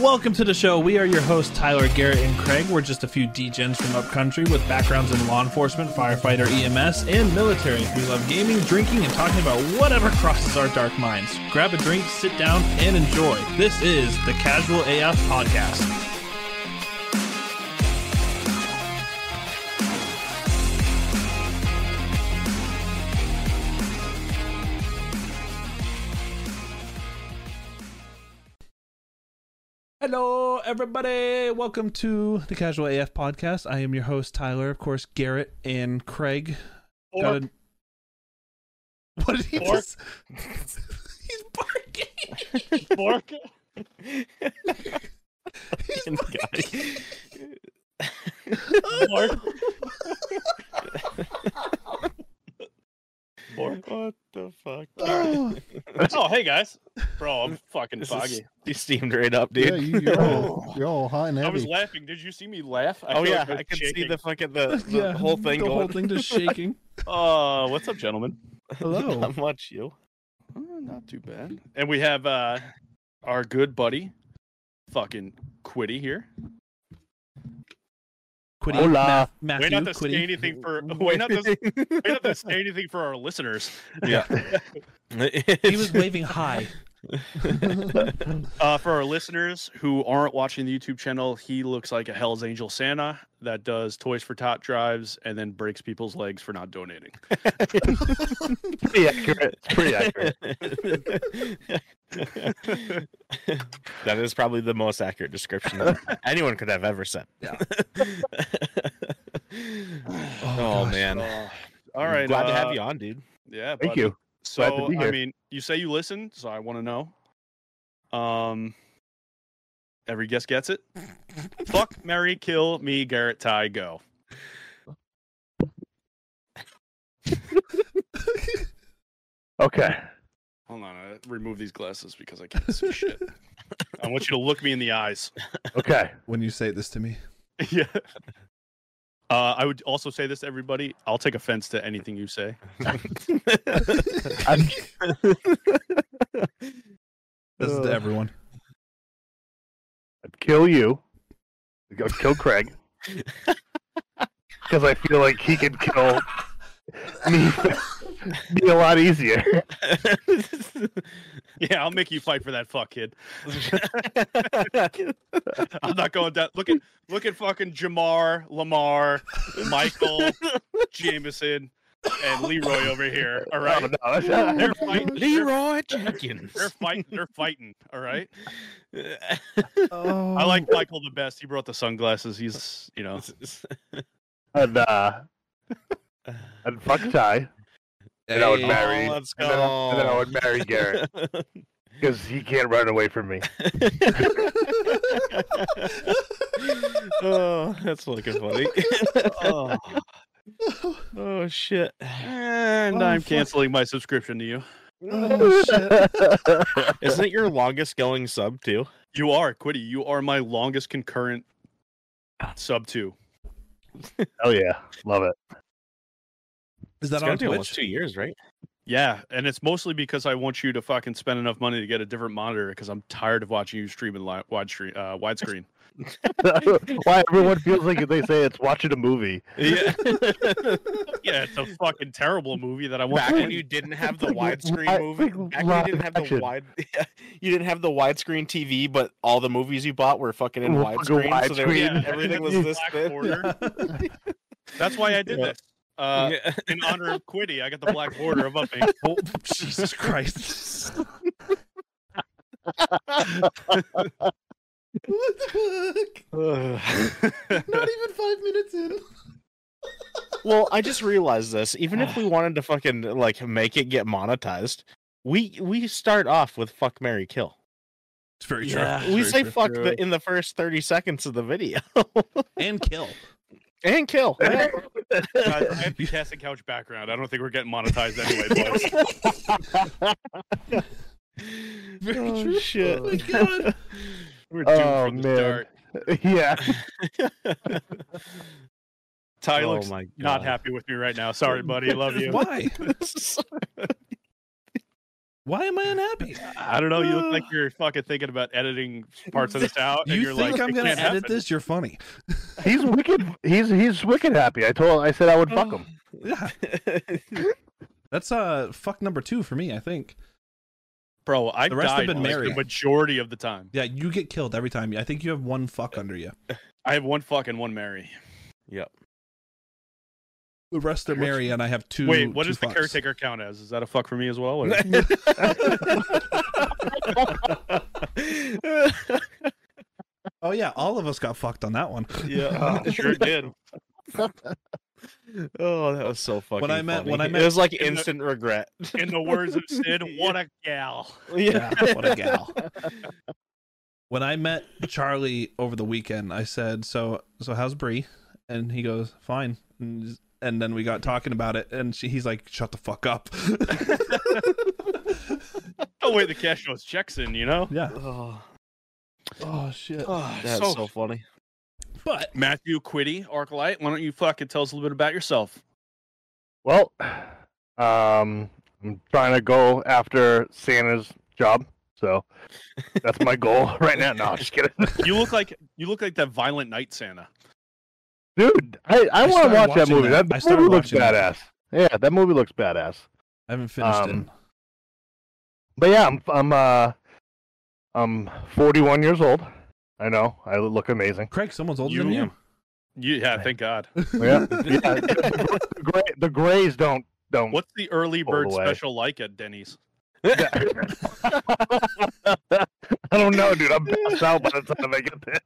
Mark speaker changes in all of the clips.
Speaker 1: Welcome to the show. We are your hosts, Tyler, Garrett, and Craig. We're just a few degens from upcountry with backgrounds in law enforcement, firefighter, EMS, and military. We love gaming, drinking, and talking about whatever crosses our dark minds. Grab a drink, sit down, and enjoy. This is the Casual AF Podcast. Hello, everybody. Welcome to the Casual AF Podcast. I am your host, Tyler. Of course, Garrett and Craig. Got
Speaker 2: Or
Speaker 1: a- What did he
Speaker 2: Fork.
Speaker 1: just... He's barking.
Speaker 2: fork.
Speaker 1: He's
Speaker 3: And the guy-
Speaker 2: Fork. fork.
Speaker 3: what the fuck?
Speaker 1: Oh.
Speaker 2: Oh, hey guys. Bro, I'm fucking
Speaker 3: This
Speaker 2: foggy.
Speaker 3: is, you steamed right up, dude.
Speaker 4: Yeah, you, you're, all, you're all hot and
Speaker 2: I was
Speaker 4: heavy.
Speaker 2: laughing. Did you see me laugh?
Speaker 3: oh
Speaker 2: feel
Speaker 3: yeah,
Speaker 2: like
Speaker 3: I
Speaker 2: was
Speaker 3: can see
Speaker 2: shaking.
Speaker 3: the fucking the, the
Speaker 1: yeah,
Speaker 3: whole thing
Speaker 1: the
Speaker 3: going.
Speaker 1: whole thing just shaking.
Speaker 2: Oh, what's up, gentlemen?
Speaker 1: Hello.
Speaker 3: Not much, you.
Speaker 2: Uh, not too bad. And we have uh our good buddy, fucking Quiddy here.
Speaker 1: Quitty.
Speaker 4: Hola.
Speaker 1: Ma-
Speaker 2: Way
Speaker 1: Matthew,
Speaker 2: not to say
Speaker 1: Quitty.
Speaker 2: anything for. Way not to. Way not to say anything for our listeners.
Speaker 1: He was waving high.
Speaker 2: Uh, for our listeners who aren't watching the YouTube channel, he looks like a Hell's Angel Santa that does toys for tot drives and then breaks people's legs for not donating.
Speaker 3: pretty accurate.
Speaker 4: Pretty accurate.
Speaker 3: that is probably the most accurate description that anyone could have ever said.
Speaker 1: Yeah.
Speaker 3: oh
Speaker 1: gosh.
Speaker 3: man.
Speaker 2: Uh, all right.
Speaker 3: Glad to
Speaker 2: uh,
Speaker 3: have you on, dude.
Speaker 2: Yeah.
Speaker 5: Thank
Speaker 2: buddy.
Speaker 5: you.
Speaker 2: So
Speaker 5: Glad to be
Speaker 2: I
Speaker 5: here.
Speaker 2: mean, you say you listen, so I want to know. Um, every guest gets it. Fuck, Mary, kill me, Garrett, Ty, go.
Speaker 5: Okay.
Speaker 2: Hold on, I remove these glasses because I can't see shit. I want you to look me in the eyes.
Speaker 5: Okay.
Speaker 4: when you say this to me,
Speaker 2: yeah. Uh, I would also say this to everybody. I'll take offense to anything you say.
Speaker 5: I'm,
Speaker 4: this is to everyone.
Speaker 5: I'd kill you. Go kill Craig. Because I feel like he could kill me, me a lot easier.
Speaker 2: Yeah, I'll make you fight for that fuck kid. I'm not going down. Look at look at fucking Jamar, Lamar, Michael, Jameson, and Leroy over here. All
Speaker 5: Oh,
Speaker 2: right,
Speaker 5: no, that's not-
Speaker 2: they're fighting. They're,
Speaker 3: Leroy Jenkins.
Speaker 2: they're fighting. They're fighting. All right.
Speaker 1: Oh.
Speaker 2: I like Michael the best. He brought the sunglasses. He's you know.
Speaker 5: I'd, uh, I'd fuck Ty. And I would
Speaker 1: Hey.
Speaker 5: marry.
Speaker 3: Oh, let's
Speaker 5: and then I- and then I
Speaker 3: go.
Speaker 5: would marry Garrett. Because he can't run away from me.
Speaker 3: oh, that's looking funny.
Speaker 2: Oh,
Speaker 3: oh shit.
Speaker 2: and
Speaker 1: Oh,
Speaker 2: Eh, I'm
Speaker 1: fuck.
Speaker 2: canceling my subscription to you.
Speaker 1: Oh, shit.
Speaker 3: Isn't it your longest going sub too?
Speaker 2: You are Quiddy. You are my longest concurrent sub two.
Speaker 5: Hell yeah. Love it.
Speaker 1: Is that
Speaker 3: It's
Speaker 1: on
Speaker 3: gotta be almost
Speaker 1: Twitch?
Speaker 3: two years, right?
Speaker 2: Yeah, and it's mostly because I want you to fucking spend enough money to get a different monitor because I'm tired of watching you stream in li- wide stream, uh, widescreen.
Speaker 5: Why everyone feels like they say it's watching a movie.
Speaker 3: Yeah.
Speaker 2: yeah, it's a fucking terrible movie that I want.
Speaker 3: back when you didn't have the
Speaker 5: Like,
Speaker 3: widescreen
Speaker 5: li-
Speaker 3: movie.
Speaker 5: like
Speaker 3: Back when you
Speaker 5: live
Speaker 3: didn't have the
Speaker 5: action.
Speaker 3: wide you didn't have the widescreen TV, but all the movies you bought were fucking in
Speaker 5: Were
Speaker 3: widescreen.
Speaker 5: fucking
Speaker 3: So they were,
Speaker 5: widescreen.
Speaker 2: Yeah,
Speaker 3: everything was
Speaker 2: black
Speaker 3: this big.
Speaker 2: border. That's why I did
Speaker 3: Yeah.
Speaker 2: this. Uh,
Speaker 3: Yeah.
Speaker 2: In honor of Quiddy, I got the black border above me.
Speaker 1: Oh, Jesus Christ. what the fuck? Not even five minutes in.
Speaker 3: Well, I just realized this. Even if we wanted to fucking like make it get monetized, we we start off with fuck Mary Kill.
Speaker 1: It's very
Speaker 2: Yeah.
Speaker 1: true.
Speaker 3: we
Speaker 2: True,
Speaker 3: say
Speaker 2: true,
Speaker 3: fuck
Speaker 2: true.
Speaker 3: The, in the first thirty seconds of the video
Speaker 1: And kill.
Speaker 3: and kill. Yeah.
Speaker 2: Guys, I have the casting couch background. I don't think we're getting monetized anyway. boys.
Speaker 1: Very
Speaker 3: Oh,
Speaker 1: true.
Speaker 3: shit.
Speaker 1: Oh my god.
Speaker 2: We're doomed
Speaker 5: Oh,
Speaker 2: from the
Speaker 5: man.
Speaker 2: start.
Speaker 5: yeah.
Speaker 2: Ty
Speaker 3: Oh
Speaker 2: looks
Speaker 3: my God.
Speaker 2: not happy with me right now. Sorry, buddy. Love you.
Speaker 1: Why? Why am I unhappy?
Speaker 2: I don't know. You
Speaker 1: Uh,
Speaker 2: look like you're fucking thinking about editing parts of this out, and
Speaker 4: You
Speaker 2: you're
Speaker 4: think
Speaker 2: like,
Speaker 4: I'm
Speaker 2: it
Speaker 4: gonna
Speaker 2: can't
Speaker 4: edit
Speaker 2: happen.
Speaker 4: this? You're funny.
Speaker 5: He's wicked. He's he's wicked happy. I told. I said I would
Speaker 4: Oh.
Speaker 5: fuck him.
Speaker 4: Yeah, that's uh fuck number two for me. I think.
Speaker 2: bro? I
Speaker 4: The rest have
Speaker 2: died like,
Speaker 4: been
Speaker 2: the
Speaker 4: married.
Speaker 2: majority of the time.
Speaker 4: Yeah, you get killed every time. I think you have one fuck under you.
Speaker 2: I have one fuck and one Mary.
Speaker 4: The rest are Mary, and I have two.
Speaker 2: Wait, what
Speaker 4: two
Speaker 2: does the
Speaker 4: fucks.
Speaker 2: caretaker count as? Is that a fuck for me as well? or-
Speaker 4: Oh yeah, all of us got fucked on that one.
Speaker 2: yeah, sure did.
Speaker 3: oh, that was so fucking.
Speaker 4: I meant- when
Speaker 3: funny.
Speaker 4: I meant-
Speaker 3: it was like
Speaker 2: the-
Speaker 3: instant regret.
Speaker 2: In the words of Sid, what a gal.
Speaker 4: Yeah, what a gal. When I met Charlie over the weekend, I said, "So, so how's Bree?" And he goes, "Fine." And, and then we got talking about it, and she, he's like, "Shut the fuck up."
Speaker 2: The way the cash knows checks in, you know.
Speaker 4: yeah.
Speaker 3: Oh,
Speaker 4: Oh shit.
Speaker 3: that's Ah, so, funny.
Speaker 4: But
Speaker 2: Matthew Quitty, Arclight, why don't you fucking tell us a little bit about yourself?
Speaker 5: Well, um, I'm trying to go after Santa's job, so that's my goal right now. No, I'm just kidding,
Speaker 2: You look like you look like that violent night Santa.
Speaker 5: dude. I, I,
Speaker 4: I started
Speaker 5: want to watch that
Speaker 4: watching
Speaker 5: movie.
Speaker 4: that.
Speaker 5: That,
Speaker 4: I started
Speaker 5: movie looks
Speaker 4: watching that.
Speaker 5: badass. Yeah, that movie looks badass.
Speaker 4: I haven't finished
Speaker 5: Um, But yeah, I'm I'm uh I'm 41 years old. I know I look amazing.
Speaker 4: it. Craig, someone's older than
Speaker 2: you-
Speaker 4: you.
Speaker 2: You, yeah, thank God.
Speaker 5: Yeah, yeah. The, gray, the grays don't don't.
Speaker 2: What's the early
Speaker 5: All
Speaker 2: bird
Speaker 5: the way.
Speaker 2: special like at Denny's?
Speaker 5: I don't know, dude. I'm passed out by the time I get there.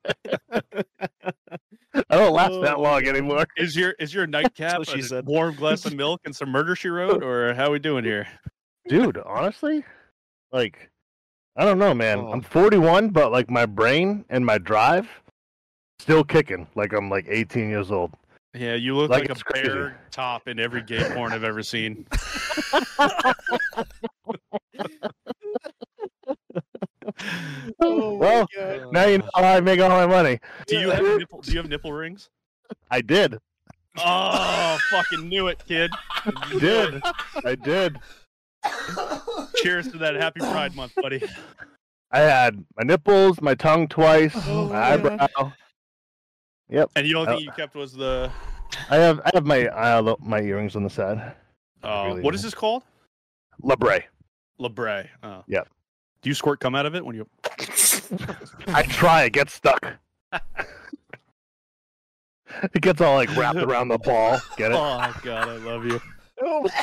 Speaker 5: I don't last that
Speaker 3: Oh,
Speaker 5: long anymore.
Speaker 2: Is your is your nightcap
Speaker 3: what she
Speaker 2: a
Speaker 3: said.
Speaker 2: warm glass of milk and some murder she wrote, or how we doing here?
Speaker 5: dude honestly like i don't know man
Speaker 3: Oh.
Speaker 5: i'm 41 but like my brain and my drive still kicking like i'm like 18 years old
Speaker 2: Yeah, you look
Speaker 5: Like
Speaker 2: like,
Speaker 5: it's
Speaker 2: a
Speaker 5: crazy.
Speaker 2: bear top in every gay porn I've ever seen.
Speaker 5: well now you know how i make all my money
Speaker 2: Do you have nipple, do you have nipple rings?
Speaker 5: i did
Speaker 2: Oh, fucking knew it, kid.
Speaker 5: i did i did
Speaker 2: Cheers to that happy Pride Month, buddy.
Speaker 5: i had my nipples my tongue twice
Speaker 4: Oh,
Speaker 5: my
Speaker 4: yeah.
Speaker 5: eyebrow yep
Speaker 2: And the only thing you kept was the
Speaker 5: i have i have my I have my earrings on the side
Speaker 2: uh,
Speaker 5: Really
Speaker 2: what is
Speaker 5: nice.
Speaker 2: this called?
Speaker 5: labre
Speaker 2: Labray. Oh.
Speaker 5: Yep.
Speaker 2: Do you squirt come out of it when you?
Speaker 5: i try it gets stuck it gets all like wrapped around the ball get it
Speaker 2: Oh God, I love you. Oh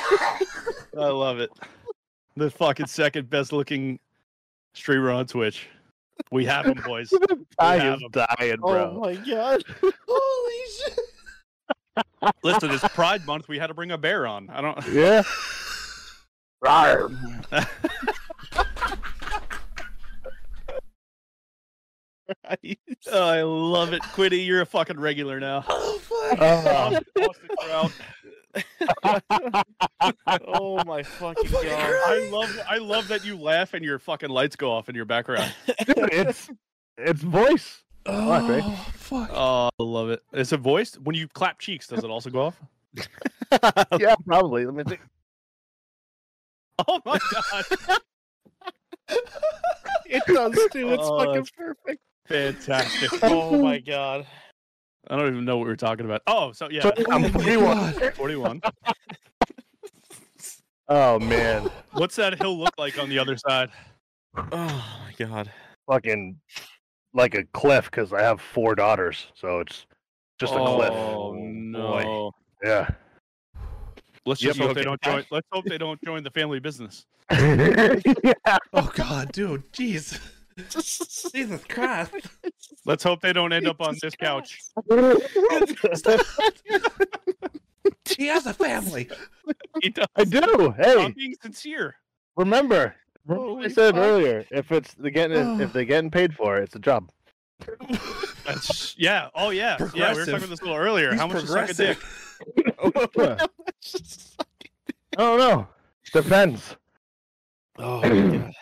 Speaker 2: I love it. The fucking second best looking streamer on Twitch. We have him, boys.
Speaker 5: I
Speaker 2: have
Speaker 5: am
Speaker 2: him.
Speaker 5: dying,
Speaker 3: Oh
Speaker 5: bro.
Speaker 3: my god.
Speaker 4: Holy shit.
Speaker 2: Listen, it's Pride Month. We had to bring a bear on. I don't.
Speaker 5: yeah. Rawr.
Speaker 2: Oh, I love it, Quiddy. You're a fucking regular now.
Speaker 4: Oh fuck.
Speaker 5: Uh,
Speaker 2: Austin, Austin Trout.
Speaker 3: oh my fucking
Speaker 4: fucking
Speaker 3: god.
Speaker 2: I love, I love that you laugh and your fucking lights go off in your background.
Speaker 5: dude, it's it's voice. fuck, right?
Speaker 4: Oh, fuck.
Speaker 2: Oh, I love it. Is it voiced? When you clap cheeks, does it also go off?
Speaker 5: Yeah, probably. Let me think.
Speaker 2: Oh my god,
Speaker 3: It does too. It's
Speaker 2: Oh,
Speaker 3: fucking
Speaker 2: that's-
Speaker 3: perfect.
Speaker 2: fantastic!
Speaker 3: Oh my god.
Speaker 2: I don't even know what we were talking about. Oh, so yeah,
Speaker 5: So, I'm 41.
Speaker 2: forty-one.
Speaker 5: Oh man,
Speaker 2: What's that hill look like on the other side?
Speaker 3: Oh my god.
Speaker 5: fucking like a cliff because I have four daughters, so it's just a cliff.
Speaker 2: oh
Speaker 3: cliff.
Speaker 2: no!
Speaker 5: Yeah.
Speaker 2: Let's
Speaker 5: Yep,
Speaker 2: just hope
Speaker 5: okay.
Speaker 2: they don't join. Let's hope they don't join the family business.
Speaker 5: yeah.
Speaker 4: Oh god, dude, jeez. Jesus Christ.
Speaker 2: Let's hope they don't end up on this couch.
Speaker 4: He has a family.
Speaker 2: He does.
Speaker 5: I do.
Speaker 2: I'm
Speaker 5: Hey,
Speaker 2: being sincere.
Speaker 5: remember. remember what I
Speaker 3: Holy
Speaker 5: said
Speaker 3: fuck.
Speaker 5: earlier. If it's the getting if they're getting paid for it, it's a job.
Speaker 2: That's, yeah. Oh yeah. Yeah. We were talking about
Speaker 4: Progressive.
Speaker 2: this a little earlier. How much is suck a dick?
Speaker 5: I don't know. Depends.
Speaker 3: Oh my god.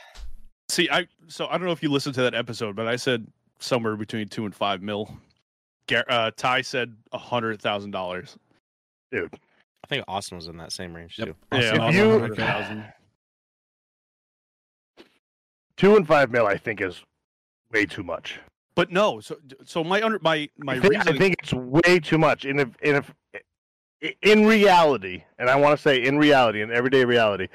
Speaker 2: See, I so I don't know if you listened to that episode, but I said somewhere between two and five mil. Gar- uh, Ty said a hundred thousand dollars.
Speaker 3: I think Austin was in that same range
Speaker 4: Yep.
Speaker 3: too.
Speaker 2: Yeah,
Speaker 4: Austin,
Speaker 5: if you-
Speaker 4: Austin, okay.
Speaker 2: Thousand.
Speaker 5: Two and five mil, I think, is way too much.
Speaker 2: But no, so so my under my my
Speaker 5: I think,
Speaker 2: reasoning,
Speaker 5: I think it's way too much. And if, and if i- in reality, and I want to say in reality, in everyday reality,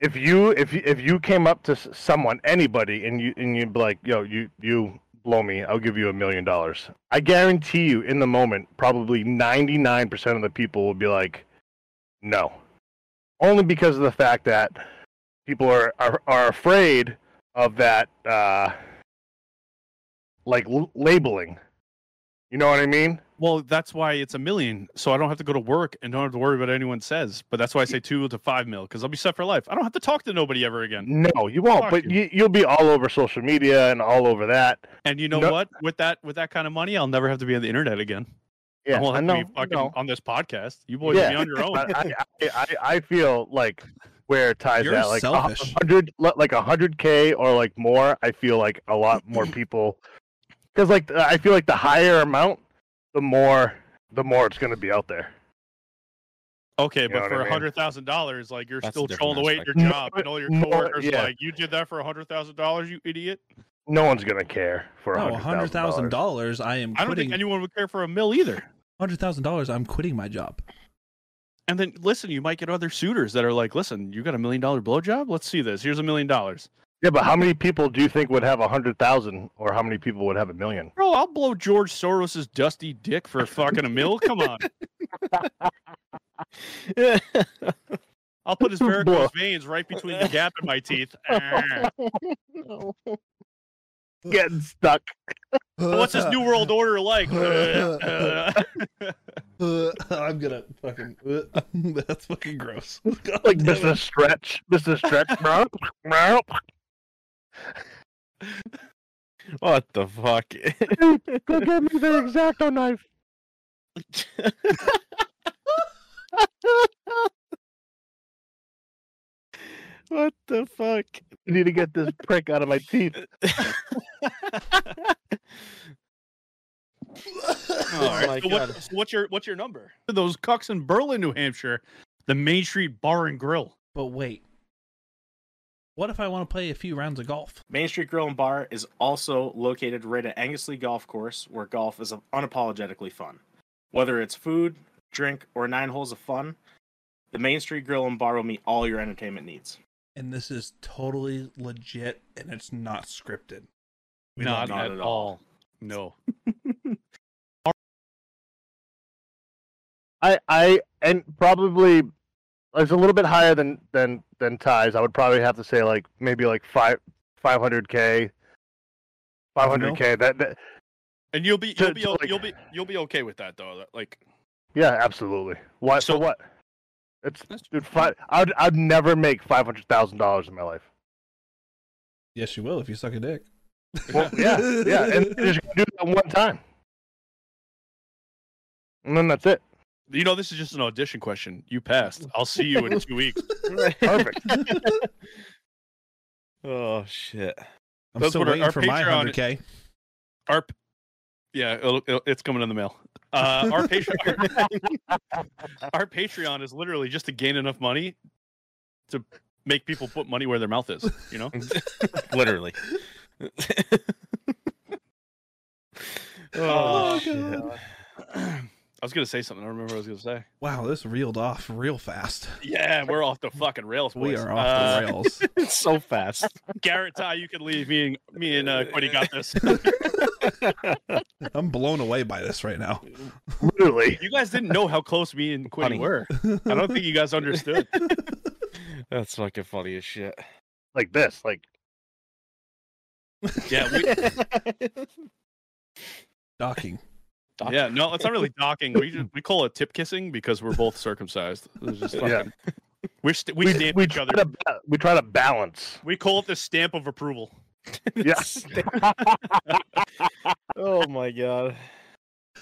Speaker 5: if you if you, if you came up to s- someone, anybody, and you and you'd be like, "Yo, you you blow me, I'll give you a million dollars," I guarantee you, in the moment, probably ninety nine percent of the people will be like, "No," only because of the fact that people are are, are afraid of that. Uh, like l- labeling. You know what I mean?
Speaker 2: well, that's why it's a million, so I don't have to go to work and don't have to worry about what anyone says. But that's why I say two to five mil because I'll be set for life. I don't have to talk to nobody ever again.
Speaker 5: No, you won't.
Speaker 2: Fuck
Speaker 5: but
Speaker 2: you.
Speaker 5: you. You, will be all over social media and all over that.
Speaker 2: And you know
Speaker 5: No.
Speaker 2: what? With that with that kind of money, I'll never have to be on the internet again.
Speaker 5: Yeah,
Speaker 2: I won't
Speaker 5: I
Speaker 2: have
Speaker 5: know.
Speaker 2: to be
Speaker 5: I
Speaker 2: fucking
Speaker 5: know.
Speaker 2: on this podcast. You boys
Speaker 5: Yeah.
Speaker 2: be on your own.
Speaker 5: But I, I, I, I feel like where it ties
Speaker 4: You're
Speaker 5: at, like a
Speaker 4: selfish.
Speaker 5: hundred, like a hundred k or like more. I feel like a lot more people, because like I feel like the higher amount, the more, the more it's going to be out there.
Speaker 2: Okay,
Speaker 5: know
Speaker 2: but
Speaker 5: what
Speaker 2: for
Speaker 5: I
Speaker 2: a
Speaker 5: mean?
Speaker 2: hundred thousand dollars, like you're
Speaker 3: That's a
Speaker 2: still
Speaker 3: different
Speaker 2: trolling away at your
Speaker 5: aspect.
Speaker 2: job, and all your
Speaker 5: No,
Speaker 2: coworkers
Speaker 5: yeah.
Speaker 2: like, "You did that for a hundred thousand dollars, you idiot!"
Speaker 5: No one's going to care for
Speaker 4: No,
Speaker 5: a
Speaker 4: hundred thousand dollars. I am
Speaker 2: I don't
Speaker 4: quitting.
Speaker 2: think anyone would care for a mill either.
Speaker 4: Hundred thousand dollars. I'm quitting my job.
Speaker 2: And then listen, you might get other suitors that are like, "Listen, you got a million dollar blowjob? Let's see this. Here's a million dollars,
Speaker 5: Yeah, but how many people do you think would have a hundred thousand, or how many people would have a million?
Speaker 2: bro. I'll blow George Soros's dusty dick for fucking a mill. Come on, I'll put his varicose veins right between the gap in my teeth. Ah.
Speaker 5: Getting stuck.
Speaker 2: What's this new world order like?
Speaker 4: I'm gonna fucking. that's fucking gross.
Speaker 5: like Mr. Stretch, Mr. Stretch, bro. bro.
Speaker 3: what the fuck?
Speaker 5: Go get me the exacto knife.
Speaker 3: what the fuck?
Speaker 5: I need to get this prick out of my teeth.
Speaker 2: All right.
Speaker 3: Oh my
Speaker 2: so, what-
Speaker 3: God.
Speaker 2: so what's your what's your number? Those cucks in Berlin, New Hampshire, the Main Street Bar and Grill.
Speaker 4: But wait, what if I want to play a few rounds of golf?
Speaker 6: Main Street Grill and Bar is also located right at Angusley Golf Course, where golf is unapologetically fun. Whether it's food, drink, or nine holes of fun, the Main Street Grill and Bar will meet all your entertainment needs.
Speaker 4: And this is totally legit, and it's not scripted. We
Speaker 2: Not,
Speaker 6: not
Speaker 2: at,
Speaker 6: at
Speaker 2: all. No.
Speaker 5: I, I, and probably it's a little bit higher than than than ties. I would probably have to say like maybe like five five hundred k, five hundred k. That that
Speaker 2: And you'll be
Speaker 5: To-
Speaker 2: you'll be
Speaker 5: to,
Speaker 2: o-
Speaker 5: like-
Speaker 2: you'll be you'll be okay with that though. that, Like
Speaker 5: yeah, absolutely. What
Speaker 2: So-
Speaker 5: for what? It's
Speaker 2: That's-
Speaker 5: dude. Five, I'd I'd never make five hundred thousand dollars in my life.
Speaker 4: Yes, you will if you suck a dick.
Speaker 5: Well, yeah, yeah, and you just do that one time, and then that's it.
Speaker 2: you know, this is just an audition question. You passed. I'll see you in two weeks.
Speaker 5: Perfect.
Speaker 3: oh shit.
Speaker 4: I'm
Speaker 2: That's
Speaker 4: still
Speaker 2: what our-
Speaker 4: waiting
Speaker 2: our
Speaker 4: for my
Speaker 2: Patreon
Speaker 4: hundred k.
Speaker 2: Our p- yeah, it'll, it'll- it's coming in the mail. Uh, our Patreon, our, our Patreon is literally just to gain enough money to make people put money where their mouth is. You know,
Speaker 3: Literally.
Speaker 2: Oh,
Speaker 3: shit.
Speaker 2: I was gonna say something. I don't remember what I was gonna say.
Speaker 4: Wow, this reeled off real fast.
Speaker 2: Yeah, we're off the fucking rails.
Speaker 4: We
Speaker 2: boys.
Speaker 4: are off
Speaker 2: Uh,
Speaker 4: the rails.
Speaker 3: It's so fast.
Speaker 2: Garrett, Ty, you can leave. Me and me and uh, Quiddy got this.
Speaker 4: I'm blown away by this right now.
Speaker 5: Literally.
Speaker 2: You guys didn't know how close me and Quiddy
Speaker 3: Funny.
Speaker 2: were. I don't think you guys understood.
Speaker 3: That's fucking funny as shit.
Speaker 5: Like this. Like
Speaker 2: Yeah, we,
Speaker 4: Docking.
Speaker 2: yeah. No, it's not really docking. We just, we call it tip kissing because we're both circumcised. It's just
Speaker 5: Yeah.
Speaker 2: fucking- We're st- we stamp each
Speaker 5: try
Speaker 2: other.
Speaker 5: To, ba- we try to balance.
Speaker 2: We call it the stamp of approval.
Speaker 5: Yes.
Speaker 3: oh my god.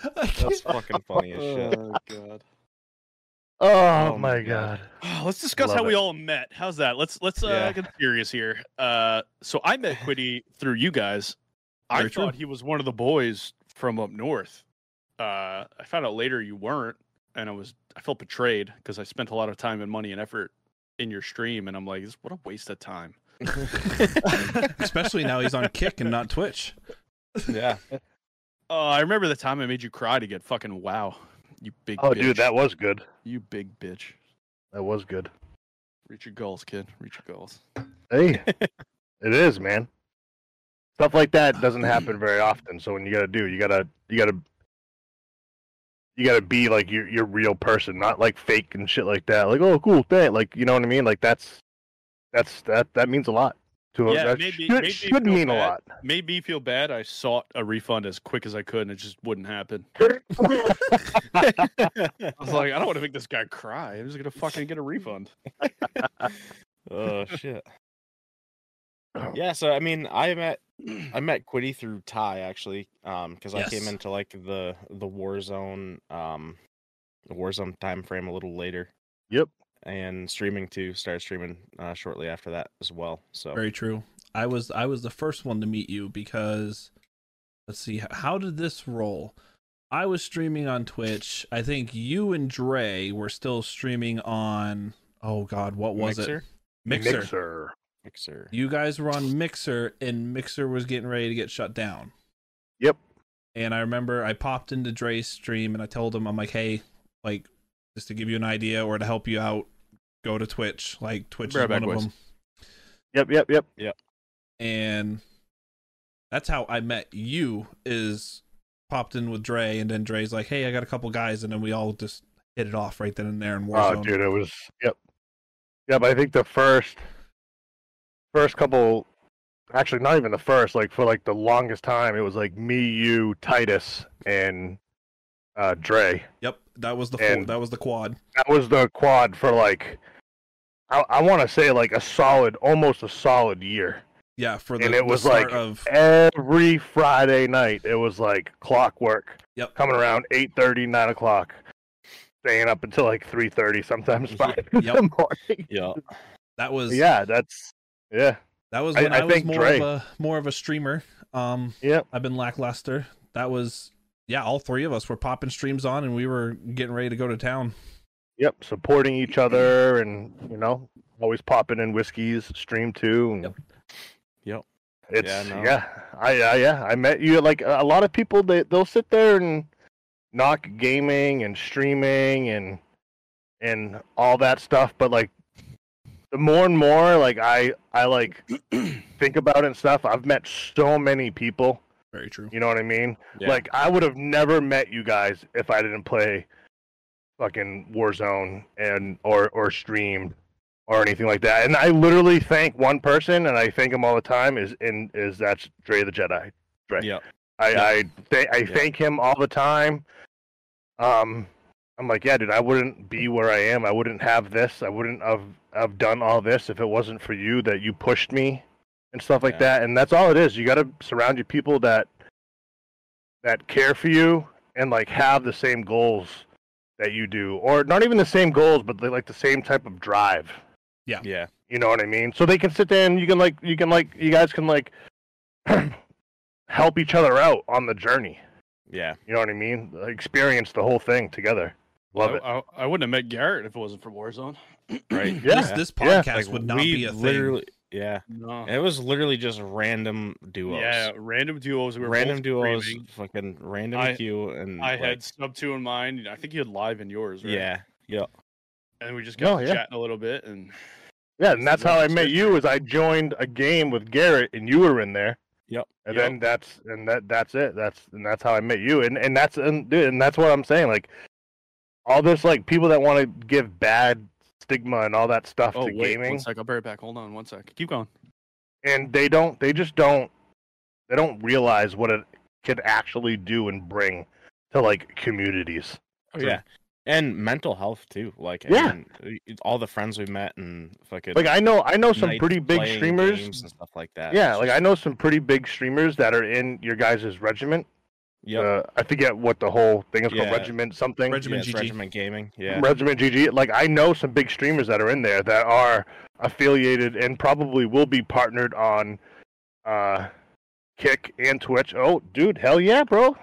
Speaker 4: I
Speaker 3: That's
Speaker 4: can't-
Speaker 3: fucking funny as shit.
Speaker 2: god.
Speaker 5: Oh,
Speaker 3: Oh my
Speaker 5: my god.
Speaker 2: Oh, Let's discuss
Speaker 5: Love
Speaker 2: how we
Speaker 5: it.
Speaker 2: all met. How's that? Let's let's uh,
Speaker 3: Yeah.
Speaker 2: get serious here. Uh, so I met Quiddy through you guys. I
Speaker 4: Very true.
Speaker 2: thought he was one of the boys from up north. Uh, I found out later you weren't, and I was I felt betrayed because I spent a lot of time and money and effort in your stream, and I'm like, this, what a waste of time.
Speaker 4: Especially now he's on Kick and not Twitch.
Speaker 3: yeah.
Speaker 2: Oh, I remember the time I made you cry to get fucking wow. You big
Speaker 5: Oh,
Speaker 2: bitch.
Speaker 5: dude, that was good.
Speaker 2: you big bitch.
Speaker 5: That was good.
Speaker 2: Reach your goals, kid. Reach your goals.
Speaker 5: Hey, it is, man. Stuff like
Speaker 2: Oh,
Speaker 5: that doesn't happen very often. So when you gotta do, you gotta, you gotta, you gotta be like your your real person, not like fake and shit like that. Like, oh, cool, thing. Like, you know what I mean? Like that's that's that that means a lot to
Speaker 2: Yeah,
Speaker 5: a, that
Speaker 2: maybe-
Speaker 5: should,
Speaker 2: maybe
Speaker 5: should
Speaker 2: feel
Speaker 5: mean a
Speaker 2: bad.
Speaker 5: lot.
Speaker 2: Made me feel bad. I sought a refund as quick as I could, and it just wouldn't happen. I was like, I don't want to make this guy cry. I'm just gonna fucking get a refund.
Speaker 3: Oh shit. Yeah, so I mean, I met I met Quiddy through Ty actually, um, because I came
Speaker 4: Yes.
Speaker 3: into like the the Warzone um, the Warzone time frame a little later.
Speaker 5: Yep.
Speaker 3: And streaming too, started streaming uh, shortly after that as well. So
Speaker 4: Very true. I was I was the first one to meet you because let's see h- how did this roll? I was streaming on Twitch. I think you and Dre were still streaming on oh god, what was it?
Speaker 3: mixer,
Speaker 4: Mixer.
Speaker 5: Mixer.
Speaker 3: mixer.
Speaker 4: You guys were on Mixer and Mixer was getting ready to get shut down.
Speaker 5: Yep.
Speaker 4: And I remember I popped into Dre's stream and I told him I'm like, "Hey, like just to give you an idea or to help you out, go to Twitch. Like Twitch
Speaker 2: Right
Speaker 4: is
Speaker 2: back,
Speaker 4: one of
Speaker 2: boys.
Speaker 4: them."
Speaker 5: Yep, yep, yep.
Speaker 4: and that's how I met you. Is popped in with Dre, and then Dre's like, "Hey, I got a couple guys," and then we all just hit it off right then and there in Warzone.
Speaker 5: Oh, dude, it was yep, yep. I think the first, first couple, actually not even the first. Like for like the longest time, it was like me, you, Titus, and uh Dre.
Speaker 4: Yep, that was the full,
Speaker 5: And-
Speaker 4: that was the quad.
Speaker 5: That was the quad for like, I, I want to say like a solid, almost a solid year.
Speaker 4: Yeah, for the,
Speaker 5: And it
Speaker 4: the
Speaker 5: was
Speaker 4: start
Speaker 5: like-
Speaker 4: of
Speaker 5: Every Friday night, it was like clockwork.
Speaker 4: Yep.
Speaker 5: Coming around 8.30, 9 o'clock, staying up until like three thirty, sometimes five in
Speaker 4: Yep.
Speaker 5: the morning.
Speaker 2: Yeah.
Speaker 4: that was
Speaker 5: Yeah, that's yeah.
Speaker 4: that was
Speaker 5: I-
Speaker 4: when I,
Speaker 5: I
Speaker 4: was
Speaker 5: think
Speaker 4: more
Speaker 5: Dre-
Speaker 4: of a more of a streamer. Um,
Speaker 5: Yep.
Speaker 4: I've been lackluster. That was yeah, all three of us were popping streams on, and we were getting ready to go to town.
Speaker 5: Yep, supporting each other and you know, always popping in whiskeys, stream too. And
Speaker 4: Yep.
Speaker 2: Yep.
Speaker 5: It's
Speaker 3: Yeah,
Speaker 5: yeah,
Speaker 3: no.
Speaker 5: I, I yeah, I met you like a lot of people they they'll sit there and knock gaming and streaming and and all that stuff, but like the more and more like I I like think about it and stuff, I've met so many people,
Speaker 4: Very true.
Speaker 5: you know what I mean?
Speaker 2: Yeah.
Speaker 5: Like I would have never met you guys if I didn't play fucking Warzone and or or streamed or anything like that. And I literally thank one person, and I thank him all the time. Is in is that's Dre the Jedi. Dre.
Speaker 2: Yeah.
Speaker 5: I
Speaker 2: Yeah.
Speaker 5: I, th- I
Speaker 2: Yeah.
Speaker 5: thank him all the time. Um, I'm like, yeah, dude, I wouldn't be where I am. I wouldn't have this. I wouldn't have have done all this if it wasn't for you that you pushed me and stuff like
Speaker 3: Yeah.
Speaker 5: that. And that's all it is. You got to surround your people that that care for you and like have the same goals that you do, or not even the same goals, but like the same type of drive.
Speaker 2: Yeah.
Speaker 5: You know what I mean? So they can sit there and you can like you can like you guys can like help each other out on the journey.
Speaker 3: Yeah,
Speaker 5: You know what I mean? Experience the whole thing together. Love
Speaker 2: I,
Speaker 5: it.
Speaker 2: I, I wouldn't have met Garrett if it wasn't for Warzone.
Speaker 3: right.
Speaker 5: Yeah.
Speaker 4: This this
Speaker 5: Yeah.
Speaker 4: podcast would not
Speaker 3: we
Speaker 4: be a thing.
Speaker 3: literally, Yeah,
Speaker 2: No.
Speaker 3: and it was literally just random duos.
Speaker 2: Yeah. Random duos. We were
Speaker 3: random
Speaker 2: both
Speaker 3: duos,
Speaker 2: screaming.
Speaker 3: fucking random
Speaker 2: I-
Speaker 3: queue, and
Speaker 2: I
Speaker 3: like,
Speaker 2: had sub two in mine. I think you had live in yours, right?
Speaker 3: yeah, yeah,
Speaker 2: And we just got
Speaker 5: Oh,
Speaker 2: to
Speaker 5: yeah.
Speaker 2: chatting a little bit, and
Speaker 5: Yeah, and that's how I
Speaker 2: Love
Speaker 5: met you. Is I joined a game with Garrett, and you were in there.
Speaker 3: Yep.
Speaker 5: And
Speaker 2: Yep.
Speaker 5: then that's and that that's it. That's and that's how I met you. And and that's and dude, and that's what I'm saying. Like all this like people that want to give bad stigma and all that stuff
Speaker 2: oh
Speaker 5: to
Speaker 2: wait,
Speaker 5: gaming.
Speaker 2: one sec, I'll be right back. Hold on, one sec. Keep going.
Speaker 5: and they don't they just don't they don't realize what it could actually do and bring to like communities
Speaker 3: Oh, yeah. And mental health too, like
Speaker 5: Yeah.
Speaker 3: and uh, all the friends we met and fucking
Speaker 5: like i know i know some
Speaker 3: nights
Speaker 5: pretty big
Speaker 3: playing games
Speaker 5: streamers
Speaker 3: and stuff like that.
Speaker 5: yeah
Speaker 3: It's
Speaker 5: like i
Speaker 3: just-
Speaker 5: know some pretty big streamers that are in your guys' regiment
Speaker 3: yep.
Speaker 5: uh, i forget what the whole thing is
Speaker 3: Yeah.
Speaker 5: called regiment something
Speaker 3: yeah,
Speaker 4: Regiment
Speaker 3: it's
Speaker 4: GG.
Speaker 3: Regiment Gaming. Yeah,
Speaker 5: regiment gg like i know some big streamers that are in there that are affiliated and probably will be partnered on uh kick and twitch oh dude hell yeah bro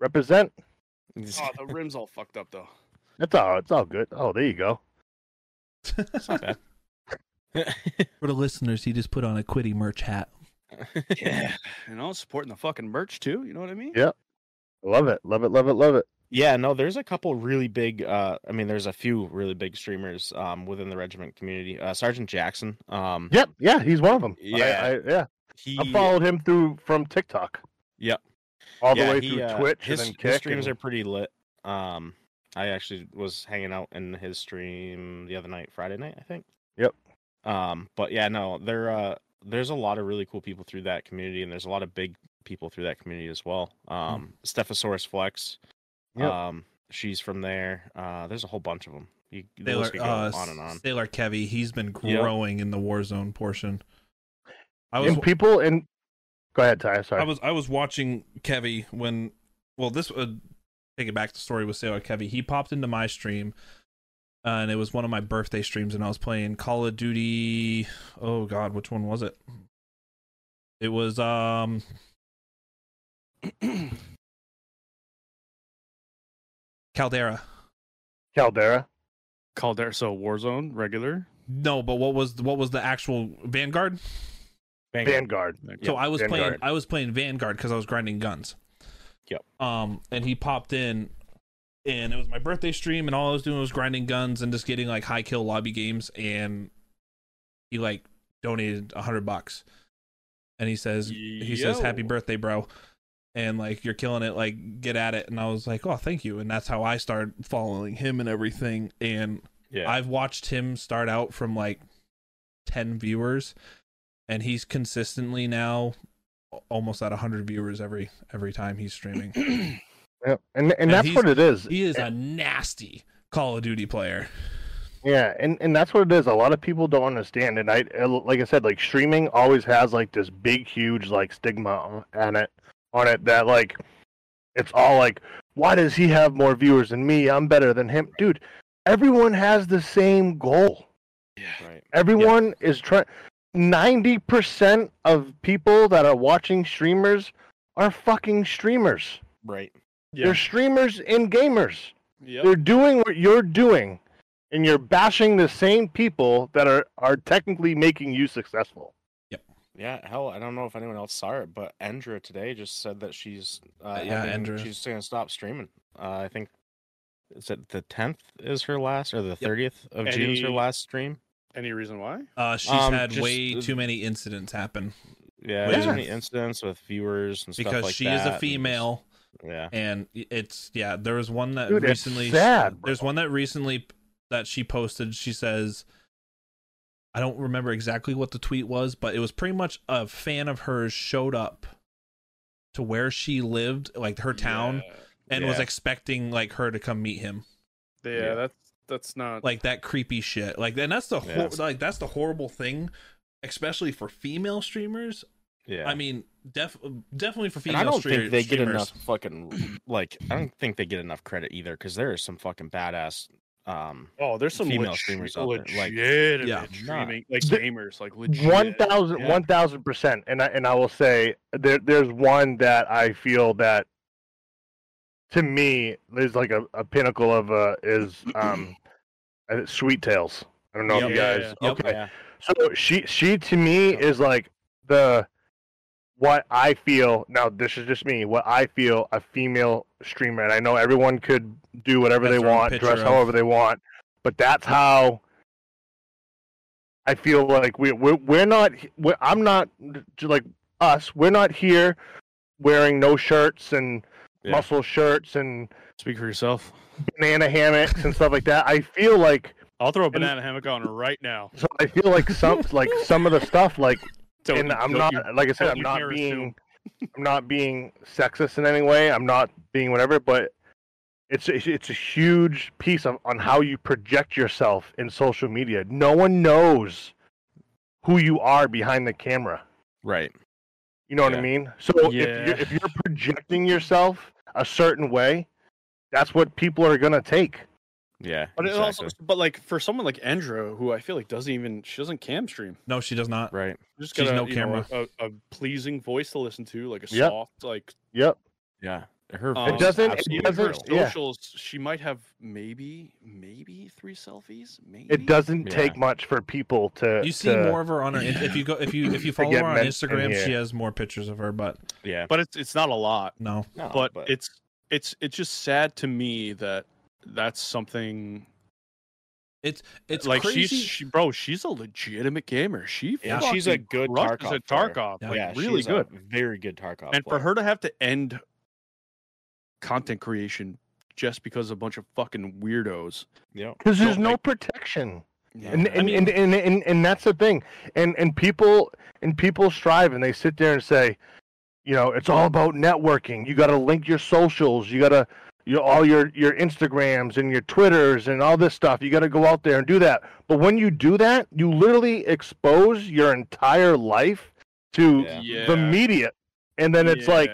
Speaker 5: represent
Speaker 2: Oh, the rim's all fucked up though.
Speaker 5: That's all. It's all good. Oh, there you go.
Speaker 3: it's not bad.
Speaker 4: For the listeners, he just put on a Quiddy merch hat.
Speaker 2: yeah, you know, supporting the fucking merch too. You know what I mean?
Speaker 5: Yeah. Love it. Love it. Love it. Love it.
Speaker 3: Yeah, no, there's a couple really big. Uh, I mean, there's a few really big streamers um, within the regiment community. Uh, Sergeant Jackson. Um,
Speaker 5: Yep. Yeah, he's one of them.
Speaker 3: Yeah.
Speaker 5: I, I, yeah.
Speaker 3: he,
Speaker 5: I followed him through from TikTok.
Speaker 2: Yep.
Speaker 5: All the
Speaker 3: yeah,
Speaker 5: way
Speaker 3: he,
Speaker 5: through
Speaker 3: uh,
Speaker 5: Twitch
Speaker 3: His,
Speaker 5: and then
Speaker 3: his
Speaker 5: Kick.
Speaker 3: streams are
Speaker 5: and-
Speaker 3: pretty lit. Um, I actually was hanging out in his stream the other night, Friday night, I think.
Speaker 5: Yep.
Speaker 3: Um, but yeah, no, there uh, there's a lot of really cool people through that community, and there's a lot of big people through that community as well. Um, Stephosaurus Flex.
Speaker 5: Hmm. Yep.
Speaker 3: Um, she's from there. Uh, there's a whole bunch of them. You, the
Speaker 4: Sailor,
Speaker 3: list could go
Speaker 4: uh,
Speaker 3: on and on.
Speaker 4: Sailor Kevy, he's been
Speaker 3: Yeah.
Speaker 4: growing in the Warzone portion. I was
Speaker 5: and people and go ahead, Ty. Sorry.
Speaker 4: I was I was watching Kevy when well this would take it back to the story with Sailor Kevy. He popped into my stream uh, and it was one of my birthday streams and I was playing Call of Duty oh god, which one was it? It was um Caldera.
Speaker 5: Caldera.
Speaker 2: Caldera, so Warzone regular.
Speaker 4: No, but what was what was the actual Vanguard?
Speaker 5: Vanguard.
Speaker 4: So I was playing
Speaker 5: Vanguard.
Speaker 4: I was playing Vanguard because I was grinding guns.
Speaker 3: Yep.
Speaker 4: Um, and he popped in, and it was my birthday stream, and all I was doing was grinding guns and just getting like high kill lobby games, and he like donated a hundred bucks, and he says he says happy
Speaker 2: Yo.
Speaker 4: birthday, bro. And like you're killing it, like get at it. And I was like, oh, thank you. And that's how I started following him and everything. And
Speaker 3: Yeah.
Speaker 4: I've watched him start out from like 10 viewers and he's consistently now a- almost at 100 viewers every every time he's streaming.
Speaker 5: Yep. And, and
Speaker 4: And
Speaker 5: that's
Speaker 4: he's-
Speaker 5: what it is.
Speaker 4: He is a nasty Call of Duty player.
Speaker 5: Yeah, and, and that's what it is. A lot of people don't understand, and I I- like I said, like streaming always has like this big, huge like stigma on it, on it that like it's all like, why does he have more viewers than me? I'm better than him, dude. Everyone has the same goal.
Speaker 3: Right.
Speaker 5: Everyone is trying. Ninety percent of people that are watching streamers are fucking streamers.
Speaker 3: Right.
Speaker 2: Yeah.
Speaker 5: They're streamers and gamers.
Speaker 2: Yep.
Speaker 5: They're doing what you're doing, and you're bashing the same people that are, are technically making you successful.
Speaker 3: Yeah, hell, I don't know if anyone else saw it, but Endra today just said that she's uh,
Speaker 4: yeah,
Speaker 3: having-
Speaker 4: Endra.
Speaker 3: She's gonna stop streaming. Uh, I think is it the tenth is her last or the thirtieth of June's her
Speaker 2: Any-
Speaker 3: last stream.
Speaker 2: Any reason why?
Speaker 4: Uh, she's
Speaker 3: Um,
Speaker 4: had
Speaker 3: just-
Speaker 4: way too many incidents happen
Speaker 3: Yeah,
Speaker 4: Yeah.
Speaker 3: there's many incidents with viewers and stuff
Speaker 4: because
Speaker 3: like
Speaker 4: she
Speaker 3: that.
Speaker 4: is
Speaker 3: and
Speaker 4: a
Speaker 3: just-
Speaker 4: female
Speaker 3: Yeah,
Speaker 4: and it's yeah there was one that
Speaker 5: Dude, it's
Speaker 4: recently
Speaker 5: sad,
Speaker 4: there's one that recently that she posted she says i don't remember exactly what the tweet was but it was pretty much a fan of hers showed up to where she lived like her town
Speaker 2: Yeah.
Speaker 4: and was
Speaker 3: yeah.
Speaker 4: expecting like her to come meet him
Speaker 2: Yeah,
Speaker 3: Yeah.
Speaker 2: that's that's not
Speaker 4: like that creepy shit like and that's the hor-
Speaker 3: Yeah.
Speaker 4: like that's the horrible thing especially for female streamers
Speaker 3: yeah.
Speaker 4: i mean def definitely for
Speaker 3: and
Speaker 4: female
Speaker 3: I don't
Speaker 4: streamers
Speaker 3: think they get enough fucking like I don't think they get enough credit either because there are some fucking badass. Um,
Speaker 2: oh, there's some
Speaker 3: female
Speaker 2: legit,
Speaker 3: streamers out there, like-
Speaker 2: legitimate
Speaker 4: Yeah. Nah.
Speaker 2: streaming like
Speaker 5: The-
Speaker 2: gamers like legit.
Speaker 5: One thousand,
Speaker 2: Yeah.
Speaker 5: one thousand percent. And I and I will say there there's one that I feel that to me is like a, a pinnacle of uh is um uh, Sweet Tales. I don't know
Speaker 2: Yep.
Speaker 5: if you
Speaker 2: Yeah,
Speaker 5: guys
Speaker 4: yeah. Yep.
Speaker 5: okay.
Speaker 3: yeah,
Speaker 5: So she she to me is like the what I feel now this is just me, what I feel a female streamer and I know everyone could do whatever
Speaker 4: That's
Speaker 5: they
Speaker 4: her own
Speaker 5: want, dress
Speaker 4: picture of-
Speaker 5: however they want, but that's how I feel like we we're, we're not we're, I'm not like us, we're not here wearing no shirts and
Speaker 3: Yeah.
Speaker 5: muscle shirts and
Speaker 2: Speak for yourself.
Speaker 5: banana hammocks and stuff like that. I feel like
Speaker 2: I'll throw a banana hammock on right now.
Speaker 5: so I feel like some like some of the stuff like
Speaker 2: Don't-
Speaker 5: and I'm
Speaker 2: don't
Speaker 5: not
Speaker 2: you-
Speaker 5: like I said,
Speaker 2: don't
Speaker 5: I'm
Speaker 2: you
Speaker 5: not
Speaker 2: dare
Speaker 5: being
Speaker 2: assume.
Speaker 5: I'm not being sexist in any way. I'm not being whatever, but it's it's it's a huge piece of on how you project yourself in social media. No one knows who you are behind the camera.
Speaker 3: right.
Speaker 5: You know what
Speaker 3: Yeah.
Speaker 5: I mean? So if
Speaker 2: Yeah.
Speaker 5: you're, if you're projecting yourself a certain way, that's what people are gonna take.
Speaker 3: Yeah,
Speaker 2: But it
Speaker 3: exactly.
Speaker 2: also, but like for someone like Endra, who I feel like doesn't even she doesn't cam stream.
Speaker 4: no she does not
Speaker 3: right.
Speaker 2: Just
Speaker 4: She's
Speaker 2: got a,
Speaker 4: no
Speaker 2: you know, a, a, a pleasing voice to listen to, like a
Speaker 5: Yep.
Speaker 2: soft, like
Speaker 5: Yep.
Speaker 3: Yeah, Her
Speaker 2: Um,
Speaker 5: It doesn't- it
Speaker 2: even
Speaker 5: doesn't-
Speaker 2: her
Speaker 5: yeah.
Speaker 2: socials, she might have maybe, maybe three selfies. Maybe
Speaker 5: It doesn't
Speaker 3: Yeah.
Speaker 5: take much for people to.
Speaker 4: You see
Speaker 5: to-
Speaker 4: more of her on her. If if you go, if you if you
Speaker 5: To
Speaker 4: follow
Speaker 5: get
Speaker 4: her on
Speaker 5: mentioned
Speaker 4: Instagram, she
Speaker 5: here.
Speaker 4: has more pictures of her. But
Speaker 3: Yeah.
Speaker 2: but it's it's not a lot.
Speaker 4: no,
Speaker 3: No,
Speaker 2: but, it's it's it's just sad to me that that's something
Speaker 4: it's
Speaker 2: like
Speaker 4: crazy.
Speaker 2: she's she bro. She's a legitimate gamer. She
Speaker 3: Yeah, she's a
Speaker 2: fucking
Speaker 3: good
Speaker 2: crushes
Speaker 3: Tarkov
Speaker 2: at
Speaker 3: player.
Speaker 2: Tarkov,
Speaker 4: Yeah.
Speaker 2: like
Speaker 3: Oh, yeah,
Speaker 2: really
Speaker 3: she's a
Speaker 2: good.
Speaker 3: very good Tarkov.
Speaker 2: and for
Speaker 3: player.
Speaker 2: her to have to end content creation just because a bunch of fucking weirdos.
Speaker 3: yeah,
Speaker 5: Because there's
Speaker 2: Don't
Speaker 5: no
Speaker 2: like-
Speaker 5: protection.
Speaker 2: Yeah.
Speaker 5: and and, and, and and and that's the thing and and people and people strive and they sit there and say you know it's all about networking you got to link your socials you got to your all your your instagrams and your twitters and all this stuff you got to go out there and do that but when you do that you literally expose your entire life to
Speaker 3: Yeah.
Speaker 5: the media and then it's like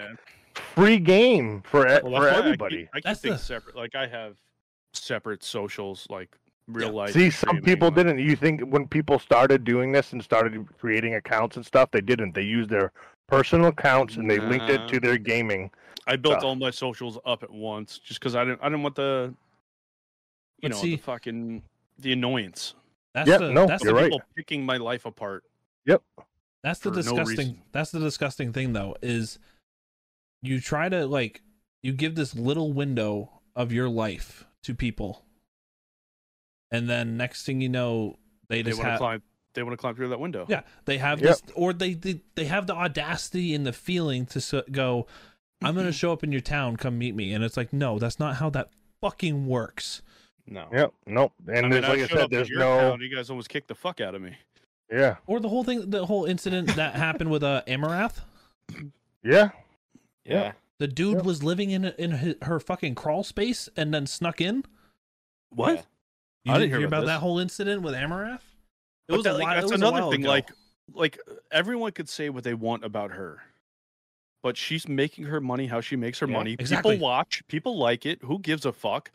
Speaker 5: free game for e-
Speaker 2: Well,
Speaker 5: for
Speaker 2: that's why I keep-
Speaker 5: everybody
Speaker 2: I keep,
Speaker 4: That's
Speaker 2: things
Speaker 4: the-
Speaker 2: separate. Like I have separate socials, like real life.
Speaker 5: See, some
Speaker 2: streaming,
Speaker 5: people
Speaker 2: like-
Speaker 5: didn't. You think when people started doing this and started creating accounts and stuff, they didn't. They used their personal accounts and they linked it
Speaker 2: Nah.
Speaker 5: to their gaming.
Speaker 2: I built
Speaker 5: stuff.
Speaker 2: all my socials up at once just because I didn't. I didn't want the, you
Speaker 4: But
Speaker 2: know,
Speaker 4: see-
Speaker 2: the fucking the annoyance.
Speaker 4: that's
Speaker 5: yeah,
Speaker 4: the
Speaker 5: no,
Speaker 4: that's
Speaker 5: you're
Speaker 4: the,
Speaker 5: right.
Speaker 2: People picking my life apart.
Speaker 4: That's
Speaker 2: for
Speaker 4: the
Speaker 2: no
Speaker 4: disgusting.
Speaker 2: reason.
Speaker 4: that's the disgusting thing, though, is you try to like you give this little window of your life to people, and then next thing you know, they
Speaker 2: They
Speaker 4: just
Speaker 2: want to
Speaker 4: have
Speaker 2: climb. They want to climb through that window.
Speaker 4: yeah they have
Speaker 5: Yep.
Speaker 4: this or they, they they have the audacity and the feeling to s go, I'm gonna show up in your town, come meet me, and it's like no, that's not how that fucking works.
Speaker 3: no,
Speaker 5: Yep. Nope. And
Speaker 2: I mean,
Speaker 5: there's, like I
Speaker 2: showed
Speaker 5: said,
Speaker 2: up at
Speaker 5: there's
Speaker 2: your
Speaker 5: no.
Speaker 2: town, you guys almost kicked the fuck out of me.
Speaker 5: Yeah.
Speaker 4: Or the whole thing, the whole incident that happened with uh, Amarath.
Speaker 5: Yeah.
Speaker 3: yeah,
Speaker 4: The dude
Speaker 5: Yep.
Speaker 4: was living in in hi- her fucking crawl space and then snuck in.
Speaker 2: What?
Speaker 3: yeah.
Speaker 4: You
Speaker 2: I didn't
Speaker 4: didn't,
Speaker 2: hear
Speaker 4: hear about,
Speaker 2: about
Speaker 4: that
Speaker 2: this.
Speaker 4: whole incident with Amarath. It
Speaker 2: But
Speaker 4: was
Speaker 2: that-
Speaker 4: a
Speaker 2: like,
Speaker 4: while,
Speaker 2: that's
Speaker 4: it was a
Speaker 2: another
Speaker 4: while
Speaker 2: thing.
Speaker 4: ago.
Speaker 2: Like, like everyone could say what they want about her, but she's making her money how she makes her
Speaker 3: Yeah,
Speaker 2: money.
Speaker 4: exactly.
Speaker 2: People watch. People like it. Who gives a fuck?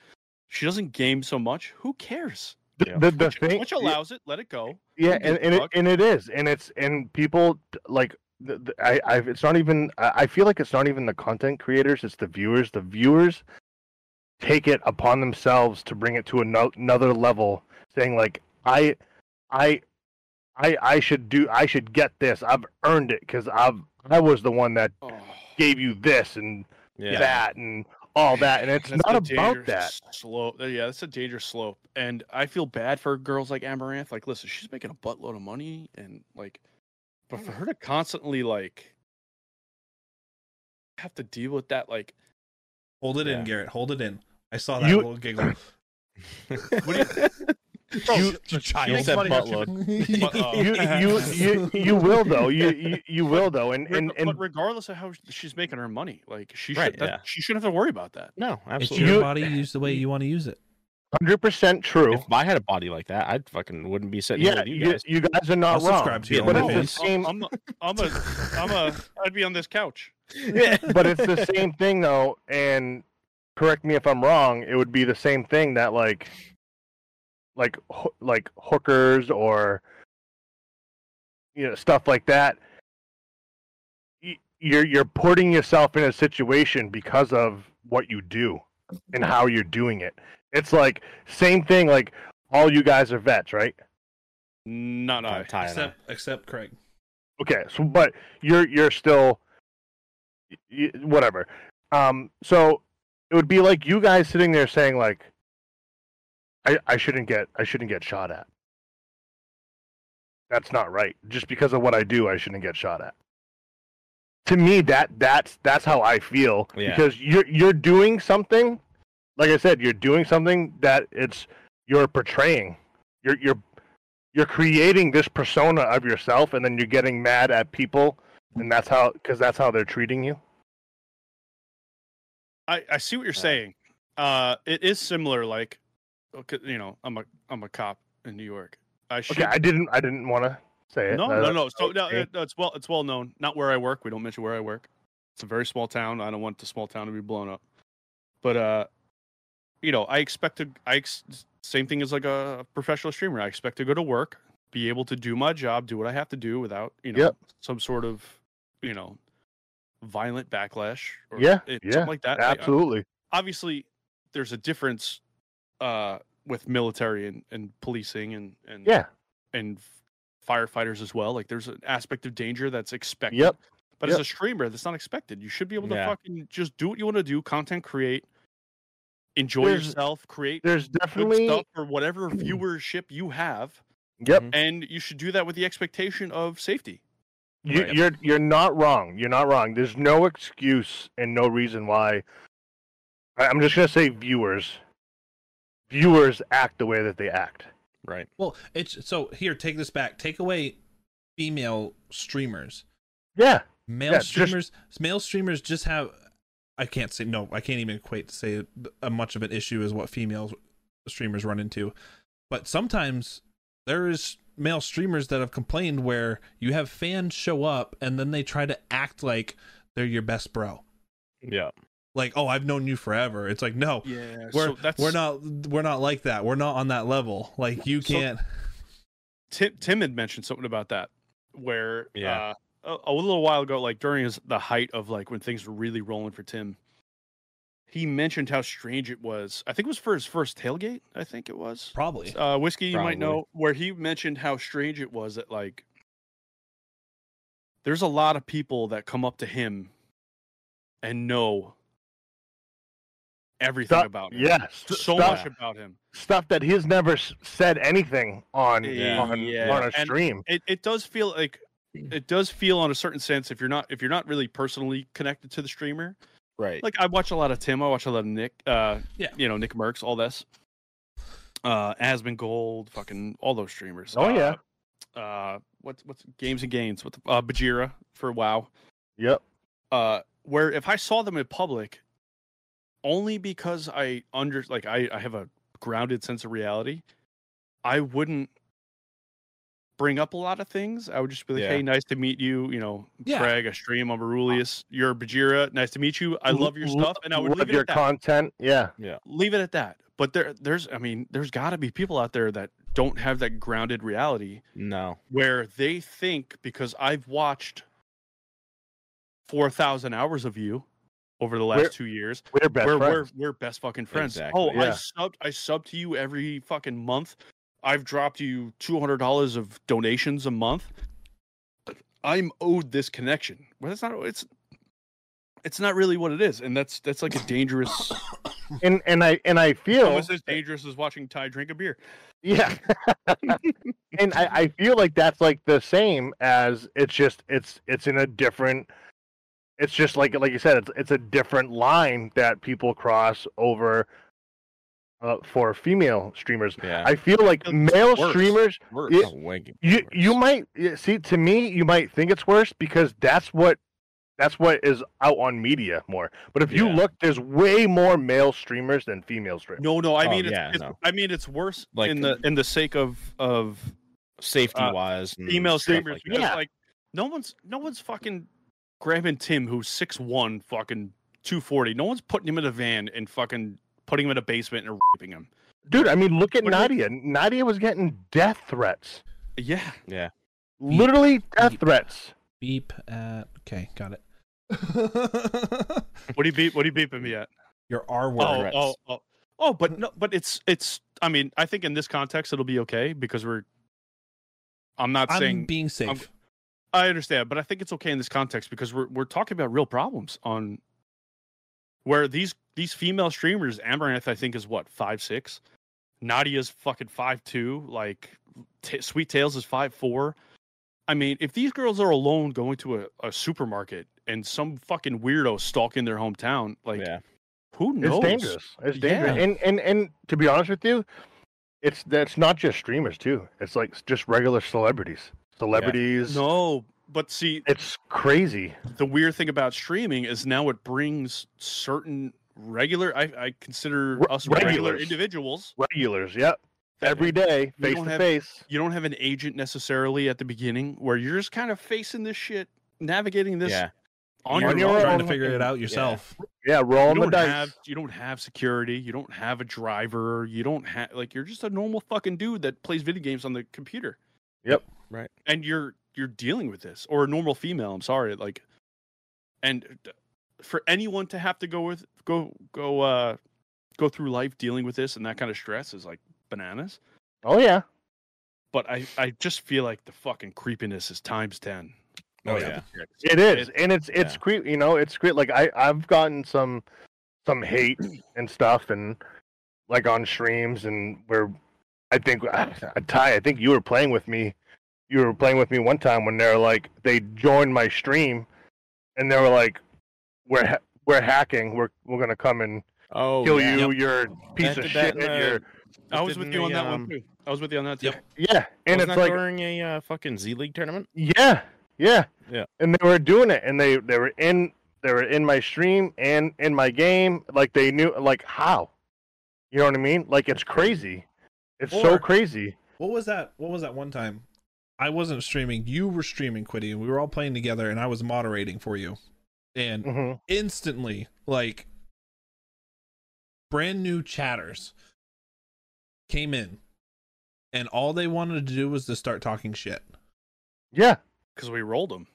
Speaker 2: She doesn't game so much. Who cares?
Speaker 5: The,
Speaker 3: Yeah.
Speaker 5: the, the
Speaker 2: which,
Speaker 5: thing.
Speaker 2: which allows it. Let it go.
Speaker 5: Yeah,
Speaker 2: Who gives
Speaker 5: and,
Speaker 2: a
Speaker 5: and, it,
Speaker 2: fuck?
Speaker 5: and it is, and it's and people like th- th- I I it's not even I I feel like it's not even the content creators, it's the viewers. The viewers take it upon themselves to bring it to ano- another level, saying like I I I I should do I should get this. I've earned it because I've I was the one that gave you this and
Speaker 3: yeah.
Speaker 5: that and all that, and it's
Speaker 2: That's
Speaker 5: not
Speaker 2: a
Speaker 5: about
Speaker 2: dangerous
Speaker 5: that.
Speaker 2: slope. Uh, Yeah, that's a dangerous slope, and I feel bad for girls like Amaranth. Like, listen, she's making a buttload of money, and like, but for her to constantly like have to deal with that, like,
Speaker 4: hold it
Speaker 3: Yeah.
Speaker 4: in, Garrett. Hold it in. I saw that
Speaker 5: You-
Speaker 4: little giggle.
Speaker 5: Oh, You-
Speaker 4: you child.
Speaker 3: You said buttload.
Speaker 2: but,
Speaker 4: oh.
Speaker 2: uh,
Speaker 5: You you you you will though. You you, you will though, and
Speaker 2: reg-
Speaker 5: and and
Speaker 2: but regardless of how sh- she's making her money, like she should,
Speaker 3: Right,
Speaker 2: that-
Speaker 3: yeah.
Speaker 2: she shouldn't have to worry about that.
Speaker 3: no,
Speaker 4: It's
Speaker 3: absolutely.
Speaker 4: your
Speaker 5: You-
Speaker 4: body. Use the way you want to use it.
Speaker 5: hundred percent true.
Speaker 3: If I had a body like that, I fucking wouldn't be sitting here
Speaker 5: Yeah,
Speaker 3: with you
Speaker 5: you
Speaker 3: guys.
Speaker 5: guys, you guys are not
Speaker 4: I'll
Speaker 5: wrong.
Speaker 4: subscribe to your
Speaker 5: but
Speaker 3: Yeah,
Speaker 5: it's
Speaker 3: no,
Speaker 5: the
Speaker 4: OnlyFans.
Speaker 5: same.
Speaker 2: I'm, I'm a, I'm a, I'd be on this couch.
Speaker 5: but it's the same thing though. And correct me if I'm wrong. It would be the same thing that like, like, ho- like hookers or you know stuff like that. Y- You're you're putting yourself in a situation because of what you do and how you're doing it. It's like same thing. Like all you guys are vets, right?
Speaker 2: Not
Speaker 3: Kinda
Speaker 2: I.
Speaker 3: tie it up.
Speaker 4: Except, except Craig.
Speaker 5: Okay, so but you're you're still y- y- whatever. Um, so it would be like you guys sitting there saying like, I I shouldn't get I shouldn't get shot at. That's not right. Just because of what I do, I shouldn't get shot at. To me, that that's that's how I feel
Speaker 3: Yeah.
Speaker 5: because you're you're doing something. Like I said, you're doing something that it's you're portraying. You're you're you're creating this persona of yourself and then you're getting mad at people and that's how because that's how they're treating you
Speaker 2: I, I see what you're
Speaker 3: Yeah.
Speaker 2: saying. Uh, it is similar. Like, okay, you know, I'm a I'm a cop in New York. I should.
Speaker 5: okay i didn't i didn't want to say it
Speaker 2: no,
Speaker 5: uh,
Speaker 2: no, no. So no,
Speaker 5: okay.
Speaker 2: it- no, it's well it's well known. Not where I work. We don't mention where I work. It's a very small town. I don't want the small town to be blown up. But uh, you know, I expect to. I ex- same thing as like a professional streamer. I expect to go to work, be able to do my job, do what I have to do without you know
Speaker 5: Yep.
Speaker 2: some sort of you know violent backlash or
Speaker 5: Yeah,
Speaker 2: it-
Speaker 5: yeah,
Speaker 2: something like that. Like, uh,
Speaker 5: Absolutely.
Speaker 2: obviously there's a difference uh with military and, and policing and and
Speaker 5: Yeah.
Speaker 2: and f- firefighters as well like there's an aspect of danger that's expected
Speaker 5: Yep.
Speaker 2: but as
Speaker 5: yep.
Speaker 2: a streamer that's not expected you should be able to
Speaker 3: Yeah.
Speaker 2: fucking just do what you want to do content create enjoy
Speaker 5: There's-
Speaker 2: yourself create
Speaker 5: There's
Speaker 2: good
Speaker 5: definitely.
Speaker 2: stuff for whatever viewership you have
Speaker 5: Yep.
Speaker 2: and you should do that with the expectation of safety
Speaker 5: You,
Speaker 2: Mm-hmm. Right.
Speaker 5: You're you're not wrong. You're not wrong. There's no excuse and no reason why. I- I'm just gonna say viewers. Viewers act the way that they act.
Speaker 3: Right.
Speaker 4: Well, it's so here. Take this back. Take away female streamers.
Speaker 5: Yeah.
Speaker 4: Male
Speaker 5: Yeah, just-
Speaker 4: streamers. Male streamers just have. I can't say no. I can't even equate to say a much of an issue is what female streamers run into, but sometimes there is male streamers that have complained where you have fans show up and then they try to act like they're your best bro.
Speaker 3: Yeah.
Speaker 4: Like, oh, I've known you forever. It's like, no,
Speaker 2: yeah
Speaker 4: we're
Speaker 2: so that's
Speaker 4: we're not we're not like that. We're not on that level. Like, you
Speaker 2: So-
Speaker 4: can't.
Speaker 2: Tim, Tim had mentioned something about that, where
Speaker 3: Yeah.
Speaker 2: uh, a, a little while ago, like during his the height of like when things were really rolling for Tim, he mentioned how strange it was. I think it was for his first tailgate. I think it was
Speaker 4: Probably.
Speaker 2: uh, whiskey. You might
Speaker 3: Probably.
Speaker 2: know where he mentioned how strange it was that like there's a lot of people that come up to him and know everything
Speaker 5: Stuff,
Speaker 2: about him.
Speaker 5: yes.
Speaker 2: so
Speaker 5: stuff,
Speaker 2: much about him.
Speaker 5: stuff that he's never s- said anything on
Speaker 2: Yeah.
Speaker 5: on,
Speaker 2: Yeah.
Speaker 5: on a
Speaker 2: And-
Speaker 5: stream.
Speaker 2: it, it does feel like it does feel on a certain sense if you're not if you're not really personally connected to the streamer
Speaker 3: Right.
Speaker 2: like i watch a lot of tim i watch a lot of nick uh
Speaker 4: Yeah.
Speaker 2: you know nick merckx all this uh asmund gold fucking all those streamers
Speaker 5: Oh,
Speaker 2: uh,
Speaker 5: yeah.
Speaker 2: uh what's what's games and gains with uh bajira for wow
Speaker 5: Yep.
Speaker 2: uh where if i saw them in public only because i under like i i have a grounded sense of reality i wouldn't bring up a lot of things i would just be like
Speaker 3: Yeah.
Speaker 2: hey nice to meet you you know
Speaker 4: Yeah.
Speaker 2: craig i stream i'm arulius you're bajira nice to meet you i
Speaker 5: L-
Speaker 2: love your
Speaker 5: l-
Speaker 2: stuff and i would
Speaker 5: love
Speaker 2: leave it
Speaker 5: your
Speaker 2: at that
Speaker 5: content. Yeah.
Speaker 2: leave it at that but there there's i mean there's got to be people out there that don't have that grounded reality
Speaker 3: No.
Speaker 2: where they think because I've watched 4,000 hours of you over the last
Speaker 5: We're-
Speaker 2: 2 years,
Speaker 5: We're best
Speaker 2: we're, we're
Speaker 5: friends.
Speaker 2: we're best fucking friends.
Speaker 3: Exactly.
Speaker 2: Oh, I
Speaker 5: Yeah.
Speaker 2: subbed I subbed to you every fucking month. I've dropped you $200 of donations a month. I'm owed this connection. Well, that's not it's it's not really what it is, and that's that's like a dangerous,
Speaker 5: and and I and I feel
Speaker 2: almost as dangerous as watching Ty drink a beer.
Speaker 5: Yeah. and I, I feel like that's like the same as it's just it's it's in a different it's just like like you said, it's it's a different line that people cross over uh, for female streamers.
Speaker 3: Yeah.
Speaker 5: I feel like
Speaker 2: It's
Speaker 5: male
Speaker 2: worse.
Speaker 5: streamers
Speaker 3: Worse.
Speaker 5: it-
Speaker 3: Oh, way g-
Speaker 5: you you
Speaker 3: worse.
Speaker 5: might yeah, see to me you might think it's worse because that's what that's what is out on media more. But if you
Speaker 3: Yeah.
Speaker 5: look, there's way more male streamers than female streamers.
Speaker 2: No, no, I
Speaker 3: Oh,
Speaker 2: mean it's,
Speaker 3: yeah,
Speaker 2: it's
Speaker 3: no.
Speaker 2: I mean it's worse
Speaker 3: Like-
Speaker 2: in the in the sake of of
Speaker 3: safety wise.
Speaker 2: female streamers
Speaker 3: Mm, Like
Speaker 2: because
Speaker 3: that.
Speaker 5: Yeah.
Speaker 2: like no one's no one's fucking grabbing Tim who's six one fucking two forty. No one's putting him in a van and fucking putting him in a basement and raping him.
Speaker 5: Dude, I mean, look at
Speaker 2: What do you-
Speaker 5: Nadia. Nadia was getting death threats.
Speaker 2: Yeah.
Speaker 4: Ye-
Speaker 5: Literally death
Speaker 4: ye-
Speaker 5: threats.
Speaker 4: Beep at. Okay, got it.
Speaker 2: What do you beep what do you beeping me at?
Speaker 4: Your R word.
Speaker 2: Oh,
Speaker 3: Threats.
Speaker 2: oh oh oh but no but it's it's I mean, I think in this context it'll be okay because we're I'm not
Speaker 4: I'm
Speaker 2: saying
Speaker 4: being safe.
Speaker 2: I'm- I understand, but I think it's okay in this context because we're we're talking about real problems on where these these female streamers, Amaranth, I think is what five six, Nadia's fucking five two, like t- Sweet Tails is five four. I mean, if these girls are alone going to a, a supermarket and some fucking weirdo stalking their hometown, like
Speaker 3: yeah.
Speaker 2: who
Speaker 5: It's
Speaker 2: knows?
Speaker 5: dangerous. It's dangerous.
Speaker 2: Yeah.
Speaker 5: And and and to be honest with you, it's that's not just streamers too. It's like s- just regular celebrities. Celebrities.
Speaker 2: No, but see,
Speaker 5: It's crazy.
Speaker 2: the weird thing about streaming is now it brings certain regular I, I consider
Speaker 5: Re-
Speaker 2: us regular
Speaker 5: regulars.
Speaker 2: individuals
Speaker 5: Regulars, yep.
Speaker 2: that
Speaker 5: Every day,
Speaker 2: We
Speaker 5: face
Speaker 2: don't
Speaker 5: to
Speaker 2: have-
Speaker 5: face.
Speaker 2: you don't have an agent necessarily at the beginning where you're just kind of facing this shit navigating this
Speaker 3: yeah.
Speaker 2: on
Speaker 4: You're
Speaker 5: on
Speaker 2: your
Speaker 5: your
Speaker 2: own
Speaker 4: trying to
Speaker 5: own.
Speaker 4: figure it out yourself.
Speaker 5: Yeah,
Speaker 2: you
Speaker 5: rolling the
Speaker 2: don't
Speaker 5: dice.
Speaker 2: have you don't have security you don't have a driver you don't have like you're just a normal fucking dude that plays video games on the computer
Speaker 5: Yep.
Speaker 3: Right.
Speaker 2: and you're you're dealing with this or a normal female i'm sorry like and d- for anyone to have to go with go go uh go through life dealing with this and that kind of stress is like bananas
Speaker 5: Oh yeah.
Speaker 2: but i i just feel like the fucking creepiness is times 10
Speaker 4: Oh,
Speaker 2: with
Speaker 4: yeah.
Speaker 2: the chicks.
Speaker 5: It is, and it's it's
Speaker 3: yeah.
Speaker 5: creep. You know, it's creep. Like I I've gotten some some hate and stuff, and like on streams, and where I think I, Ty, I think you were playing with me. You were playing with me one time when they're like they joined my stream, and they were like, "We're ha- we're hacking. We're we're gonna come and
Speaker 3: Oh,
Speaker 5: kill
Speaker 3: yeah.
Speaker 5: you. You're a piece
Speaker 3: That-
Speaker 5: of
Speaker 3: that,
Speaker 5: shit. You're
Speaker 2: i was
Speaker 3: Didn't
Speaker 2: with you on
Speaker 3: they,
Speaker 2: that
Speaker 3: um,
Speaker 2: one too i was with you on that too
Speaker 4: Yep.
Speaker 5: yeah." And
Speaker 3: Wasn't
Speaker 5: it's
Speaker 3: that
Speaker 5: like
Speaker 3: during a uh, fucking Z League tournament.
Speaker 5: Yeah, yeah,
Speaker 3: Yeah.
Speaker 5: And they were doing it, and they they were in they were in my stream and in my game. Like they knew, like how, you know what I mean? Like it's crazy. It's so
Speaker 4: Or-
Speaker 5: crazy.
Speaker 4: What was that? What was that one time? I wasn't streaming. You were streaming, Quiddy, and we were all playing together, and I was moderating for you. And
Speaker 5: hmm
Speaker 2: Mm-hmm. Oh.
Speaker 4: instantly, like, brand new chatters came in, and all they wanted to do was to start talking shit.
Speaker 5: Yeah,
Speaker 2: because we rolled them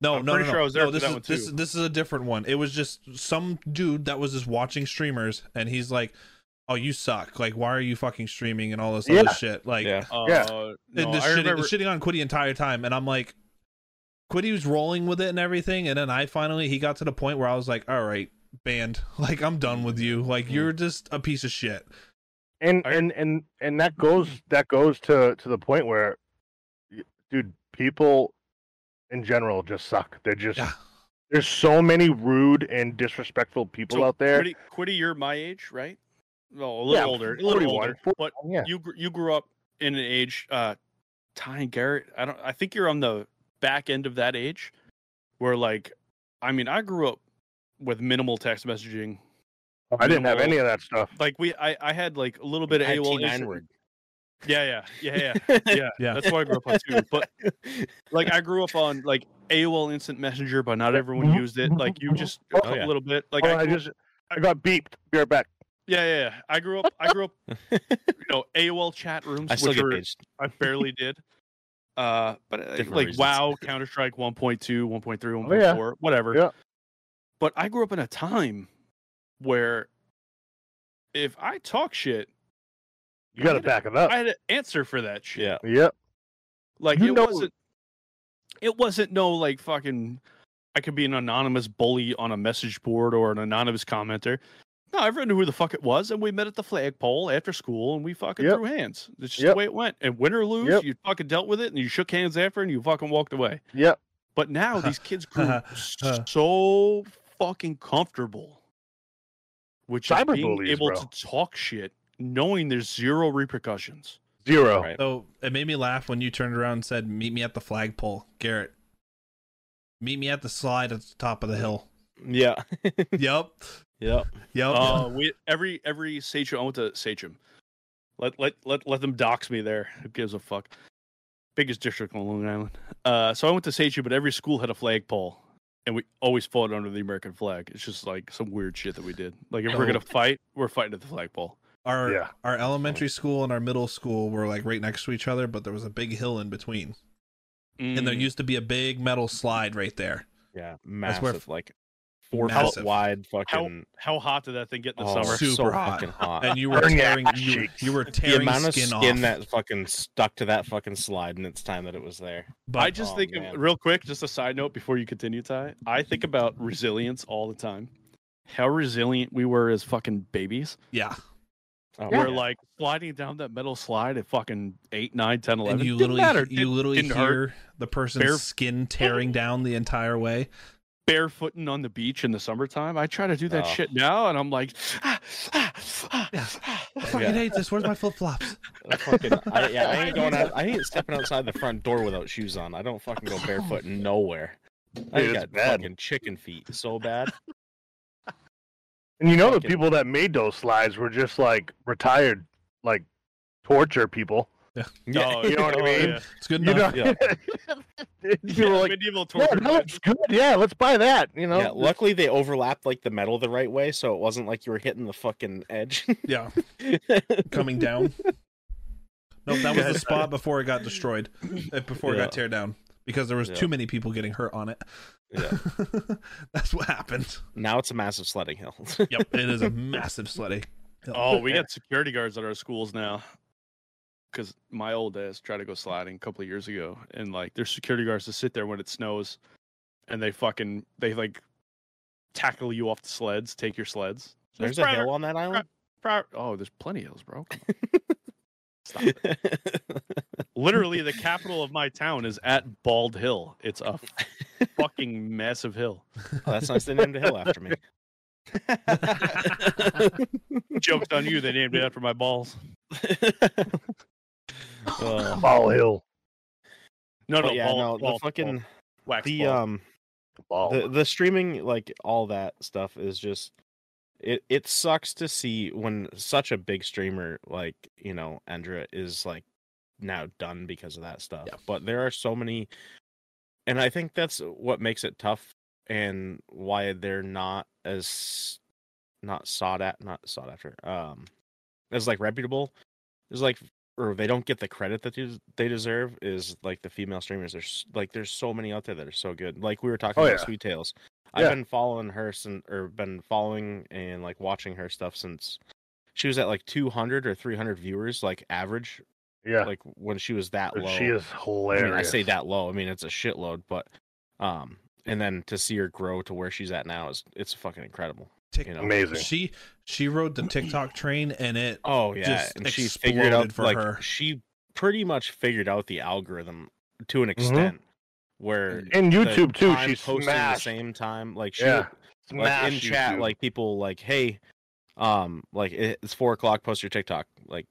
Speaker 4: No,
Speaker 2: I'm
Speaker 4: no,
Speaker 2: pretty
Speaker 4: no, no.
Speaker 2: sure I was there
Speaker 4: no,
Speaker 2: for
Speaker 4: this
Speaker 2: that
Speaker 4: is
Speaker 2: one,
Speaker 4: this
Speaker 2: too.
Speaker 4: this is a different one. It was just some dude that was just watching streamers, and he's like, "Oh, you suck! Like, why are you fucking streaming and all this
Speaker 5: Yeah.
Speaker 4: other shit?" Like,
Speaker 3: Yeah.
Speaker 2: uh,
Speaker 5: Yeah.
Speaker 2: no,
Speaker 4: and just
Speaker 2: I
Speaker 4: shitting,
Speaker 2: remember,
Speaker 4: shitting on Quiddy the entire time, and I'm like, Quiddy was rolling with it and everything, and then I finally he got to the point where I was like, "All right, banned. Like, I'm done with you. Like,
Speaker 2: Mm-hmm.
Speaker 4: you're just a piece of shit."
Speaker 5: and
Speaker 2: I-
Speaker 5: and and and that goes that goes to to the point where, y- dude, people in general just suck. They're just
Speaker 4: Yeah.
Speaker 5: there's so many rude and disrespectful people
Speaker 2: so
Speaker 5: out there.
Speaker 2: Quiddy, Quiddy, you're my age right well a little
Speaker 5: Yeah,
Speaker 2: older a little
Speaker 5: 41,
Speaker 2: older but
Speaker 5: yeah,
Speaker 2: you gr- you grew up in an age uh ty and garrett i don't i think you're on the back end of that age where like i mean i grew up with minimal text messaging
Speaker 5: I didn't have any
Speaker 2: minimal-
Speaker 5: of that stuff.
Speaker 2: like we i i had like a little bit of
Speaker 3: At
Speaker 2: AOL
Speaker 3: T9
Speaker 2: instant-
Speaker 3: word.
Speaker 2: yeah yeah yeah yeah yeah
Speaker 4: Yeah.
Speaker 2: that's what i grew up on too but like i grew up on like aol instant messenger but not everyone used it like you just
Speaker 5: Oh,
Speaker 2: a
Speaker 3: yeah.
Speaker 2: little bit like I
Speaker 5: Hold on, I,
Speaker 2: grew-
Speaker 5: just I got beeped. Be right back.
Speaker 2: yeah, yeah yeah i grew up i grew up you know aol chat rooms
Speaker 3: I still
Speaker 2: which
Speaker 3: get
Speaker 2: were-
Speaker 3: paged.
Speaker 2: I barely did. Uh, but uh,
Speaker 3: Different
Speaker 2: like
Speaker 3: reasons.
Speaker 2: WoW, Counter Strike 1.2, 1.3, 1.4,
Speaker 5: Oh, yeah.
Speaker 2: whatever.
Speaker 5: Yeah.
Speaker 2: But I grew up in a time where if I talk shit,
Speaker 5: You got to
Speaker 2: had a-
Speaker 5: back it up.
Speaker 2: I had an answer for that shit.
Speaker 3: Yeah.
Speaker 5: Yep.
Speaker 2: Like
Speaker 5: You
Speaker 2: it
Speaker 5: know-
Speaker 2: wasn't it wasn't no like fucking I could be an anonymous bully on a message board or an anonymous commenter. No, everyone knew who the fuck it was, and we met at the flagpole after school, and we fucking
Speaker 5: Yep.
Speaker 2: threw hands. It's just
Speaker 5: Yep.
Speaker 2: the way it went. And win or lose,
Speaker 5: Yep.
Speaker 2: you fucking dealt with it, and you shook hands after, and you fucking walked away.
Speaker 5: Yep.
Speaker 2: But now these kids grew
Speaker 4: Huh.
Speaker 2: so fucking comfortable, which is being
Speaker 5: Cyberbullies,
Speaker 2: able
Speaker 5: bro.
Speaker 2: to talk shit, knowing there's zero repercussions.
Speaker 5: Zero.
Speaker 3: Right.
Speaker 4: So it made me laugh when you turned around and said, "Meet me at the flagpole, Garrett. Meet me at the slide at the top of the hill."
Speaker 3: Yeah.
Speaker 4: yep,
Speaker 3: Yep.
Speaker 4: yep.
Speaker 2: Uh, we every every sachem. I went to sachem. Let let let let them dox me there. Who gives a fuck? Biggest district on Long Island. Uh, so I went to sachem, but every school had a flagpole, and we always fought under the American flag. It's just like some weird shit that we did. Like if we're gonna fight, we're fighting at the flagpole.
Speaker 4: our
Speaker 5: Yeah.
Speaker 4: our elementary school and our middle school were like right next to each other, but there was a big hill in between, and there
Speaker 2: Mm.
Speaker 4: used to be a big metal slide right there.
Speaker 3: Yeah.
Speaker 4: where
Speaker 3: Massive.
Speaker 4: f-
Speaker 3: like four
Speaker 4: Massive.
Speaker 3: foot wide. Fucking.
Speaker 2: How hot did that thing get in the
Speaker 3: oh,
Speaker 2: summer?
Speaker 4: su-
Speaker 3: so
Speaker 4: Super hot.
Speaker 3: fucking hot.
Speaker 4: And you were
Speaker 5: Burn your
Speaker 4: tearing
Speaker 5: ass
Speaker 4: you,
Speaker 5: cheeks.
Speaker 4: you were
Speaker 3: the
Speaker 4: tearing
Speaker 3: amount of
Speaker 4: skin,
Speaker 3: skin
Speaker 4: off.
Speaker 3: that fucking stuck to that fucking slide and its time that it was there.
Speaker 4: but
Speaker 2: I just
Speaker 3: Oh,
Speaker 2: think,
Speaker 3: man.
Speaker 2: of, real quick, just a side note before you continue, Ty. I think about resilience all the time. How resilient we were as fucking babies.
Speaker 4: yeah,
Speaker 3: Oh,
Speaker 2: We're
Speaker 3: yeah.
Speaker 2: like sliding down that metal slide at fucking 8, 9, 10, 11.
Speaker 4: and you
Speaker 2: Didn't
Speaker 4: literally
Speaker 2: matter.
Speaker 4: you
Speaker 2: Didn't-
Speaker 4: literally
Speaker 2: didn't
Speaker 4: hear
Speaker 2: hurt.
Speaker 4: the person's
Speaker 2: Bare-
Speaker 4: skin tearing down the entire way.
Speaker 2: barefooting on the beach in the summertime. I try to do that
Speaker 3: Oh.
Speaker 2: shit now, and I'm like, ah, ah, ah,
Speaker 4: Yeah.
Speaker 2: ah.
Speaker 4: I fucking hate this. Where's my flip flops?
Speaker 3: I fucking, I, yeah, I ain't going out. I ain't stepping outside the front door without shoes on. I don't fucking go barefoot nowhere. I
Speaker 5: Dude,
Speaker 3: ain't
Speaker 5: it's
Speaker 3: got
Speaker 5: bad.
Speaker 3: fucking chicken feet so bad.
Speaker 5: And you know the
Speaker 3: Fucking-
Speaker 5: people that made those slides were just like retired, like torture people.
Speaker 2: Oh,
Speaker 5: You know what I
Speaker 2: oh,
Speaker 5: mean?
Speaker 2: yeah.
Speaker 4: It's good
Speaker 5: You
Speaker 4: enough.
Speaker 5: know,
Speaker 3: yeah.
Speaker 5: people were
Speaker 2: Yeah,
Speaker 5: like,
Speaker 2: medieval
Speaker 5: yeah,
Speaker 2: torture.
Speaker 5: that looks good. Yeah, let's buy that. You know,
Speaker 3: Yeah, luckily they overlapped like the metal the right way, so it wasn't like you were hitting the fucking edge.
Speaker 4: Yeah, coming down. Nope, that was the spot before it got destroyed. uh, Before it
Speaker 3: Yeah.
Speaker 4: got tear down. because there was
Speaker 2: Yeah.
Speaker 4: too many people getting hurt on it.
Speaker 2: Yeah.
Speaker 4: That's what happened.
Speaker 3: Now it's a massive sledding hill.
Speaker 4: Yep, it is a massive sledding. hill.
Speaker 2: Oh, we got security guards at our schools now. Because my old ass tried to go sliding a couple of years ago, and like there's security guards that sit there when it snows, and they fucking they like tackle you off the sleds, take your sleds. So it's
Speaker 3: There's a
Speaker 2: private-
Speaker 3: hill on that island.
Speaker 2: pri- oh, there's plenty of hills, bro. Come on. Stop it. Literally, the capital of my town is at Bald Hill. It's a fucking massive hill.
Speaker 3: Oh, that's nice. They named a hill after me.
Speaker 2: Jokes on you. They named it after my balls.
Speaker 3: Oh.
Speaker 5: Ball Hill.
Speaker 2: No,
Speaker 5: Oh,
Speaker 2: no,
Speaker 3: But yeah,
Speaker 2: ball,
Speaker 3: no,
Speaker 2: ball-
Speaker 3: the fucking
Speaker 2: ball, wax
Speaker 3: the
Speaker 5: uh,
Speaker 2: ball.
Speaker 3: um
Speaker 5: Ball.
Speaker 3: the, the streaming like all that stuff is just it it sucks to see when such a big streamer like you know Endra is like now done because of that stuff but there are so many and i think that's what makes it tough and why they're not as not sought at not sought after um as like reputable is like or they don't get the credit that they- they deserve is like the female streamers there's like there's so many out there that are so good like we were talking
Speaker 5: Oh,
Speaker 3: about
Speaker 5: yeah.
Speaker 3: sweet tails
Speaker 5: Yeah.
Speaker 3: i've been following her since or been following and like watching her stuff since she was at like 200 or 300 viewers like average
Speaker 5: yeah,
Speaker 3: like when she was that
Speaker 5: but
Speaker 3: low
Speaker 5: she is
Speaker 3: I,
Speaker 5: hilarious.
Speaker 3: mean, I say that low. I mean, it's a shitload, but um, and then to see her grow to where she's at now is it's fucking incredible.
Speaker 4: Tick-
Speaker 3: You know,
Speaker 5: amazing.
Speaker 4: She she rode the TikTok train and it
Speaker 3: oh yeah,
Speaker 4: just
Speaker 3: and she figured out
Speaker 4: exploded for
Speaker 3: like
Speaker 4: her.
Speaker 3: she pretty much figured out the algorithm to an extent where
Speaker 5: In
Speaker 3: the
Speaker 5: Mm-hmm. YouTube too,
Speaker 3: time
Speaker 5: she
Speaker 3: posting at the
Speaker 5: smashed.
Speaker 3: same time. Like she
Speaker 5: yeah,
Speaker 3: like, in
Speaker 5: smashed
Speaker 3: chat,
Speaker 5: YouTube.
Speaker 3: like people like, hey, um, like it- it's four o'clock, post your TikTok. Like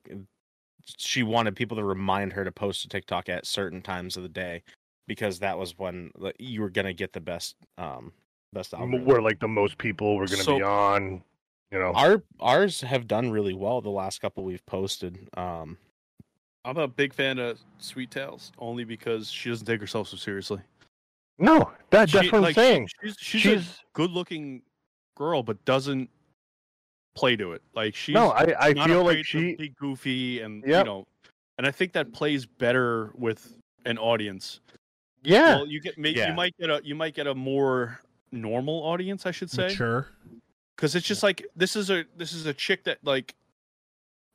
Speaker 3: she wanted people to remind her to post a TikTok at certain times of the day because that was when like, you were gonna get the best, um, best
Speaker 5: M-
Speaker 3: algorithm.
Speaker 5: where like the most people were gonna
Speaker 2: So-
Speaker 5: be on. You know,
Speaker 3: Our ours have done really well the last couple we've posted. Um,
Speaker 2: I'm a big fan of Sweet Tails only because she doesn't take herself so seriously.
Speaker 5: no, that
Speaker 2: She-
Speaker 5: that's what I'm
Speaker 2: like, she-
Speaker 5: saying.
Speaker 2: She's, she's,
Speaker 5: She's,
Speaker 2: a good-looking girl, but doesn't play to it. Like she's
Speaker 5: no, I I
Speaker 2: not
Speaker 5: feel
Speaker 2: afraid
Speaker 5: like
Speaker 2: to
Speaker 5: she
Speaker 2: be goofy and you
Speaker 5: Yep.
Speaker 2: know, and I think that plays better with an audience.
Speaker 5: yeah
Speaker 2: Well, you get may,
Speaker 3: Yeah.
Speaker 2: you might get a you might get a more normal audience, I should say,
Speaker 4: mature.
Speaker 2: because it's just like this is a this is a chick that like.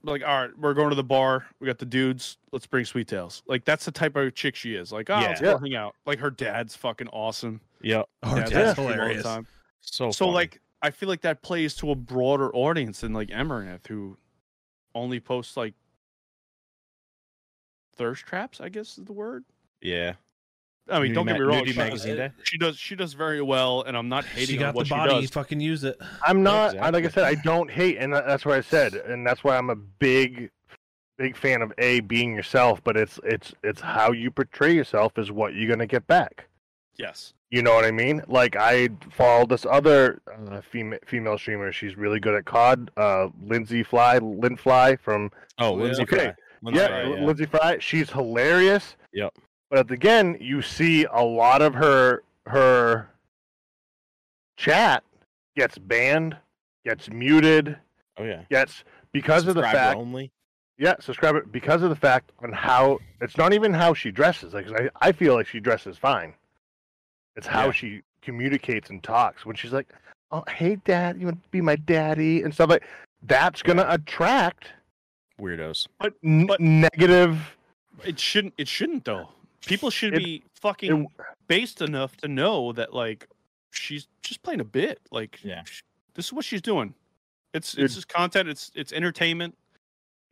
Speaker 2: Like, all right, we're going to the bar. We got the dudes. Let's bring Sweet Tails. Like, that's the type of chick she is. Like, oh, let's
Speaker 5: Yeah.
Speaker 2: go hang out. Like, her dad's fucking awesome.
Speaker 3: yeah,
Speaker 4: Oh,
Speaker 2: Dad's
Speaker 5: yeah.
Speaker 4: that's
Speaker 2: ice cream all the
Speaker 4: hilarious.
Speaker 2: time.
Speaker 3: so
Speaker 2: So
Speaker 3: funny.
Speaker 2: like I feel like that plays to a broader audience than like Emmerith who only posts like thirst traps, I guess is the word.
Speaker 3: yeah,
Speaker 2: I mean,
Speaker 3: Nudie
Speaker 2: don't get
Speaker 3: ma-
Speaker 2: me wrong.
Speaker 3: nudie
Speaker 2: She,
Speaker 3: magazine
Speaker 4: uh,
Speaker 3: day.
Speaker 2: she does she does very well and I'm not hating
Speaker 4: She got
Speaker 2: on
Speaker 4: the
Speaker 2: what
Speaker 4: body,
Speaker 2: she does.
Speaker 4: fucking use it.
Speaker 5: I'm not I like I
Speaker 3: Exactly.
Speaker 5: said, I don't hate, and that- that's what I said, and that's why I'm a big, big fan of a being yourself. But it's it's it's how you portray yourself is what you're gonna get back.
Speaker 2: Yes.
Speaker 5: You know what I mean? Like I follow this other uh, female female streamer. She's really good at COD. Uh, Lindsay Fly, Lynn Fly from
Speaker 3: Oh,
Speaker 2: Yeah.
Speaker 3: Lindsay
Speaker 5: Okay.
Speaker 3: Fry. Lindsay
Speaker 5: yeah,
Speaker 3: Fry,
Speaker 5: L- Lindsay Fry. She's hilarious.
Speaker 3: Yep.
Speaker 5: But at the- again, you see a lot of her her chat gets banned, gets muted,
Speaker 3: Oh yeah,
Speaker 5: gets because of the
Speaker 3: Subscriber
Speaker 5: fact.
Speaker 3: only.
Speaker 5: Yeah, subscriber because of the fact on how it's not even how she dresses. Like 'cause I, I feel like she dresses fine. It's how
Speaker 3: Yeah.
Speaker 5: she communicates and talks when she's like, "Oh, hey, dad, you want to be my daddy?" and stuff like. That's gonna attract
Speaker 3: Weirdos.
Speaker 5: but, n-
Speaker 2: but-
Speaker 5: negative.
Speaker 2: It shouldn't it shouldn't though. People should
Speaker 5: It-
Speaker 2: be fucking
Speaker 5: it-
Speaker 2: based enough to know that like she's just playing a bit. Like
Speaker 3: Yeah.
Speaker 2: sh- this is what she's doing. It's
Speaker 5: Dude.
Speaker 2: it's just content, it's it's entertainment.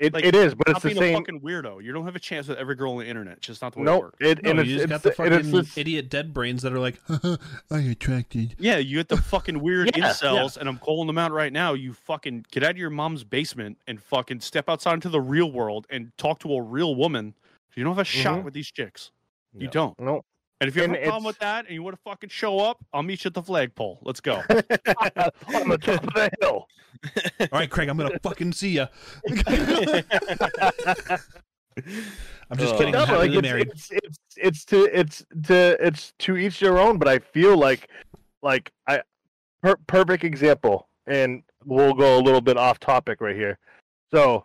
Speaker 5: it,
Speaker 2: like,
Speaker 5: it is, but
Speaker 2: Stop
Speaker 5: it's the
Speaker 2: being a
Speaker 5: same.
Speaker 2: fucking weirdo. You don't have a chance with every girl on the internet. It's just not the way it
Speaker 5: No,
Speaker 2: works.
Speaker 5: it,
Speaker 4: No,
Speaker 5: and it's,
Speaker 4: you just
Speaker 5: it's,
Speaker 4: got the
Speaker 5: and it's
Speaker 4: fucking
Speaker 5: this-
Speaker 4: idiot dead brains that are like, I attracted.
Speaker 2: Yeah, you get the fucking weird
Speaker 5: Yeah, yeah.
Speaker 2: incels, and I'm calling them out right now. You fucking get out of your mom's basement and fucking step outside into the real world and talk to a real woman. You don't have a shot
Speaker 5: Mhm.
Speaker 2: with these chicks. You
Speaker 3: No.
Speaker 2: don't.
Speaker 5: no.
Speaker 2: And if you have
Speaker 5: And
Speaker 2: a problem with
Speaker 5: it's-
Speaker 2: that and you want to fucking show up, I'll meet you at the flagpole. Let's go.
Speaker 5: on the top of the hill.
Speaker 4: All right, Craig, I'm gonna fucking see ya. I'm just
Speaker 3: Oh.
Speaker 4: kidding.
Speaker 5: Uh, No,
Speaker 4: I'm
Speaker 5: but, like
Speaker 4: happily
Speaker 5: it's,
Speaker 4: married.
Speaker 5: it's it's it's to it's to it's to each their own. But I feel like like I per- perfect example, and we'll go a little bit off topic right here. So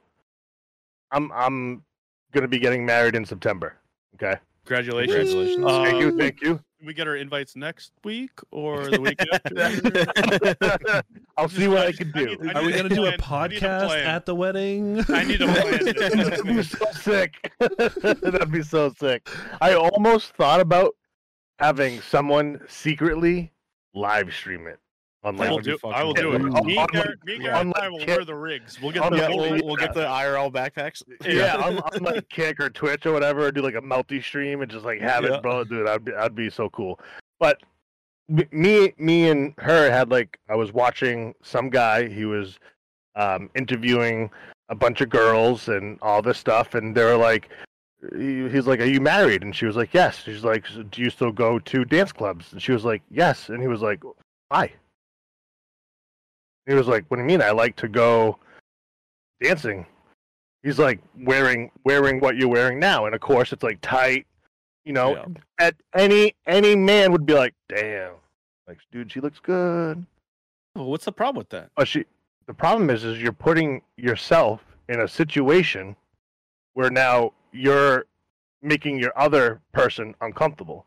Speaker 5: I'm I'm gonna be getting married in September. Okay.
Speaker 2: Congratulations.
Speaker 3: Congratulations.
Speaker 5: Thank you,
Speaker 2: Um,
Speaker 5: thank you.
Speaker 2: we get our invites next week or the week after?
Speaker 5: I'll see what I can do.
Speaker 2: I
Speaker 4: Are we
Speaker 2: need
Speaker 4: gonna do a
Speaker 2: plan. I need a
Speaker 4: podcast
Speaker 2: plan.
Speaker 4: at the wedding?
Speaker 2: I need a
Speaker 5: That'd be
Speaker 2: plan.
Speaker 5: so sick. That'd be so sick. I almost thought about having someone secretly live stream it on
Speaker 2: I
Speaker 5: like
Speaker 2: will
Speaker 3: would be
Speaker 2: do. I
Speaker 3: fucking
Speaker 2: will do it.
Speaker 5: sick.
Speaker 2: Me,
Speaker 5: On
Speaker 2: and
Speaker 5: my
Speaker 2: Garrett, me, and
Speaker 5: kit.
Speaker 2: Garrett,
Speaker 5: On
Speaker 2: and
Speaker 5: my
Speaker 2: I will
Speaker 5: kit.
Speaker 2: wear the rigs. We'll get
Speaker 5: On
Speaker 2: the
Speaker 5: my
Speaker 3: Oh, Yeah,
Speaker 5: Yeah,
Speaker 3: we'll,
Speaker 2: whole
Speaker 5: we'll- kit.
Speaker 2: rig.
Speaker 5: we'll
Speaker 3: get
Speaker 5: get
Speaker 3: the IRL backpacks.
Speaker 5: yeah, on, on like Kick or Twitch or whatever, or do like a multi stream and just like have
Speaker 2: Yeah.
Speaker 5: it, bro, dude. I'd be, I'd be so cool. But m- me, me and her had like I was watching some guy. He was um, interviewing a bunch of girls and all this stuff, and they were like, he- he's like, "Are you married?" And she was like, "Yes." She's like, "So "Do you still go to dance clubs?" And she was like, "Yes." And he was like, "Why?" He was like, "What do you mean? I like to go dancing." He's like wearing wearing what you're wearing now, and of course it's like tight, you know.
Speaker 2: Yeah.
Speaker 5: At any any man would be like, "Damn, like dude, she looks good."
Speaker 2: Well, what's the problem with that?
Speaker 5: But she, the problem is, is you're putting yourself in a situation where now you're making your other person uncomfortable.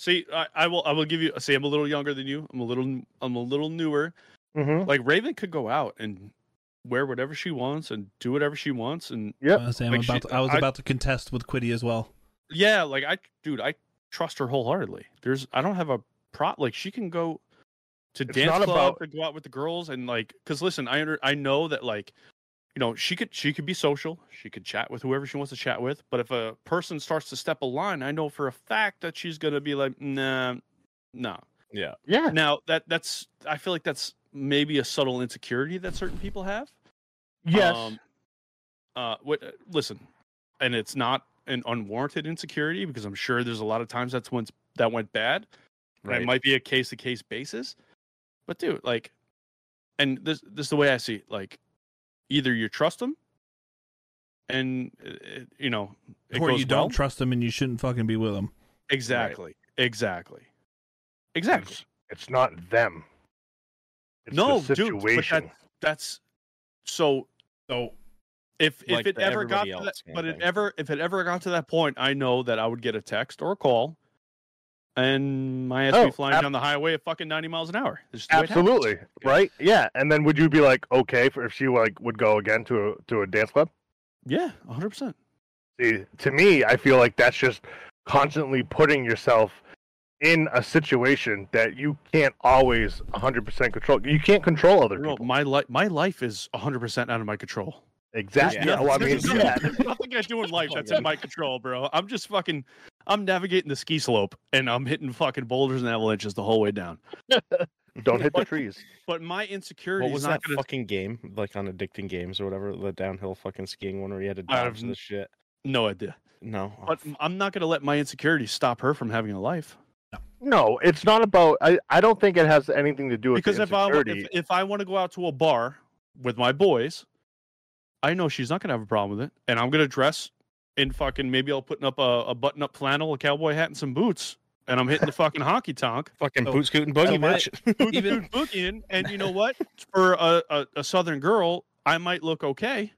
Speaker 2: See, I, I will. I will give you. See, I'm a little younger than you. I'm a little. I'm a little newer.
Speaker 5: Mm-hmm.
Speaker 2: Like Raven could go out and wear whatever she wants and do whatever she wants and
Speaker 4: Honestly, I'm
Speaker 2: Like,
Speaker 4: about
Speaker 2: she-
Speaker 4: to- I was
Speaker 2: I-
Speaker 4: about to contest with Quiddy as well.
Speaker 2: Yeah, like I, dude, I trust her wholeheartedly. There's, I don't have a pro. Like she can go to
Speaker 5: It's
Speaker 2: dance
Speaker 5: not
Speaker 2: club
Speaker 5: about-
Speaker 2: and go out with the girls and like, cause listen, I under, I know that like, you know, she could, she could be social. She could chat with whoever she wants to chat with. But if a person starts to step a line, I know for a fact that she's gonna be like, nah, no.
Speaker 5: Yeah,
Speaker 2: Now that that's, I feel like that's maybe a subtle insecurity that certain people have.
Speaker 5: yes,
Speaker 2: Um, uh, what? uh, Listen, and it's not an unwarranted insecurity because I'm sure there's a lot of times that's when that went bad. and It might be a case to case basis, but dude, like, and this this is the way I see it. Like, either you trust them, and uh, uh, you know, it
Speaker 4: Or
Speaker 2: goes
Speaker 4: you don't
Speaker 2: well.
Speaker 4: trust them and you shouldn't fucking be with them.
Speaker 2: exactly, exactly, exactly.
Speaker 5: it's not them. It's
Speaker 2: No,
Speaker 5: the
Speaker 2: dude, but that-
Speaker 5: situation.
Speaker 2: That's so
Speaker 4: So
Speaker 2: if if
Speaker 3: like
Speaker 2: it
Speaker 3: the
Speaker 2: ever got
Speaker 3: everybody
Speaker 2: to that,
Speaker 3: else kind
Speaker 2: but
Speaker 3: of
Speaker 2: it
Speaker 3: thing.
Speaker 2: ever if it ever got to that point, I know that I would get a text or a call, and my ass
Speaker 5: Oh,
Speaker 2: be flying
Speaker 5: ab-
Speaker 2: down the highway at fucking ninety miles an hour. It's just the way it happens.
Speaker 5: Absolutely, right? Yeah, and then would you be like okay for if she like would go again to a, to a dance club?
Speaker 2: Yeah, one hundred percent.
Speaker 5: See, to me, I feel like that's just constantly putting yourself in a situation that you can't always 100% control. You can't control other people.
Speaker 2: My life, my life is one hundred percent out of my control.
Speaker 5: Exactly.
Speaker 3: Yeah.
Speaker 5: Well, I mean,
Speaker 2: There's
Speaker 5: yeah.
Speaker 2: nothing- there's nothing I do in life that's in my control, bro. I'm just fucking, I'm navigating the ski slope and I'm hitting fucking boulders and avalanches the whole way down.
Speaker 5: Don't hit the trees.
Speaker 2: But my insecurity
Speaker 3: What
Speaker 2: is
Speaker 3: was
Speaker 2: not
Speaker 3: that
Speaker 2: gonna.
Speaker 3: fucking game? Like on addicting games or whatever, the downhill fucking skiing one where you had to
Speaker 2: I have
Speaker 3: dodge
Speaker 2: n-
Speaker 3: the shit.
Speaker 2: no idea.
Speaker 3: No. Oh,
Speaker 2: But
Speaker 3: f-
Speaker 2: I'm not gonna let my insecurities stop her from having a life.
Speaker 5: No, it's not about. I, I don't think it has anything to do with
Speaker 2: because
Speaker 5: the
Speaker 2: if I wa-
Speaker 5: insecurity.
Speaker 2: if, if I want to go out to a bar with my boys, I know she's not gonna have a problem with it, and I'm gonna dress in fucking maybe I'll put up a, a button up flannel, a cowboy hat, and some boots, and I'm hitting the fucking honky tonk,
Speaker 3: fucking
Speaker 4: oh,
Speaker 3: boot scooting boogie,
Speaker 4: my-
Speaker 3: bitch.
Speaker 4: even
Speaker 2: boogieing, and you know what? For a, a, a southern girl, I might look okay.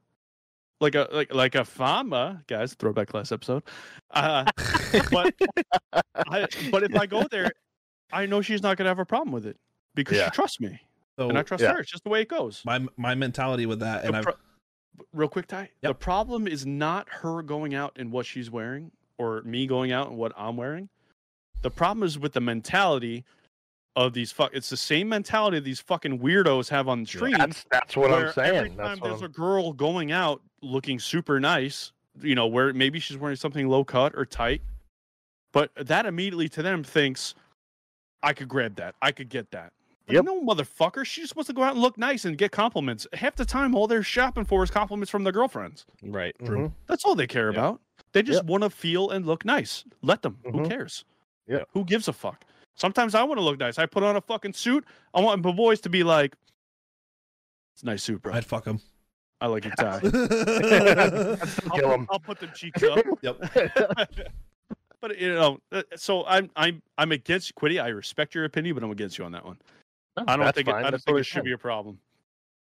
Speaker 2: Like a like like a fama, guys. Throwback last episode, uh, but I, but if I go there, I know she's not gonna have a problem with it because
Speaker 5: Yeah. Oh,
Speaker 2: she trusts me
Speaker 4: so
Speaker 2: and I trust
Speaker 5: yeah.
Speaker 2: her. It's just the way it goes.
Speaker 4: my my mentality with that, and
Speaker 2: The
Speaker 4: I've
Speaker 2: pro- Real quick, Ty. The problem is not her going out and what she's wearing, or me going out and what I'm wearing. The problem is with the mentality of these fuck. It's the same mentality these fucking weirdos have on the street.
Speaker 5: that's that's what I'm
Speaker 2: where Every time
Speaker 5: saying. That's
Speaker 2: there's
Speaker 5: what I'm,
Speaker 2: a girl going out looking super nice, you know, where maybe she's wearing something low cut or tight, but that immediately to them thinks, I could grab that. I could get that. Like,
Speaker 5: Yep.
Speaker 2: No, motherfucker. She just wants to go out and look nice and get compliments. Half the time, all they're shopping for is compliments from their girlfriends.
Speaker 3: right.
Speaker 5: Mhm.
Speaker 2: That's all they care
Speaker 3: Yep.
Speaker 2: about. They just want to feel and look nice. Let them. Who
Speaker 5: Mhm.
Speaker 2: cares?
Speaker 5: Yep.
Speaker 2: Who gives a fuck? Sometimes I want to look nice. I put on a fucking suit. I want my boys to be like, "It's a nice suit, bro.
Speaker 4: I'd fuck them.
Speaker 2: I like your tie.
Speaker 5: That's the
Speaker 2: I'll,
Speaker 5: kill
Speaker 2: put-
Speaker 5: 'em.
Speaker 2: I'll put the cheeks up." But you know, uh, so I'm I'm I'm against Quiddy. I respect your opinion, but I'm against you on that one. I don't
Speaker 5: That's
Speaker 2: think it,
Speaker 5: fine,
Speaker 2: I don't
Speaker 5: that's
Speaker 2: think
Speaker 5: totally
Speaker 2: it should
Speaker 5: fine.
Speaker 2: be a problem.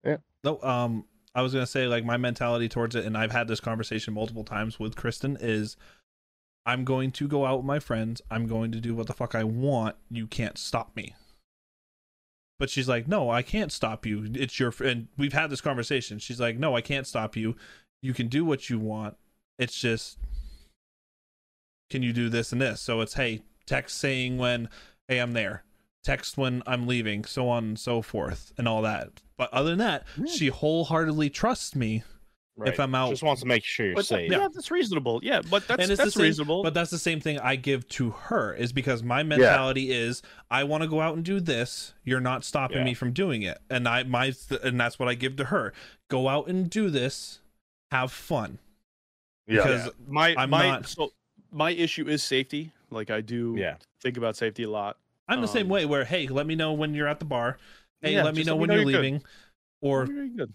Speaker 4: No, um, I was gonna say like my mentality towards it, and I've had this conversation multiple times with Kristen is I'm going to go out with my friends. I'm going to do what the fuck I want. You can't stop me. But she's like, no, I can't stop you. It's your fr-" and we've had this conversation. She's like, no, I can't stop you. You can do what you want. It's just, can you do this and this? So it's hey, text saying when, hey, I'm there. Text when I'm leaving, so on and so forth, and all that. But other than that, she wholeheartedly trusts me
Speaker 3: Right.
Speaker 4: if I'm out
Speaker 3: just wants to make sure you're
Speaker 2: But that-
Speaker 3: safe.
Speaker 2: yeah. that's reasonable. Yeah, but that's
Speaker 4: and it's
Speaker 2: that's
Speaker 4: the same,
Speaker 2: reasonable.
Speaker 4: But that's the same thing I give to her is because my mentality is I want to go out and do this. You're not stopping
Speaker 3: Yeah.
Speaker 4: me from doing it, and I my and that's what I give to her. Go out and do this. Have fun.
Speaker 5: Yeah.
Speaker 4: Because
Speaker 2: my
Speaker 4: I'm
Speaker 2: my
Speaker 4: not-
Speaker 2: so my issue is safety. Like I do
Speaker 3: Yeah.
Speaker 2: think about safety a lot.
Speaker 4: I'm the same
Speaker 2: Um,
Speaker 4: way. Where hey, let me know when you're at the bar. Hey,
Speaker 2: Yeah,
Speaker 4: let me
Speaker 2: just
Speaker 4: know when you're,
Speaker 2: you're good.
Speaker 4: leaving. Or
Speaker 2: Very good.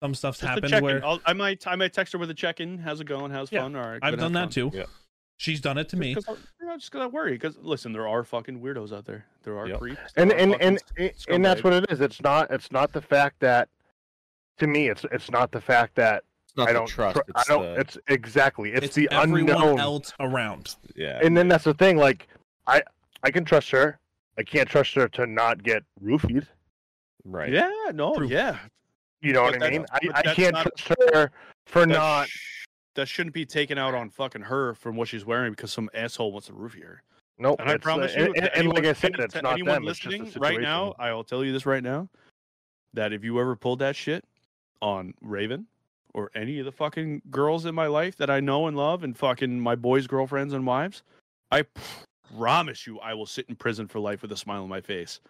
Speaker 4: some stuff's
Speaker 2: Just a
Speaker 4: happened
Speaker 2: check-in.
Speaker 4: where
Speaker 2: I'll, I might I might text her with a check in. How's it going? How's
Speaker 4: Yeah,
Speaker 2: fun? All right,
Speaker 4: I've done that too.
Speaker 3: Yeah.
Speaker 4: She's done it to me.
Speaker 2: Because you know, just because I worry. Because listen, there are fucking weirdos out there. There are
Speaker 3: Yep.
Speaker 2: creeps. there
Speaker 5: and
Speaker 2: are
Speaker 5: and
Speaker 2: fucking
Speaker 5: and
Speaker 2: s-
Speaker 5: and, and that's
Speaker 2: scumbags.
Speaker 5: what it is. It's not it's not the fact that to me it's it's not the fact that
Speaker 3: It's not
Speaker 5: I
Speaker 3: the
Speaker 5: don't
Speaker 3: trust.
Speaker 5: tr- I
Speaker 3: it's
Speaker 5: don't
Speaker 3: the-
Speaker 5: it's exactly it's,
Speaker 4: It's
Speaker 5: the
Speaker 4: everyone
Speaker 5: unknown.
Speaker 4: else around.
Speaker 3: yeah.
Speaker 5: And then that's the thing like I I can trust her. I can't trust her to not get roofied.
Speaker 3: Right.
Speaker 2: Yeah, no,
Speaker 4: Proof.
Speaker 2: yeah.
Speaker 5: You know
Speaker 2: But
Speaker 5: what I
Speaker 2: that's-
Speaker 5: mean? I,
Speaker 2: but
Speaker 5: I
Speaker 2: that's
Speaker 5: can't
Speaker 2: not-
Speaker 5: trust her for
Speaker 2: That
Speaker 5: not
Speaker 2: sh- that shouldn't be taken out on fucking her from what she's wearing because some asshole wants to roofie her.
Speaker 5: Nope.
Speaker 2: And I
Speaker 5: it's, uh,
Speaker 2: promise you,
Speaker 5: and, and,
Speaker 2: to
Speaker 5: and like
Speaker 2: anyone-
Speaker 5: I said,
Speaker 2: any-
Speaker 5: it's
Speaker 2: to
Speaker 5: not
Speaker 2: anyone
Speaker 5: them. It's just
Speaker 2: listening
Speaker 5: the
Speaker 2: right now.
Speaker 5: situation.
Speaker 2: I will tell you this right now: that if you ever pulled that shit on Raven or any of the fucking girls in my life that I know and love, and fucking my boys' girlfriends and wives, I promise you, I will sit in prison for life with a smile on my face,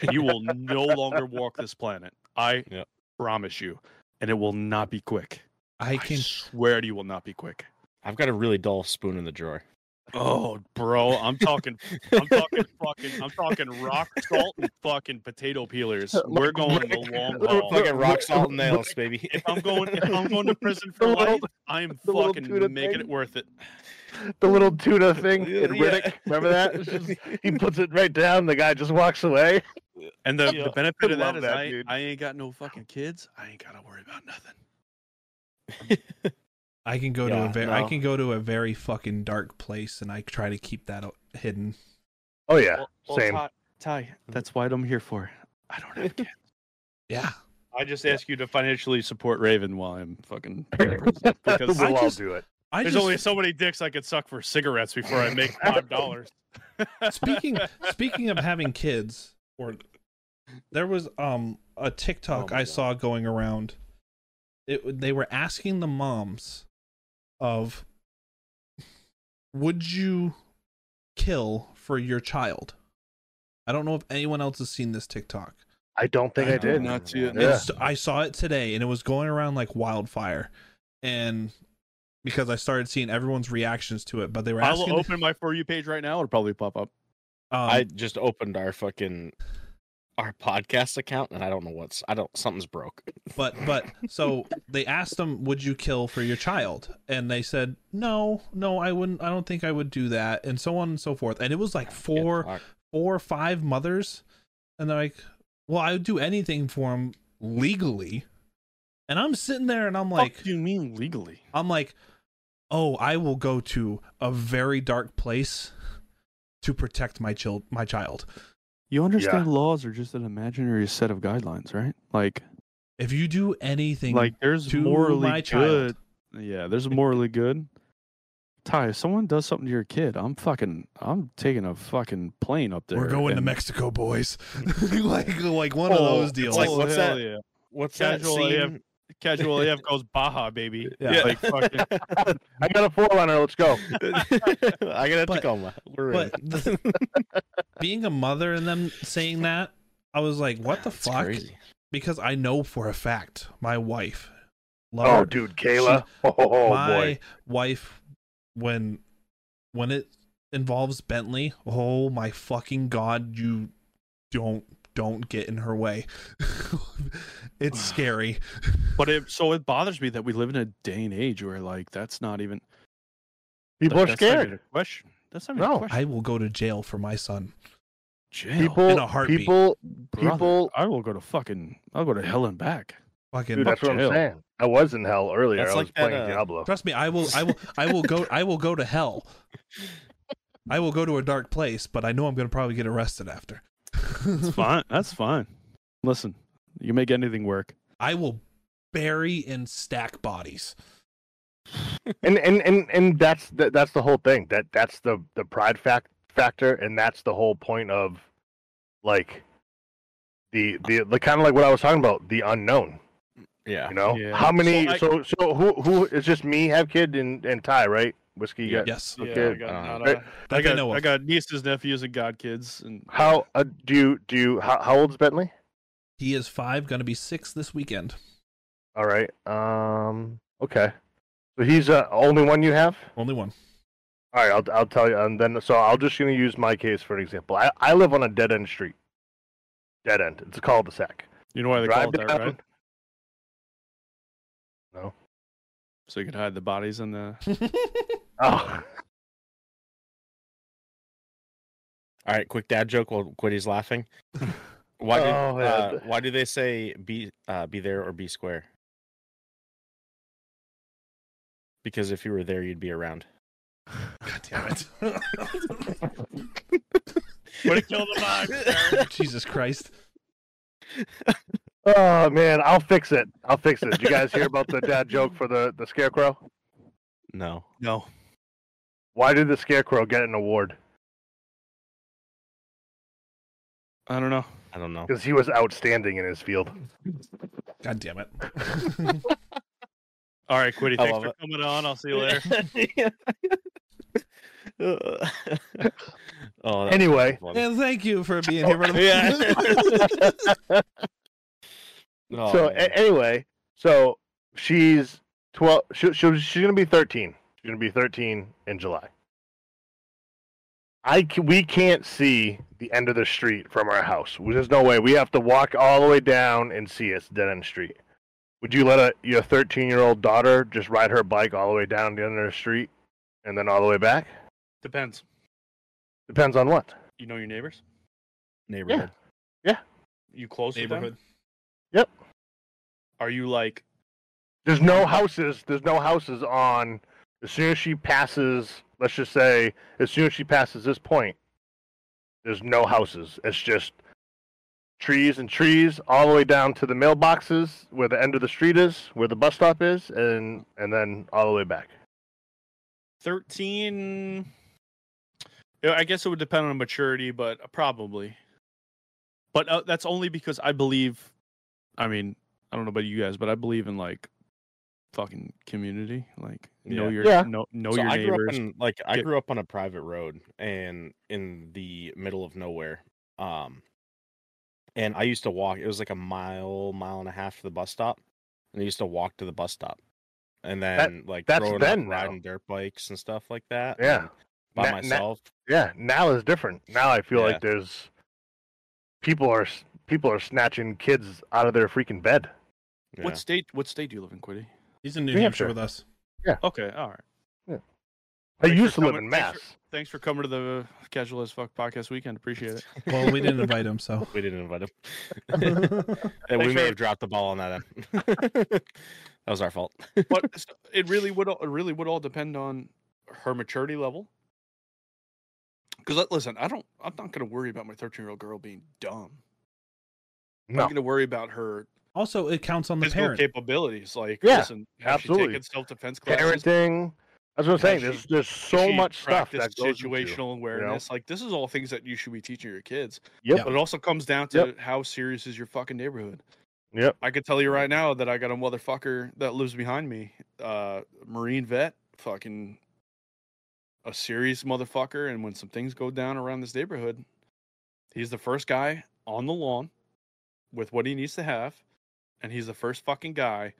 Speaker 2: and you will no longer walk this planet. I
Speaker 3: Yep.
Speaker 2: promise you, and it will not be quick.
Speaker 4: I can
Speaker 2: swear to you, will not be quick.
Speaker 3: I've got a really dull spoon in the drawer.
Speaker 2: Oh, bro, I'm talking, I'm talking fucking, I'm talking rock salt and fucking potato peelers. We're going the long haul.
Speaker 3: Fucking rock salt and nails, baby.
Speaker 2: If I'm going, if I'm going to prison for
Speaker 5: The little-
Speaker 2: life, I'm
Speaker 5: the little
Speaker 2: fucking
Speaker 5: tuna
Speaker 2: making
Speaker 5: thing.
Speaker 2: it worth it.
Speaker 5: the little tuna thing
Speaker 3: Yeah.
Speaker 5: in Riddick. Remember that? It's just- he puts it right down. The guy just walks away.
Speaker 2: And the,
Speaker 3: Yeah.
Speaker 2: the benefit of that
Speaker 5: Love
Speaker 2: is
Speaker 5: that,
Speaker 2: I,
Speaker 5: dude.
Speaker 2: I ain't got no fucking kids. I ain't gotta worry about nothing.
Speaker 4: I can go to a
Speaker 3: Yeah,
Speaker 4: very I
Speaker 3: no.
Speaker 4: can go to a very fucking dark place and I try to keep that o- hidden.
Speaker 5: Oh yeah, same.
Speaker 2: Ty, Ty, that's what I'm here for. I don't have kids.
Speaker 4: Yeah.
Speaker 2: I just ask you to financially support Raven while I'm fucking in prison because
Speaker 5: we'll
Speaker 4: I
Speaker 5: all
Speaker 4: just-
Speaker 5: do it.
Speaker 4: I
Speaker 2: there's
Speaker 4: just
Speaker 2: only so many dicks I could suck for cigarettes before I make five dollars.
Speaker 4: speaking speaking of having kids or there was um a TikTok
Speaker 3: Oh my
Speaker 4: I
Speaker 3: God.
Speaker 4: saw going around. It they were asking the moms of would you kill for your child? I don't know if anyone else has seen this TikTok.
Speaker 5: I don't think I,
Speaker 3: I
Speaker 5: did.
Speaker 3: know.
Speaker 2: Not to
Speaker 5: Yeah.
Speaker 4: It's- I saw it today and it was going around like wildfire. And because I started seeing everyone's reactions to it, but they were
Speaker 2: I
Speaker 4: asking
Speaker 2: will open my for you page right now. It'll probably pop up.
Speaker 4: um,
Speaker 3: I just opened our fucking our podcast account and I don't know what's I don't something's broke.
Speaker 4: but but so they asked them would you kill for your child and they said no no i wouldn't i don't think i would do that and so on and so forth and it was like four
Speaker 3: Fuck.
Speaker 4: four or five mothers and they're like well i would do anything for him legally and i'm sitting there and i'm like
Speaker 2: Fuck do you mean legally?
Speaker 4: I'm like, oh, I will go to a very dark place to protect my child, my child.
Speaker 2: You understand laws are just an imaginary set of guidelines, right? Like,
Speaker 4: If you do anything,
Speaker 2: like there's
Speaker 4: to
Speaker 2: morally
Speaker 4: my
Speaker 2: good.
Speaker 4: child.
Speaker 2: Yeah, there's morally good. Ty, if someone does something to your kid, I'm fucking, I'm taking a fucking plane up there.
Speaker 4: we're going to
Speaker 2: and-
Speaker 4: Mexico, boys. like, like one
Speaker 3: Oh,
Speaker 4: of those
Speaker 3: it's
Speaker 4: deals.
Speaker 3: like,
Speaker 2: Oh,
Speaker 3: what's
Speaker 2: hell
Speaker 3: that?
Speaker 2: yeah.
Speaker 3: What's
Speaker 2: Casual
Speaker 3: that
Speaker 2: AF
Speaker 3: scene?
Speaker 2: Casual AF goes Baja, baby.
Speaker 4: Yeah.
Speaker 2: Like fucking.
Speaker 5: I got a forerunner. Let's go.
Speaker 3: I got a
Speaker 4: But-
Speaker 3: Tacoma. We're
Speaker 4: but
Speaker 3: in.
Speaker 4: the- being a mother and them saying that, I was like, what the
Speaker 3: It's
Speaker 4: fuck?
Speaker 3: crazy.
Speaker 4: Because I know for a fact my wife, love
Speaker 5: Oh,
Speaker 4: her,
Speaker 5: dude, Kayla. Oh, oh, oh,
Speaker 4: my
Speaker 5: boy.
Speaker 4: wife when when it involves Bentley, oh my fucking god, you don't don't get in her way. it's scary.
Speaker 2: But it so it bothers me that we live in a day and age where like that's not even
Speaker 5: People
Speaker 2: like,
Speaker 5: are
Speaker 2: that's not even
Speaker 5: scared.
Speaker 2: a question. That's not even
Speaker 5: No,
Speaker 2: a question.
Speaker 4: I will go to jail for my son.
Speaker 2: Jail,
Speaker 5: People,
Speaker 4: in a heartbeat.
Speaker 5: people,
Speaker 2: brother.
Speaker 5: people-
Speaker 2: I will go to fucking. I'll go to hell and back.
Speaker 4: Fucking
Speaker 5: Dude, that's what I'm
Speaker 3: hell.
Speaker 5: saying. I was in hell earlier.
Speaker 3: That's
Speaker 5: I was
Speaker 3: like that,
Speaker 5: playing
Speaker 3: uh,
Speaker 5: Diablo.
Speaker 4: Trust me, I will I will I will go I will go to hell. I will go to a dark place, but I know I'm gonna probably get arrested after.
Speaker 2: It's fine. That's fine. Listen, you make anything work.
Speaker 4: I will bury and stack bodies.
Speaker 5: and and and and that's the, that's the whole thing. That that's the the pride fact factor, and that's the whole point of like the the, the kind of like what I was talking about, the unknown.
Speaker 3: Yeah.
Speaker 5: You know,
Speaker 2: Yeah.
Speaker 5: how many?
Speaker 2: So I-
Speaker 5: So, so who who is just me, have kid, and and Ty, right? Whiskey. you
Speaker 2: Yeah.
Speaker 5: got-
Speaker 4: Yes.
Speaker 5: Okay.
Speaker 2: Yeah, I got,
Speaker 3: Uh,
Speaker 2: not,
Speaker 5: right.
Speaker 2: uh,
Speaker 4: That
Speaker 2: I,
Speaker 4: I
Speaker 2: got
Speaker 4: know
Speaker 2: I
Speaker 4: of.
Speaker 2: got nieces, nephews, and godkids, and
Speaker 5: How uh, do you do? You, how, how old's Bentley?
Speaker 4: He is five, gonna be six this weekend.
Speaker 5: All right. Um. Okay. So he's uh only one you have.
Speaker 4: Only one.
Speaker 5: All right. I'll I'll tell you, and then so I'll just gonna use my case for an example. I I live on a dead end street. Dead end. It's a cul-de-sac.
Speaker 2: you know why they call it that,
Speaker 5: down-
Speaker 2: right?
Speaker 5: No.
Speaker 2: So you can hide the bodies in the.
Speaker 5: Oh.
Speaker 3: All right, quick dad joke while Quiddy's laughing. Why did,
Speaker 5: Oh, yeah.
Speaker 3: uh, why do they say be uh, be there or be square? Because if you were there, you'd be around.
Speaker 4: God damn it.
Speaker 2: Way to kill the vibe.
Speaker 4: Jesus Christ.
Speaker 5: Oh man, I'll fix it. I'll fix it. Did you guys hear about the dad joke for the the scarecrow?
Speaker 3: No,
Speaker 2: no.
Speaker 5: Why did the scarecrow get an award?
Speaker 2: I don't know.
Speaker 3: I don't know.
Speaker 5: Because he was outstanding in his field.
Speaker 4: God damn it.
Speaker 2: All right, Quiddy,
Speaker 3: I
Speaker 2: thanks
Speaker 3: love
Speaker 2: for
Speaker 3: it.
Speaker 2: coming on. I'll see you later.
Speaker 3: oh, that
Speaker 5: Anyway,
Speaker 3: was funny.
Speaker 4: and thank you for being here. brother.
Speaker 3: Oh,
Speaker 5: so
Speaker 3: man.
Speaker 5: a- anyway, so she's twelve. She, she, she's gonna be thirteen. She's gonna be thirteen in July. I ca- we can't see the end of the street from our house. We- There's no way. We have to walk all the way down and see it's dead end street. Would you let a your thirteen year old daughter just ride her bike all the way down the end of the street and then all the way back?
Speaker 2: Depends.
Speaker 5: Depends on what.
Speaker 2: You know your neighbors.
Speaker 3: neighborhood.
Speaker 2: You close with them?
Speaker 4: Neighborhood.
Speaker 5: Yep.
Speaker 2: Are you like?
Speaker 5: There's no houses. There's no houses on. As soon as she passes, let's just say, as soon as she passes this point, there's no houses. It's just trees and trees all the way down to the mailboxes where the end of the street is, where the bus stop is, and and then all the way back.
Speaker 2: 13 Yeah, i guess it would depend on maturity but uh, probably but uh, that's only because i believe i mean i don't know about you guys but i believe in like fucking community like know
Speaker 3: Yeah.
Speaker 2: your
Speaker 5: Yeah.
Speaker 2: know, know
Speaker 3: So
Speaker 2: your
Speaker 3: I grew
Speaker 2: neighbors
Speaker 3: up in like I
Speaker 2: Get-
Speaker 3: grew up on a private road and in the middle of nowhere. Um and I used to walk it was like a mile, mile and a half to the bus stop. And I used to walk to the bus stop. And then like
Speaker 5: that's
Speaker 3: growing
Speaker 5: then
Speaker 3: up,
Speaker 5: now.
Speaker 3: riding dirt bikes and stuff like that.
Speaker 5: Yeah.
Speaker 3: and By
Speaker 5: Na- na-
Speaker 3: myself.
Speaker 5: Yeah, now is different. Now I feel
Speaker 3: Yeah.
Speaker 5: like there's people are s- people are snatching kids out of their freaking bed.
Speaker 3: yeah.
Speaker 2: what state what state do you live in quiddy
Speaker 4: He's in New
Speaker 5: New
Speaker 4: Hampshire
Speaker 5: Hampshire.
Speaker 4: with us.
Speaker 2: okay all right
Speaker 5: I
Speaker 2: Thanks for
Speaker 5: used to live
Speaker 2: coming-
Speaker 5: in
Speaker 2: thanks
Speaker 5: Mass.
Speaker 2: for- thanks for coming to the casual as fuck podcast weekend appreciate it
Speaker 4: Well, we didn't invite him, so
Speaker 3: we didn't invite him. And we
Speaker 2: Thanks,
Speaker 3: may
Speaker 2: man.
Speaker 3: have dropped the ball on that end. that was our fault.
Speaker 2: but s- it really would all, it really would all depend on her maturity level. Because listen, I don't. I'm not going to worry about my 13 year old girl being dumb.
Speaker 5: No.
Speaker 2: I'm going to worry about her
Speaker 4: also it counts on the
Speaker 2: physical
Speaker 4: parent.
Speaker 2: capabilities. Like,
Speaker 5: Yeah,
Speaker 2: listen, has she
Speaker 5: absolutely.
Speaker 2: taken self defense classes?
Speaker 5: Parenting. That's what
Speaker 2: Has
Speaker 5: I'm saying.
Speaker 2: she-
Speaker 5: There's there's
Speaker 2: Has
Speaker 5: so
Speaker 2: she
Speaker 5: much stuff
Speaker 2: practiced
Speaker 5: that goes
Speaker 2: situational
Speaker 5: into.
Speaker 2: awareness. Like, this is all things that you should be teaching your kids.
Speaker 5: Yep.
Speaker 2: But it also comes down to how serious is your fucking neighborhood.
Speaker 5: Yep.
Speaker 2: I could tell you right now that I got a motherfucker that lives behind me, uh, Marine vet, fucking a serious motherfucker. And when some things go down around this neighborhood, he's the first guy on the lawn with what he needs to have, and he's the first fucking guy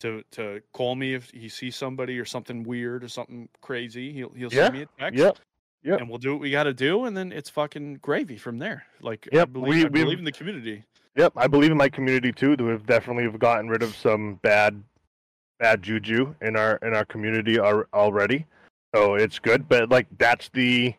Speaker 2: to to call me if he sees somebody or something weird or something crazy. He'll he'll
Speaker 5: Yeah,
Speaker 2: send me a text.
Speaker 5: Yep. yep.
Speaker 2: And we'll do what we got to do, and then it's fucking gravy from there. Like, I
Speaker 5: Yep,
Speaker 2: believe,
Speaker 5: we-
Speaker 2: I
Speaker 5: we've-
Speaker 2: believe in the community.
Speaker 5: Yep. I believe in my community too. That we've definitely have gotten rid of some bad, bad juju in our in our community al- already. So it's good, but like that's the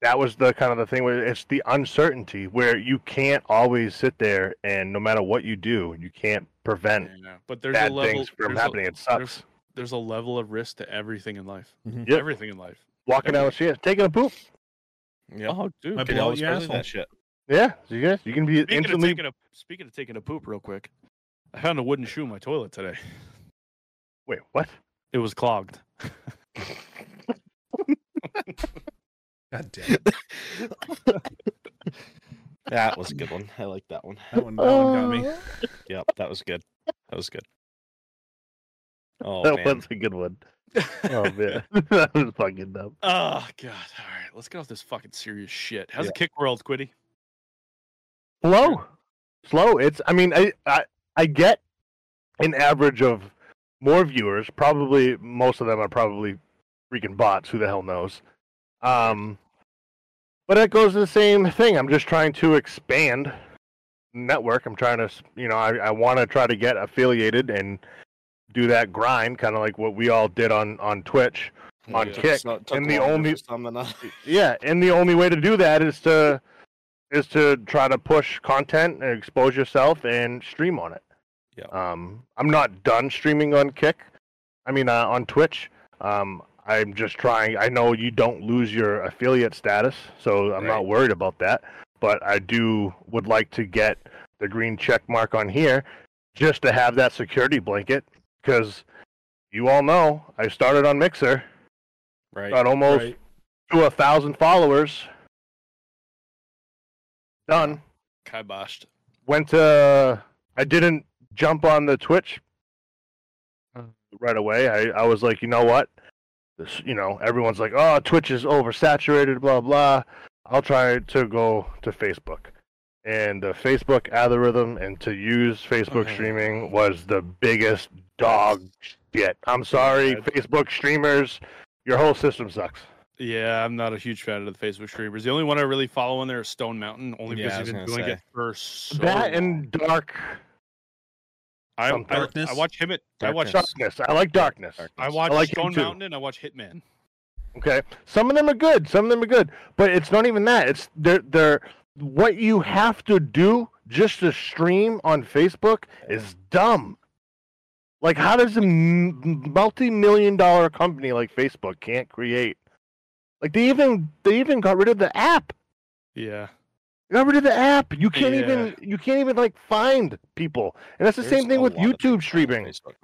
Speaker 5: that was the kind of the thing where it's the uncertainty where you can't always sit there and no matter what you do, you can't prevent
Speaker 2: Yeah, But there's
Speaker 5: bad
Speaker 2: a level
Speaker 5: things from
Speaker 2: there's a-
Speaker 5: happening. It
Speaker 2: there's-
Speaker 5: sucks.
Speaker 2: There's a level of risk to everything in life.
Speaker 4: Mhm.
Speaker 5: Yep.
Speaker 2: Everything in life.
Speaker 5: Walking down the street, taking a poop.
Speaker 3: Yeah.
Speaker 2: Oh, dude.
Speaker 4: My
Speaker 3: Could
Speaker 4: blow
Speaker 3: always
Speaker 4: your
Speaker 3: prison
Speaker 4: asshole.
Speaker 3: that shit.
Speaker 5: Yeah, you guys, you can be
Speaker 2: Speaking of,
Speaker 5: instantly.
Speaker 2: taking a, speaking of taking a poop, real quick, I found a wooden shoe in my toilet today.
Speaker 5: Wait, what?
Speaker 2: It was clogged.
Speaker 4: God damn. it.
Speaker 3: That was a good one. I like that one.
Speaker 4: That one, that one got me.
Speaker 3: Yep, that was good. That was good. Oh
Speaker 5: that
Speaker 3: man.
Speaker 5: was a good one. Oh man, that was fucking dumb.
Speaker 2: Oh god! All right, let's get off this fucking serious shit. How's the kick world, Quiddy?
Speaker 5: Slow, slow. It's. I mean, I, I, I get an average of more viewers. Probably most of them are probably freaking bots. Who the hell knows? Um, but it goes to the same thing. I'm just trying to expand network. I'm trying to, s- you know, I, I want to try to get affiliated and do that grind, kind of like what we all did on on Twitch. on
Speaker 3: Yeah.
Speaker 5: kick,
Speaker 3: Took- took
Speaker 5: and the
Speaker 3: longer
Speaker 5: only-
Speaker 3: for some than others.
Speaker 5: yeah and the only way to do that is to is to try to push content and expose yourself and stream on it
Speaker 3: Yeah.
Speaker 5: um i'm not done streaming on kick i mean uh, on twitch um i'm just trying i know you don't lose your affiliate status so i'm not
Speaker 3: Right.
Speaker 5: worried about that but i do would like to get the green check mark on here just to have that security blanket because you all know i started on mixer
Speaker 3: Right.
Speaker 5: got almost
Speaker 4: Right.
Speaker 5: to a thousand followers. Done.
Speaker 2: Kiboshed.
Speaker 5: Went to. I didn't jump on the Twitch uh, right away. I, I was like, you know what? This, you know, everyone's like, oh, Twitch is oversaturated, blah blah. I'll try to go to Facebook, and the Facebook algorithm and to use Facebook
Speaker 2: Okay.
Speaker 5: streaming was the biggest dog shit. I'm sorry,
Speaker 2: Yeah.
Speaker 5: Facebook streamers, your whole system sucks.
Speaker 2: Yeah, I'm not a huge fan of the Facebook streamers. The only one I really follow on there is Stone Mountain, only
Speaker 3: Yeah, I
Speaker 2: because
Speaker 3: was
Speaker 2: he's been
Speaker 3: gonna
Speaker 2: doing it
Speaker 3: say.
Speaker 2: for so
Speaker 5: that
Speaker 2: long.
Speaker 5: and dark
Speaker 2: I, I,
Speaker 5: some
Speaker 2: darkness.
Speaker 4: darkness.
Speaker 2: I watch him. At, I watch.
Speaker 3: Darkness.
Speaker 5: darkness. I like darkness.
Speaker 2: I watch
Speaker 5: like him
Speaker 2: Stone
Speaker 5: too.
Speaker 2: Mountain and I watch Hitman.
Speaker 5: Okay. Some of them are good. Some of them are good. But it's not even that. It's they're they're what you have to do just to stream on Facebook is dumb. Like, how does a m- multi-million dollar company like Facebook can't create? Like, they even they even got rid of the app.
Speaker 2: Yeah.
Speaker 5: They got rid of the app. You can't
Speaker 2: Yeah.
Speaker 5: even you can't even like find people. And that's the
Speaker 3: There's
Speaker 5: same thing
Speaker 3: a
Speaker 5: with
Speaker 3: lot of
Speaker 5: YouTube
Speaker 3: things on
Speaker 5: streaming.
Speaker 3: Facebook.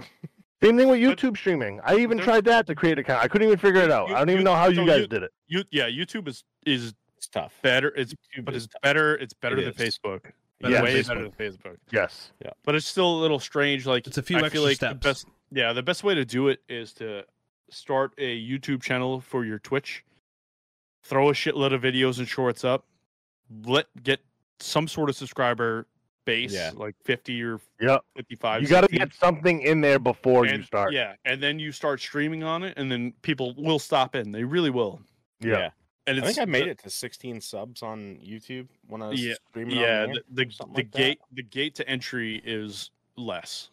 Speaker 5: Same thing with
Speaker 2: But-
Speaker 5: YouTube streaming. I even
Speaker 2: there's-
Speaker 5: tried that to create an account. I couldn't even figure it out.
Speaker 2: You-
Speaker 5: I don't even
Speaker 2: you-
Speaker 5: know how you
Speaker 2: so
Speaker 5: guys
Speaker 2: you-
Speaker 5: did it.
Speaker 2: You. Yeah. YouTube is is
Speaker 3: It's tough.
Speaker 2: better. It's but
Speaker 3: is
Speaker 2: it's better. It's better
Speaker 3: It
Speaker 2: than
Speaker 3: is.
Speaker 2: Facebook.
Speaker 4: Better
Speaker 5: Yeah.
Speaker 4: than
Speaker 2: Way
Speaker 4: Facebook.
Speaker 2: better than Facebook.
Speaker 5: Yes.
Speaker 2: But it's still a little strange. Like
Speaker 4: It's a few
Speaker 2: I
Speaker 4: extra
Speaker 2: feel like
Speaker 4: steps.
Speaker 2: The best, yeah, the best way to do it is to start a YouTube channel for your Twitch, throw a shitload of videos and shorts up, let get some sort of subscriber base,
Speaker 3: Yeah.
Speaker 2: like fifty or
Speaker 5: Yep.
Speaker 2: fifty-five.
Speaker 5: You got to
Speaker 2: 60,
Speaker 5: get something in there before
Speaker 2: and,
Speaker 5: you start.
Speaker 2: Yeah, and then you start streaming on it, and then people will stop in. They really will.
Speaker 5: Yeah.
Speaker 2: And
Speaker 3: I
Speaker 2: it's,
Speaker 3: think I made
Speaker 2: the-
Speaker 3: it to 16 subs on YouTube when I was
Speaker 2: Yeah,
Speaker 3: streaming. on there.
Speaker 2: Yeah, the the, the
Speaker 3: something like that.
Speaker 2: gate the gate to entry is less.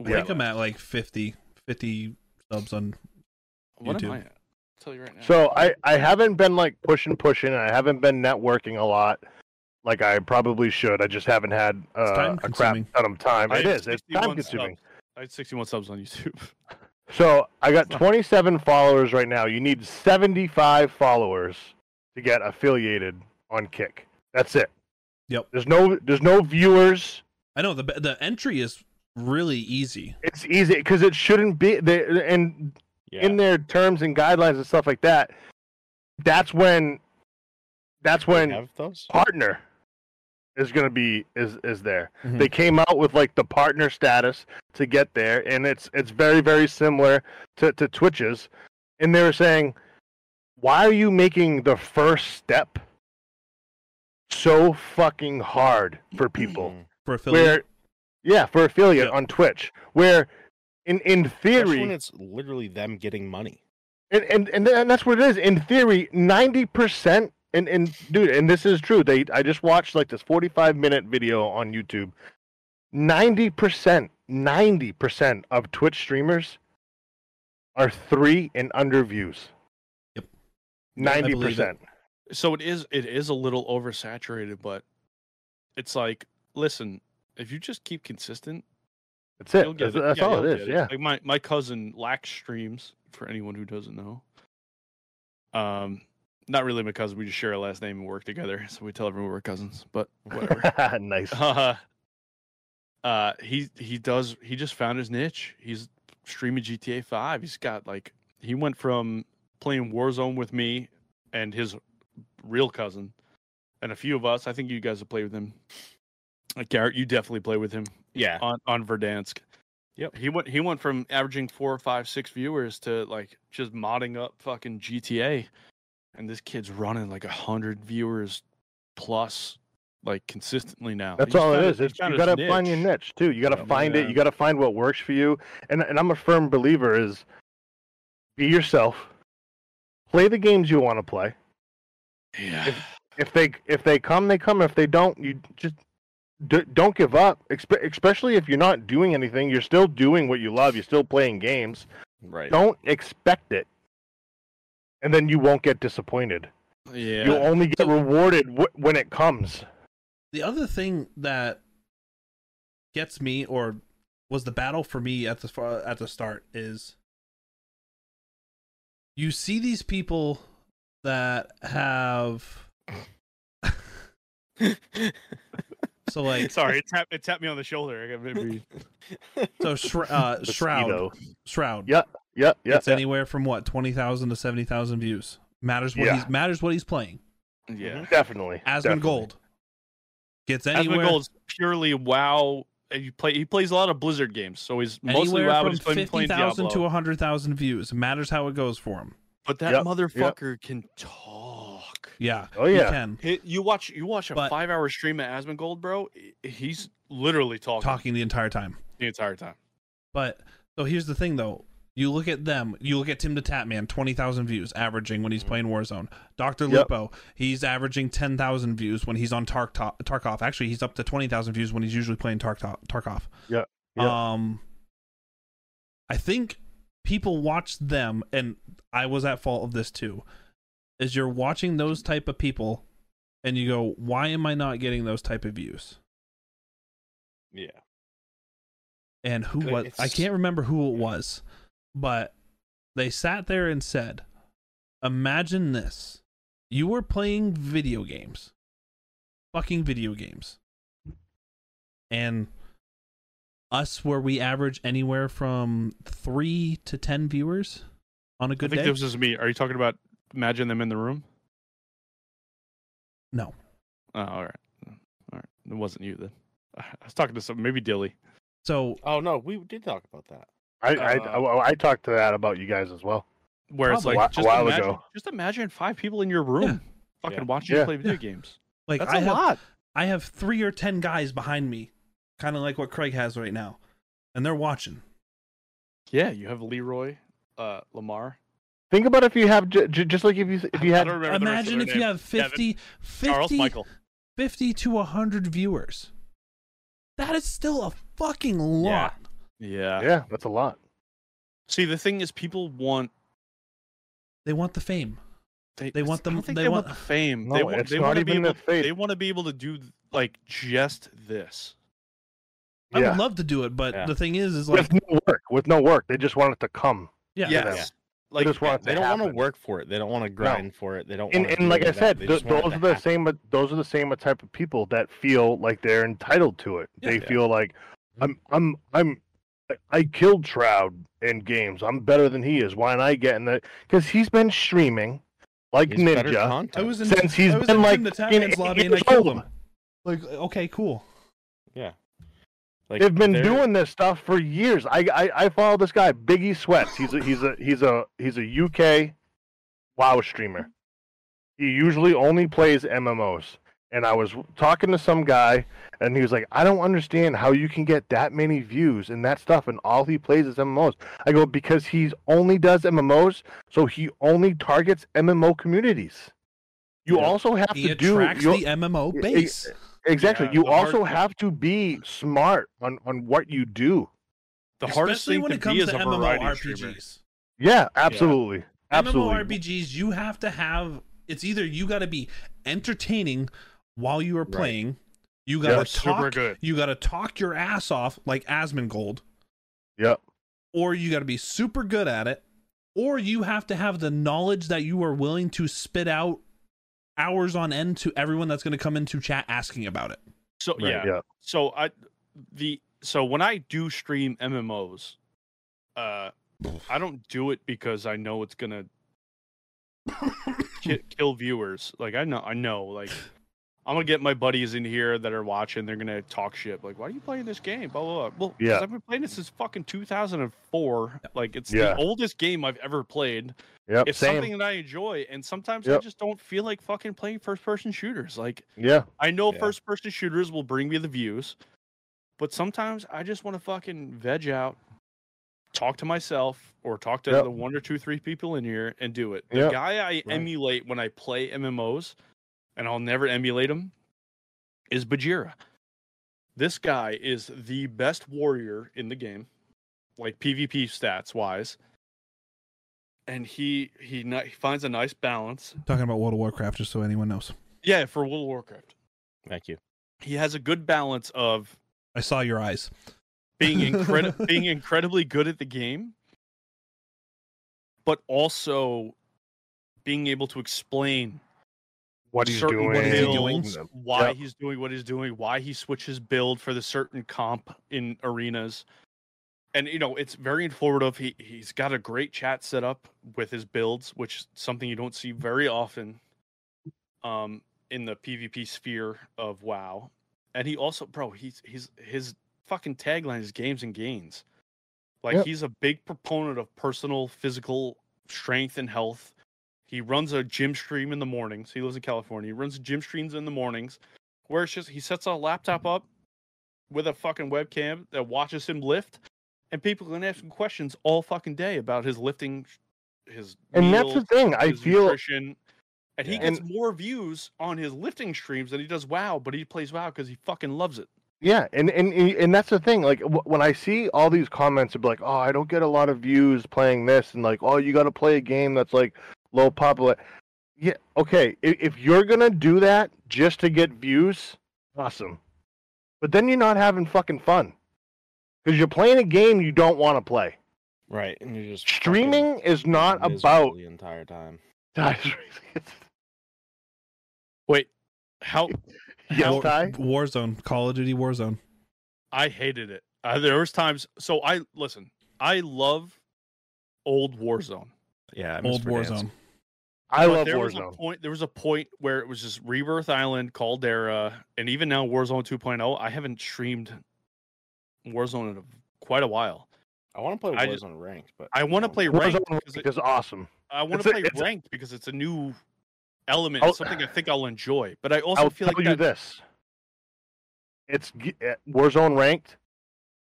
Speaker 4: I think I'm at like 50, 50 subs on.
Speaker 2: What am
Speaker 4: YouTube.
Speaker 2: I? At? I'll tell you right now.
Speaker 5: So I I haven't been like pushing pushing. and I haven't been networking a lot, like I probably should. I just haven't had uh, a crap
Speaker 4: time-consuming.
Speaker 5: ton of time.
Speaker 2: I
Speaker 5: It
Speaker 2: have
Speaker 5: is. It's
Speaker 2: 61
Speaker 5: time consuming.
Speaker 2: subs. I had 61 subs on YouTube.
Speaker 5: So I got 27 followers right now. You need 75 followers to get affiliated on Kick. That's it.
Speaker 4: Yep.
Speaker 5: There's no there's no viewers.
Speaker 4: I know the the entry is really easy.
Speaker 5: It's easy because it shouldn't be. They, and
Speaker 3: yeah.
Speaker 5: in their terms and guidelines and stuff like that, that's when that's
Speaker 3: Do you
Speaker 5: when
Speaker 3: have those.
Speaker 5: partner is going to be is is there.
Speaker 3: Mm-hmm.
Speaker 4: Mhm.
Speaker 5: They came out with like the partner status to get there and it's it's very very similar to to Twitch's and they were saying why are you making the first step so fucking hard for people?
Speaker 3: Mm.
Speaker 4: For affiliate,
Speaker 5: where yeah, for affiliate
Speaker 4: Yeah.
Speaker 5: on Twitch where in in
Speaker 3: Especially
Speaker 5: theory
Speaker 3: when it's literally them getting money.
Speaker 5: and and and, tha- and that's what it is. In theory, ninety percent. And and dude, and this is true. They I just watched like this forty-five minute video on YouTube. Ninety percent, ninety percent of Twitch streamers are three and under views.
Speaker 4: Yep.
Speaker 5: Ninety
Speaker 4: believe it.
Speaker 5: percent.
Speaker 2: so it is it is a little oversaturated, but it's like, listen, if you just keep consistent,
Speaker 5: That's it. That's, that's all
Speaker 2: you'll
Speaker 5: it is.
Speaker 2: get
Speaker 5: Yeah.
Speaker 2: Like my, my cousin lacks streams, for anyone who doesn't know. Um not really my cousin, we just share a last name and work together, so we tell everyone we're cousins, but whatever.
Speaker 5: nice.
Speaker 2: uh, uh he he does he just found his niche. He's streaming GTA 5. He's got like he went from playing Warzone with me and his real cousin and a few of us. I think you guys have played with him. Like Garrett, you definitely play with him
Speaker 3: Yeah.
Speaker 2: on on Verdansk.
Speaker 3: Yep.
Speaker 2: He went he went from averaging four, five, six viewers to like just modding up fucking GTA, and this kid's running like a hundred viewers plus, like consistently now.
Speaker 5: That's
Speaker 2: He's
Speaker 5: all it
Speaker 2: found his-
Speaker 5: is.
Speaker 2: he's
Speaker 5: It's,
Speaker 2: found
Speaker 5: you
Speaker 2: his
Speaker 5: gotta find your
Speaker 2: niche.
Speaker 5: niche too. You gotta
Speaker 2: Yeah.
Speaker 5: find
Speaker 2: Yeah.
Speaker 5: it. You gotta find what works for you. And and I'm a firm believer is be yourself. Play the games you want to play.
Speaker 3: Oh,
Speaker 2: Yeah.
Speaker 5: If they if they come, they come. If they don't, you just d- don't give up. Expe- especially if you're not doing anything, you're still doing what you love. You're still playing games.
Speaker 3: Right.
Speaker 5: Don't expect it, and then you won't get disappointed.
Speaker 2: yeah.
Speaker 5: You'll only get rewarded w- when it comes.
Speaker 4: The other thing that gets me, or was the battle for me at the fa- at the start, is you see these people that have so like
Speaker 2: Sorry, it tapped it tapped me on the shoulder. I got maybe.
Speaker 4: so Shra- uh, shroud
Speaker 5: Mosquito.
Speaker 4: shroud
Speaker 5: Yeah, Yeah, yeah.
Speaker 4: it's anywhere from what twenty thousand to seventy thousand views matters what
Speaker 5: Yeah.
Speaker 4: he's matters what he's playing.
Speaker 5: Mm-hmm.
Speaker 2: Yeah.
Speaker 5: Definitely.
Speaker 4: Asmund
Speaker 5: definitely.
Speaker 4: Gold gets
Speaker 2: Asmongold
Speaker 4: anywhere.
Speaker 2: Gold's purely WoW. and You play. He plays a lot of Blizzard games, so he's mostly
Speaker 4: Anywhere
Speaker 2: WoW. but
Speaker 4: from
Speaker 2: he's been
Speaker 4: fifty
Speaker 2: playing
Speaker 4: thousand
Speaker 2: Diablo.
Speaker 4: to hundred thousand views matters how it goes for him.
Speaker 2: But that
Speaker 5: Yep, yep.
Speaker 2: motherfucker can talk.
Speaker 4: Yeah,
Speaker 5: Oh,
Speaker 4: he
Speaker 5: yeah.
Speaker 4: can.
Speaker 2: He- you watch you watch a
Speaker 4: But-
Speaker 2: five hour stream at Asmongold, bro. i- He's literally talking,
Speaker 4: talking the entire time.
Speaker 2: the entire time.
Speaker 4: But so here's the thing though. You look at them, you look at Tim the Tatman, 20,000 views averaging when he's
Speaker 2: Mm.
Speaker 4: playing Warzone. Dr.
Speaker 5: Yep.
Speaker 4: Lupo, he's averaging 10,000 views when he's on Tark- Tarkov. Actually, he's up to 20,000 views when he's usually playing Tark- Tarkov.
Speaker 5: Yeah, yeah.
Speaker 4: Um I think people watch them and I was at fault of this too. Is you're watching those type of people and you go, "Why am I not getting those type of views?"
Speaker 3: Yeah.
Speaker 4: and who
Speaker 3: Uh,
Speaker 4: was I
Speaker 3: it's-
Speaker 4: can't remember who it was, but they sat there and said, "Imagine this: you were playing video games, fucking video games, and us where we average anywhere from three to ten viewers on a
Speaker 2: I
Speaker 4: good
Speaker 2: think
Speaker 4: day.
Speaker 2: this is me. Are you talking about? Imagine them in the room.
Speaker 4: no,
Speaker 2: Oh, all right, all right. It wasn't you then. I was talking to some maybe Dilly.
Speaker 4: so
Speaker 3: Oh no, we did talk about that.
Speaker 5: I, I,
Speaker 3: Uh,
Speaker 5: I, I talked to that about you guys as well.
Speaker 2: Where it's
Speaker 4: Probably.
Speaker 2: like
Speaker 5: A
Speaker 2: just
Speaker 5: while
Speaker 2: imagine,
Speaker 5: ago.
Speaker 2: just imagine five people in your room, fucking
Speaker 3: Yeah.
Speaker 2: watching you
Speaker 5: Yeah.
Speaker 2: play video
Speaker 4: Yeah.
Speaker 2: games.
Speaker 4: like
Speaker 2: That's
Speaker 4: I
Speaker 2: a
Speaker 4: have
Speaker 2: lot.
Speaker 4: I have three or ten guys behind me, kind of like what Craig has right now, and they're watching.
Speaker 2: Yeah, you have Leroy, uh, Lamar.
Speaker 5: Think about if you have j- j- just like if you if you
Speaker 2: I
Speaker 5: had
Speaker 2: don't remember the rest of
Speaker 4: Imagine
Speaker 2: their
Speaker 4: if you
Speaker 2: name.
Speaker 4: have 50,
Speaker 2: Charles
Speaker 4: 50
Speaker 2: Michael.
Speaker 4: 50 to 100 viewers. That is still a fucking lot.
Speaker 2: Yeah.
Speaker 5: yeah, that's a lot.
Speaker 2: See, the thing is, people want
Speaker 4: They want the fame. They
Speaker 2: it's-
Speaker 4: want
Speaker 2: I don't
Speaker 4: them-
Speaker 2: think
Speaker 4: they
Speaker 2: they want,
Speaker 4: want-
Speaker 2: the fame.
Speaker 5: No,
Speaker 2: they want.
Speaker 5: it's
Speaker 2: they
Speaker 5: not
Speaker 2: want to be
Speaker 5: even
Speaker 2: able.
Speaker 5: the fame.
Speaker 2: They want to be able to do like just this.
Speaker 4: I
Speaker 5: yeah,
Speaker 4: would love to do it, but
Speaker 3: Yeah.
Speaker 4: the thing is, is like,
Speaker 5: with no work, with no work, they just want it to come.
Speaker 4: yeah,
Speaker 2: Yes.
Speaker 3: Yeah.
Speaker 2: Like
Speaker 5: just want-
Speaker 3: They
Speaker 5: to
Speaker 3: don't want to
Speaker 5: happen.
Speaker 3: work for it. They don't want to grind for it. They don't.
Speaker 5: And,
Speaker 3: wanna
Speaker 5: and
Speaker 3: do
Speaker 5: like
Speaker 3: any
Speaker 5: I
Speaker 3: of that.
Speaker 5: said,
Speaker 3: They
Speaker 5: th-
Speaker 3: just want it
Speaker 5: those
Speaker 3: to
Speaker 5: are the
Speaker 3: happen.
Speaker 5: same. Those are the same type of people that feel like they're entitled to it.
Speaker 4: Yeah.
Speaker 5: they
Speaker 4: Yeah.
Speaker 5: feel like
Speaker 3: Mm-hmm.
Speaker 5: I'm, I'm, I'm. I killed Shroud in games. I'm better than he is. Why am I getting that? Because he's been streaming like
Speaker 3: It's better
Speaker 5: Ninja
Speaker 4: I
Speaker 3: content.
Speaker 4: was in,
Speaker 5: since he's
Speaker 4: I was
Speaker 5: been
Speaker 4: in
Speaker 5: like
Speaker 4: the
Speaker 5: fucking
Speaker 4: Tapman's
Speaker 5: eight
Speaker 4: lobby and I
Speaker 5: years
Speaker 4: killed
Speaker 5: old.
Speaker 4: him. Like, okay, cool.
Speaker 3: Like,
Speaker 5: They've been
Speaker 3: they're-
Speaker 5: doing this stuff for years. I, I I follow this guy, Biggie Sweats. He's a he's a he's a he's a UK WoW streamer. He usually only plays MMOs. And I was w- talking to some guy, and he was like, "I don't understand how you can get that many views and that stuff, and all he plays is MMOs." I go because he's only does MMOs, so he only targets MMO communities. You
Speaker 3: Yeah.
Speaker 5: also have
Speaker 4: He
Speaker 5: to do
Speaker 4: attracts
Speaker 5: you-
Speaker 4: the MMO
Speaker 5: e-
Speaker 4: base.
Speaker 5: exactly.
Speaker 2: Yeah,
Speaker 5: you
Speaker 2: the hard-
Speaker 5: also have to be smart on on what you do.
Speaker 2: the hardest
Speaker 4: Especially
Speaker 2: thing
Speaker 4: when
Speaker 2: to
Speaker 4: it comes
Speaker 2: be is
Speaker 4: to
Speaker 2: a variety
Speaker 4: MMORPGs.
Speaker 2: streamer.
Speaker 5: Yeah, absolutely. Absolutely.
Speaker 4: MMORPGs, you have to have It's either you got to be entertaining while you are
Speaker 3: Right.
Speaker 4: playing, you
Speaker 5: Yeah,
Speaker 4: got to
Speaker 5: super
Speaker 4: talk,
Speaker 5: good.
Speaker 4: you got to talk your ass off like Asmongold,
Speaker 5: Yep.
Speaker 4: or you got to be super good at it, or you have to have the knowledge that you are willing to spit out hours on end to everyone that's going to come into chat asking about it.
Speaker 2: So
Speaker 3: Right.
Speaker 2: yeah,
Speaker 5: Yeah.
Speaker 2: So I the so when I do stream MMOs, uh I don't do it because I know it's gonna ki- kill viewers. Like I know I know like I'm gonna get my buddies in here that are watching. They're gonna talk shit. Like, why are you playing this game? Blah blah. blah. Well, 'cause
Speaker 5: Yeah.
Speaker 2: I've been playing this since fucking 2004. Like, it's
Speaker 5: Yeah.
Speaker 2: the oldest game I've ever played
Speaker 5: Yep.
Speaker 2: it's
Speaker 5: Same.
Speaker 2: something that I enjoy, and sometimes I
Speaker 5: Yep.
Speaker 2: just don't feel like fucking playing first person shooters. Like
Speaker 5: Yeah.
Speaker 2: I know
Speaker 3: Yeah.
Speaker 2: first person shooters will bring me the views, but sometimes I just want to fucking veg out, talk to myself, or talk to
Speaker 5: Yep.
Speaker 2: the one or two, three people in here and do it. The
Speaker 5: Yep.
Speaker 2: guy I emulate when I play MMOs, and I'll never emulate him, is Bajira. This guy is the best warrior in the game, like PvP stats wise. And he he, ni- he finds a nice balance.
Speaker 4: Talking about World of Warcraft, just so anyone knows.
Speaker 2: Yeah, for World of Warcraft,
Speaker 3: Thank you.
Speaker 2: he has a good balance of
Speaker 4: I saw your eyes.
Speaker 2: being incredible being incredibly good at the game but also being able to explain
Speaker 5: What he's
Speaker 2: certain
Speaker 5: doing.
Speaker 4: what he's doing.
Speaker 2: builds, why
Speaker 5: Yep.
Speaker 2: he's doing what he's doing why he switches build for the certain comp in arenas and you know it's very informative he he's got a great chat set up with his builds which is something you don't see very often um in the pvp sphere of wow and he also bro he's he's his fucking tagline is games and gains like
Speaker 5: Yep.
Speaker 2: he's a big proponent of personal physical strength and health he runs a gym stream in the mornings he lives in california he runs gym streams in the mornings where it's just he sets a laptop up with a fucking webcam that watches him lift and people can ask him questions all fucking day about his lifting his
Speaker 5: And that's
Speaker 2: meals,
Speaker 5: the thing. I
Speaker 2: his
Speaker 5: feel
Speaker 2: nutrition. And he
Speaker 3: Yeah.
Speaker 2: gets more views on his lifting streams than he does WoW, but he plays WoW because he fucking loves it.
Speaker 5: Yeah, and and and and that's the thing. Like w- when I see all these comments, it'd be like, "Oh, I don't get a lot of views playing this," and like, "Oh, you got to play a game that's like low popular." Yeah, okay. If, if you're gonna do that just to get views, awesome. But then you're not having fucking fun because you're playing a game you don't want to play.
Speaker 3: Right, and you're just fucking
Speaker 5: Streaming is not
Speaker 3: miserable
Speaker 5: about.
Speaker 3: the entire time.
Speaker 2: Wait, how
Speaker 5: yes, Ty.
Speaker 4: Warzone, Call of Duty Warzone.
Speaker 2: I hated it. Uh, there was times. So I listen. I love old Warzone.
Speaker 3: Yeah, I
Speaker 4: Old Warzone.
Speaker 5: I
Speaker 2: but
Speaker 5: love
Speaker 2: there Was a
Speaker 5: Warzone.
Speaker 2: point, there was a point where it was just Rebirth Island, Caldera, and even now Warzone 2.0. I haven't streamed Warzone in a, quite a while.
Speaker 3: I want to play
Speaker 2: I
Speaker 3: Warzone
Speaker 2: just-
Speaker 3: ranked, but
Speaker 2: I want to
Speaker 3: don't
Speaker 2: play
Speaker 3: know.
Speaker 2: ranked
Speaker 5: Warzone
Speaker 2: because it-
Speaker 5: is awesome.
Speaker 2: I want
Speaker 5: It's a-
Speaker 2: to play
Speaker 5: it's a-
Speaker 2: ranked because it's a new element, and
Speaker 5: I'll-
Speaker 2: something I think I'll enjoy. But I also
Speaker 5: I'll
Speaker 2: feel
Speaker 5: tell
Speaker 2: like
Speaker 5: you
Speaker 2: that,
Speaker 5: this: it's g- eh, Warzone ranked,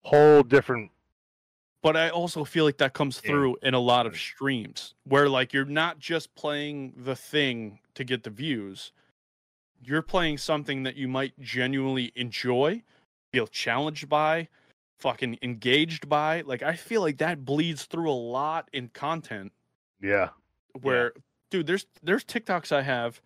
Speaker 5: whole different.
Speaker 2: but I also feel like that comes
Speaker 5: Yeah.
Speaker 2: through in a lot of streams where like you're not just playing the thing to get the views. You're playing something that you might genuinely enjoy, feel challenged by, fucking engaged by. Like I feel like that bleeds through a lot in content
Speaker 5: Yeah,
Speaker 2: where dude there's there's tiktoks i have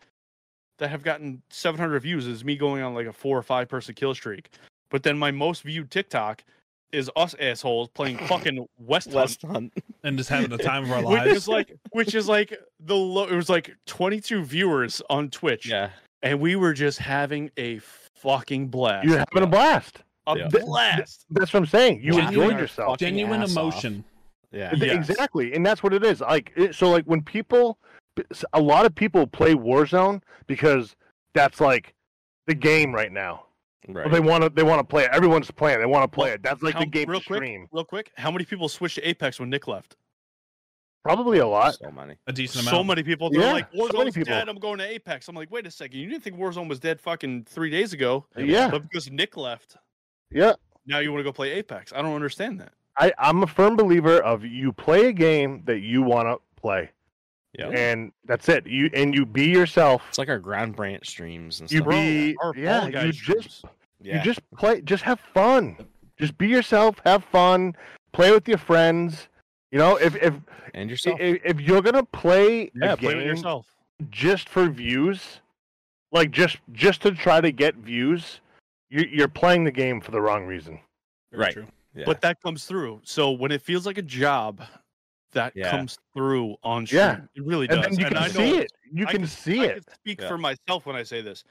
Speaker 2: that have gotten 700 views is me going on like a four or five person kill streak but then my most viewed tiktok is us assholes playing fucking west,
Speaker 3: West Hunt.
Speaker 4: And just having the time of our
Speaker 2: Hunt, which
Speaker 4: lives.
Speaker 2: is like which is like the low it was like 22 viewers on twitch
Speaker 3: Yeah,
Speaker 2: and we were just having a fucking blast
Speaker 5: you're having a blast.
Speaker 2: a
Speaker 3: yeah.
Speaker 2: blast
Speaker 5: That's what I'm saying. You
Speaker 3: Laughing
Speaker 5: enjoyed
Speaker 3: our
Speaker 5: yourself.
Speaker 3: fucking
Speaker 4: Genuine
Speaker 3: ass off.
Speaker 4: emotion.
Speaker 3: yeah.
Speaker 5: Th-
Speaker 2: Yes.
Speaker 5: Exactly, and that's what it is. Like it, so, like when people, s- a lot of people play Warzone because that's like the game right now.
Speaker 3: Right.
Speaker 5: They want to. They want to play it. Everyone's playing. They want to play
Speaker 2: Well,
Speaker 5: it. That's like
Speaker 2: How-
Speaker 5: the game
Speaker 2: real
Speaker 5: to
Speaker 2: quick
Speaker 5: stream.
Speaker 2: real quick how many people switched to apex when nick left
Speaker 5: Probably a lot.
Speaker 3: so many.
Speaker 4: a decent amount.
Speaker 2: so many people. They're
Speaker 5: Yeah,
Speaker 2: like,
Speaker 5: so many
Speaker 2: Warzone's
Speaker 5: people.
Speaker 2: dead. I'm going to Apex. I'm like, wait a second. You didn't think Warzone was dead fucking three days ago,
Speaker 5: Yeah,
Speaker 2: but because Nick left,
Speaker 5: yeah.
Speaker 2: now you want to go play Apex. I don't understand that.
Speaker 5: I, I'm a firm believer of you play a game that you want to play.
Speaker 3: Yeah.
Speaker 5: And that's it. You and you be yourself.
Speaker 3: It's like our ground branch streams and
Speaker 5: You
Speaker 3: stuff.
Speaker 5: bro- Be-
Speaker 2: our
Speaker 5: yeah,
Speaker 2: Fall
Speaker 5: you
Speaker 2: Guys
Speaker 5: just-
Speaker 2: streams.
Speaker 3: yeah.
Speaker 5: You just play. Just have fun. Just be yourself. Have fun. Play with your friends. You know, if if
Speaker 3: and yourself.
Speaker 5: if, if you're gonna play
Speaker 2: yeah,
Speaker 5: a game,
Speaker 2: play with yourself.
Speaker 5: just for views, like just just to try to get views, you, you're playing the game for the wrong reason.
Speaker 3: Right.
Speaker 2: true.
Speaker 3: Yeah.
Speaker 2: But that comes through. So when it feels like a job, that
Speaker 3: Yeah.
Speaker 2: comes through on stream.
Speaker 5: Yeah.
Speaker 2: It really
Speaker 5: And
Speaker 2: does.
Speaker 5: then you
Speaker 2: I
Speaker 5: can
Speaker 2: know
Speaker 5: see it. You
Speaker 2: I
Speaker 5: can
Speaker 2: can-
Speaker 5: see
Speaker 2: I
Speaker 5: it.
Speaker 2: can speak
Speaker 3: Yeah.
Speaker 2: for myself when I say this.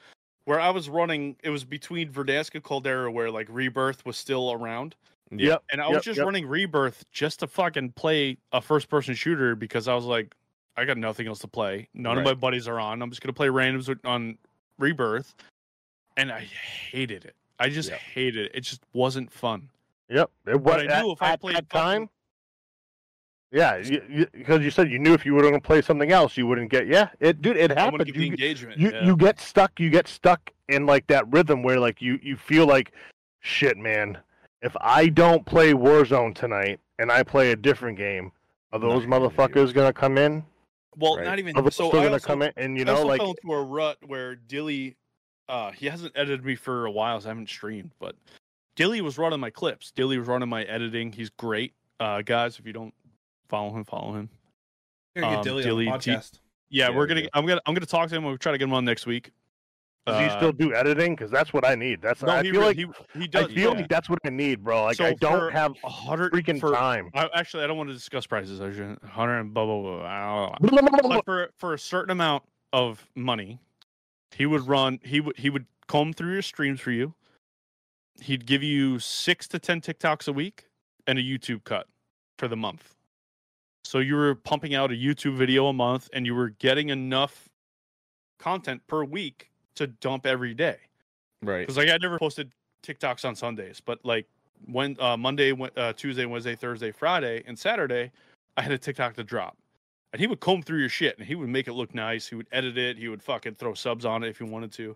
Speaker 2: Where I was running, it was between Verdaska Caldera, where like Rebirth was still around,
Speaker 3: Yeah.
Speaker 5: Yep.
Speaker 2: and I
Speaker 5: Yep,
Speaker 2: was just
Speaker 5: yep.
Speaker 2: running Rebirth just to fucking play a first-person shooter because I was like, I got nothing else to play. None of
Speaker 3: Right.
Speaker 2: my buddies are on. I'm just gonna play randoms with- on Rebirth, and I hated it. I just
Speaker 3: Yep.
Speaker 2: hated it. It just wasn't fun.
Speaker 5: Yep. It was,
Speaker 2: I knew
Speaker 5: at,
Speaker 2: if I
Speaker 5: at
Speaker 2: played
Speaker 5: that
Speaker 2: fucking-
Speaker 5: time. Yeah, because you, 'cause you said you knew if you were going to play something else, you wouldn't get. Yeah, it dude, it
Speaker 2: I want to
Speaker 5: happened.
Speaker 2: get the
Speaker 5: You,
Speaker 2: engagement.
Speaker 5: you,
Speaker 2: yeah.
Speaker 5: you get stuck. You get stuck in like that rhythm where like you you feel like, shit, man. If I don't play Warzone tonight and I play a different game, are
Speaker 3: Not
Speaker 5: those
Speaker 3: gonna do it.
Speaker 5: motherfuckers going to come in?
Speaker 2: well,
Speaker 3: Right.
Speaker 2: not even.
Speaker 5: Are they
Speaker 2: So
Speaker 5: still
Speaker 2: I
Speaker 5: going to
Speaker 2: also,
Speaker 5: come in? And you
Speaker 2: I
Speaker 5: know,
Speaker 2: also
Speaker 5: like,
Speaker 2: fell into a rut where Dilly, uh, he hasn't edited me for a while, so I haven't streamed, but Dilly was running my clips. Dilly was running my editing. He's great. Uh, guys, if you don't follow him, follow him.
Speaker 4: Gotta get
Speaker 2: Um,
Speaker 4: Dilly
Speaker 2: Dilly,
Speaker 4: on
Speaker 2: do
Speaker 4: the
Speaker 2: you-
Speaker 4: podcast.
Speaker 2: Yeah,
Speaker 3: Yeah,
Speaker 2: we're
Speaker 3: we
Speaker 2: gonna.
Speaker 3: do.
Speaker 2: I'm gonna. I'm gonna talk to him. We'll try to get him on next week.
Speaker 5: does he
Speaker 2: Uh,
Speaker 5: still do editing? Because that's what I need. That's
Speaker 2: No,
Speaker 5: I
Speaker 2: he
Speaker 5: feel
Speaker 2: re-
Speaker 5: like
Speaker 2: he, he
Speaker 5: I
Speaker 2: does.
Speaker 5: feel
Speaker 2: yeah.
Speaker 5: like that's what I need, bro. Like
Speaker 2: So
Speaker 5: I
Speaker 2: for
Speaker 5: don't have
Speaker 2: a hundred
Speaker 5: freaking
Speaker 2: for,
Speaker 5: time.
Speaker 2: I, actually, I don't want to discuss prices. I should hundred and blah blah blah. blah, blah. but
Speaker 5: But
Speaker 2: for for a certain amount of money, he would run. He would he would comb through your streams for you. He'd give you six to ten TikToks a week and a YouTube cut for the month. So you were pumping out a YouTube video a month, and you were getting enough content per week to dump every day.
Speaker 3: Right.
Speaker 2: Because like I never posted TikToks on Sundays, but like when uh, Monday, Wed- uh, Tuesday, Wednesday, Thursday, Friday, and Saturday, I had a TikTok to drop, and he would comb through your shit and he would make it look nice. He would edit it. He would fucking throw subs on it if he wanted to.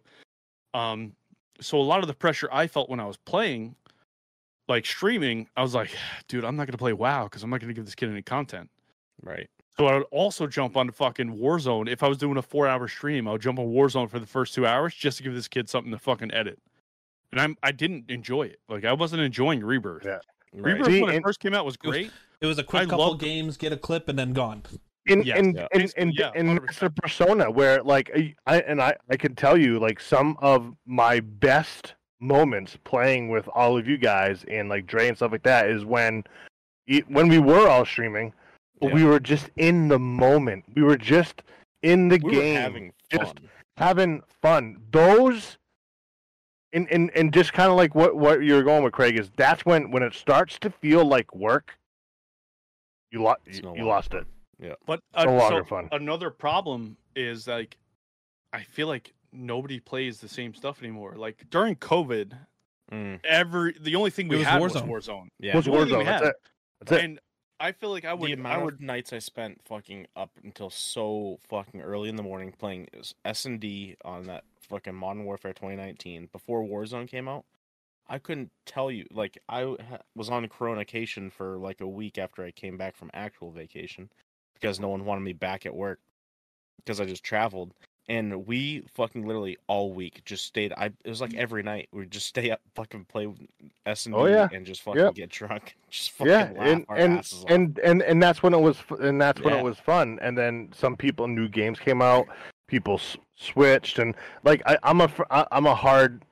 Speaker 2: Um, so a lot of the pressure I felt when I was playing, like streaming, I was like, dude, I'm not gonna play WoW because I'm not gonna give this kid any content.
Speaker 3: Right.
Speaker 2: So I would also jump on fucking Warzone. If I was doing a four hour stream, I would jump on Warzone for the first two hours just to give this kid something to fucking edit. And I'm I didn't enjoy it. Like I wasn't enjoying Rebirth.
Speaker 5: Yeah.
Speaker 3: Right.
Speaker 2: Rebirth
Speaker 5: See,
Speaker 2: when it
Speaker 5: and-
Speaker 2: first came out was great.
Speaker 4: It was a quick
Speaker 2: I
Speaker 4: couple
Speaker 2: love-
Speaker 4: games, get a clip, and then gone.
Speaker 5: in
Speaker 2: Yeah,
Speaker 5: in,
Speaker 3: yeah.
Speaker 5: in,
Speaker 2: Basically,
Speaker 5: in,
Speaker 2: yeah,
Speaker 5: in
Speaker 2: 100%.
Speaker 5: Mr. persona where like I- I and I I can tell you like some of my best moments playing with all of you guys and like Dre and stuff like that is when e- when we were all streaming but
Speaker 3: Yeah.
Speaker 5: we were just in the moment we were just in the
Speaker 3: We were
Speaker 5: game
Speaker 3: having
Speaker 5: just-
Speaker 3: fun.
Speaker 5: having fun. Those and and, and just kind of like what what you're going with Craig is that's when when it starts to feel like work. You lost
Speaker 3: It's
Speaker 5: you,
Speaker 3: no
Speaker 5: you
Speaker 3: longer
Speaker 5: lost it.
Speaker 2: But
Speaker 5: It's
Speaker 2: uh,
Speaker 5: no
Speaker 2: so
Speaker 5: longer fun.
Speaker 2: another problem is like I feel like nobody plays the same stuff anymore. Like during COVID,
Speaker 3: Mm,
Speaker 2: every the only thing
Speaker 4: It
Speaker 2: we
Speaker 4: was
Speaker 2: had
Speaker 4: Warzone.
Speaker 2: was Warzone.
Speaker 3: yeah.
Speaker 5: What's
Speaker 2: the only thing
Speaker 5: Warzone?
Speaker 2: we
Speaker 5: That's
Speaker 2: had.
Speaker 5: it. That's it.
Speaker 2: And I feel like I
Speaker 3: the
Speaker 2: would I
Speaker 3: amount
Speaker 2: would
Speaker 3: of nights I spent fucking up until so fucking early in the morning playing S and D on that fucking Modern Warfare 2019 before Warzone came out. I couldn't tell you. Like I w- ha- was on coronation for like a week after I came back from actual vacation because no one wanted me back at work because I just traveled. And we fucking literally all week just stayed. I it was like every night we would just stay up, fucking play S and
Speaker 5: Mm. Oh, yeah.
Speaker 3: D, and just fucking
Speaker 5: Yep.
Speaker 3: get drunk, just fucking
Speaker 5: Yeah,
Speaker 3: laugh
Speaker 5: and
Speaker 3: our
Speaker 5: and,
Speaker 3: asses off.
Speaker 5: and and and that's when it was f- and that's when
Speaker 3: Yeah.
Speaker 5: it was fun. And then some people new games came out, people s- switched, and like I, I'm a fr- I, I'm a hard.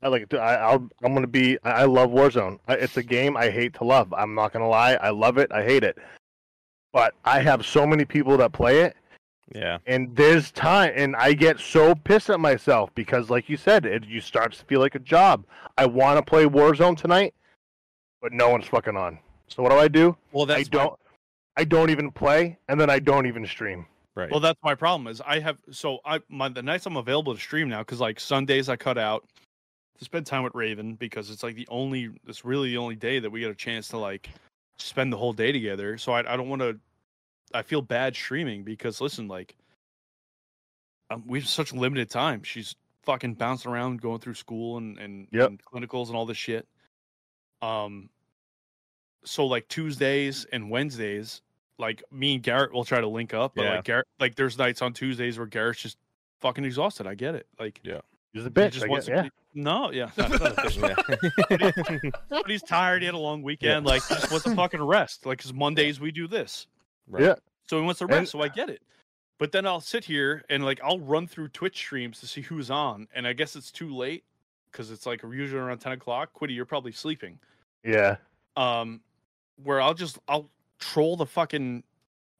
Speaker 5: I like I, I'll I'm gonna be I, I love Warzone. I, it's a game I hate to love. I'm not gonna lie. I love it. I hate it. But I have so many people that play it,
Speaker 3: yeah.
Speaker 5: and there's time, and I get so pissed at myself because, like you said, it you starts to feel like a job. I want to play Warzone tonight, but no one's fucking on. So what do I do?
Speaker 2: well
Speaker 5: I don't. I don't even play, and then I don't even stream.
Speaker 3: Right.
Speaker 2: Well, that's my problem is I have so I my the nights I'm available to stream now because like Sundays I cut out to spend time with Raven because it's like the only it's really the only day that we get a chance to like spend the whole day together. So I I don't want to I feel bad streaming because listen like um, we have such limited time. She's fucking bouncing around going through school and and,
Speaker 5: Yep.
Speaker 2: and clinicals and all this shit. Um. So like Tuesdays and Wednesdays, like me and Garrett will try to link up, but
Speaker 3: Yeah.
Speaker 2: like Garrett, like there's nights on Tuesdays where Garrett's just fucking exhausted. I get it. Like
Speaker 5: He's a
Speaker 2: he
Speaker 5: bitch.
Speaker 2: just
Speaker 5: I
Speaker 2: wants
Speaker 5: guess,
Speaker 2: to
Speaker 5: yeah.
Speaker 2: be- no, yeah, no, not a bitch. but he's tired. He had a long weekend. Like he just wants to fucking rest. Like 'cause Mondays we do this,
Speaker 5: Yeah.
Speaker 2: so he wants to
Speaker 5: And-
Speaker 2: rest. so I get it. But then I'll sit here and like I'll run through Twitch streams to see who's on, and I guess it's too late because it's like usually around ten o'clock. Quiddy, you're probably sleeping.
Speaker 5: Yeah.
Speaker 2: Um, where I'll just I'll troll the fucking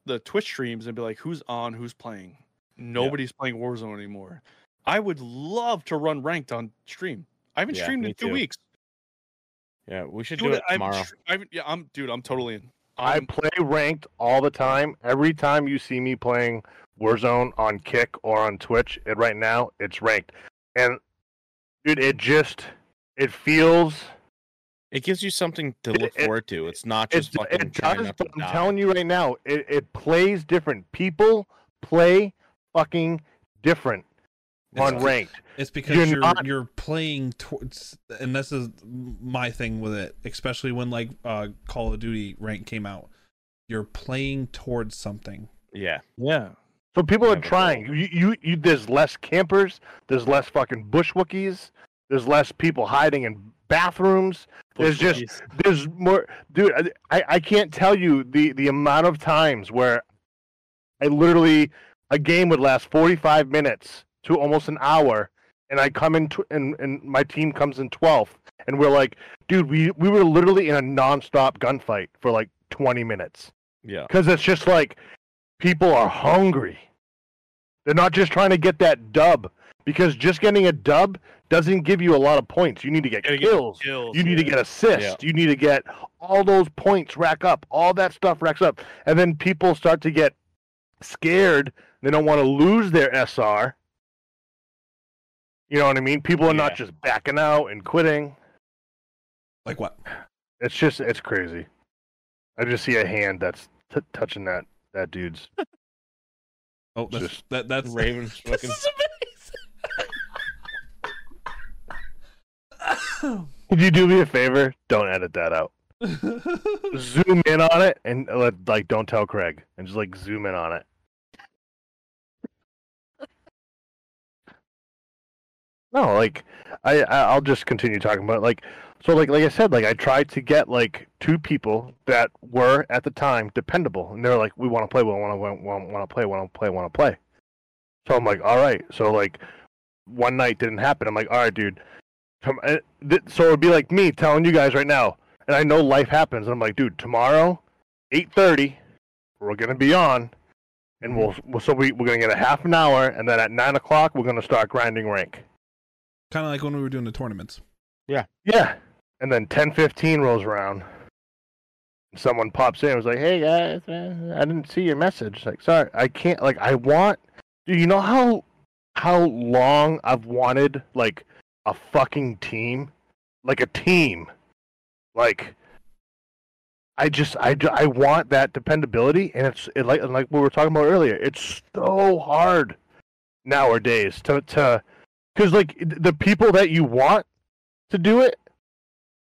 Speaker 2: the Twitch streams and be like, who's on, who's playing. Nobody's playing Warzone anymore. I would love to run ranked on stream. I haven't
Speaker 3: Yeah,
Speaker 2: streamed
Speaker 3: me
Speaker 2: in two
Speaker 3: too.
Speaker 2: weeks.
Speaker 3: Yeah, we should
Speaker 2: Dude,
Speaker 3: do it
Speaker 2: I'm,
Speaker 3: tomorrow.
Speaker 2: I'm, yeah, I'm, dude, I'm totally in.
Speaker 5: I
Speaker 2: I'm,
Speaker 5: play ranked all the time. Every time you see me playing Warzone on Kick or on Twitch, and right now it's ranked. And dude, it just it feels
Speaker 3: It gives you something to
Speaker 5: It-
Speaker 3: look
Speaker 5: it-
Speaker 3: forward to. It's not
Speaker 5: it,
Speaker 3: just fucking
Speaker 5: it
Speaker 3: trying
Speaker 5: does,
Speaker 3: not to
Speaker 5: but I'm
Speaker 3: die.
Speaker 5: telling you right now, it, it plays different. People play fucking different on
Speaker 4: It's-
Speaker 5: ranked.
Speaker 4: It's because
Speaker 5: You're
Speaker 4: you're you're,
Speaker 5: not-
Speaker 4: playing towards, and this is my thing with it, especially when like uh, Call of Duty rank came out. You're playing towards something.
Speaker 3: Yeah,
Speaker 2: yeah.
Speaker 5: So people are
Speaker 3: Yeah, but-
Speaker 5: trying. You, you, you, there's less campers. There's less fucking bushwookies. There's less people hiding in bathrooms. There's just there's more, dude. I- I, I can't tell you the the amount of times where I literally a game would last 45 minutes to almost an hour, and I come in tw- and and my team comes in 12th, and we're like, dude, we we were literally in a nonstop gunfight for like 20 minutes
Speaker 3: yeah.
Speaker 5: because it's just like people are hungry. They're not just trying to get that dub because just getting a dub doesn't give you a lot of points. You need to get
Speaker 2: Gotta get the
Speaker 5: kills.
Speaker 2: kills,
Speaker 5: you need to
Speaker 2: yeah.
Speaker 5: get assists. You need to get all those points rack up. All that stuff racks up, and then people start to get scared. They don't want to lose their SR. You know what I mean? People are not
Speaker 3: Yeah.
Speaker 5: just backing out and quitting.
Speaker 4: Like what?
Speaker 5: It's just it's crazy. I just see a hand that's t- touching that that dude's
Speaker 4: Oh, that's,
Speaker 5: Just
Speaker 4: that that's
Speaker 3: Ravens
Speaker 4: This
Speaker 3: fucking
Speaker 4: is amazing.
Speaker 5: Would you do me a favor? Don't edit that out. Zoom in on it and let, like don't tell Craig and just like zoom in on it. No, like I I- I'll just continue talking about it. like so like like I said like I tried to get like two people that were at the time dependable and they're like we want to play we want to want to play want to play want to play. So I'm like all right so like one night didn't happen I'm like all right dude Tom- uh, th- so it'd be like me telling you guys right now, and I know life happens. And I'm like, dude, tomorrow, eight thirty, we're gonna be on, and we'll, we'll so we we're gonna get a half an hour, and then at nine o'clock we're gonna start grinding rank.
Speaker 4: kind of like when we were doing the tournaments.
Speaker 5: Yeah, and then ten fifteen rolls around. Someone pops in and was like, "Hey guys, man, I didn't see your message. It's Like, sorry, I can't. Like, I want. Do you know how how long I've wanted like a fucking team, like a team, like." I just I, ju- I want that dependability, and it's it like like we were talking about earlier. It's so hard nowadays to to because like the people that you want to do it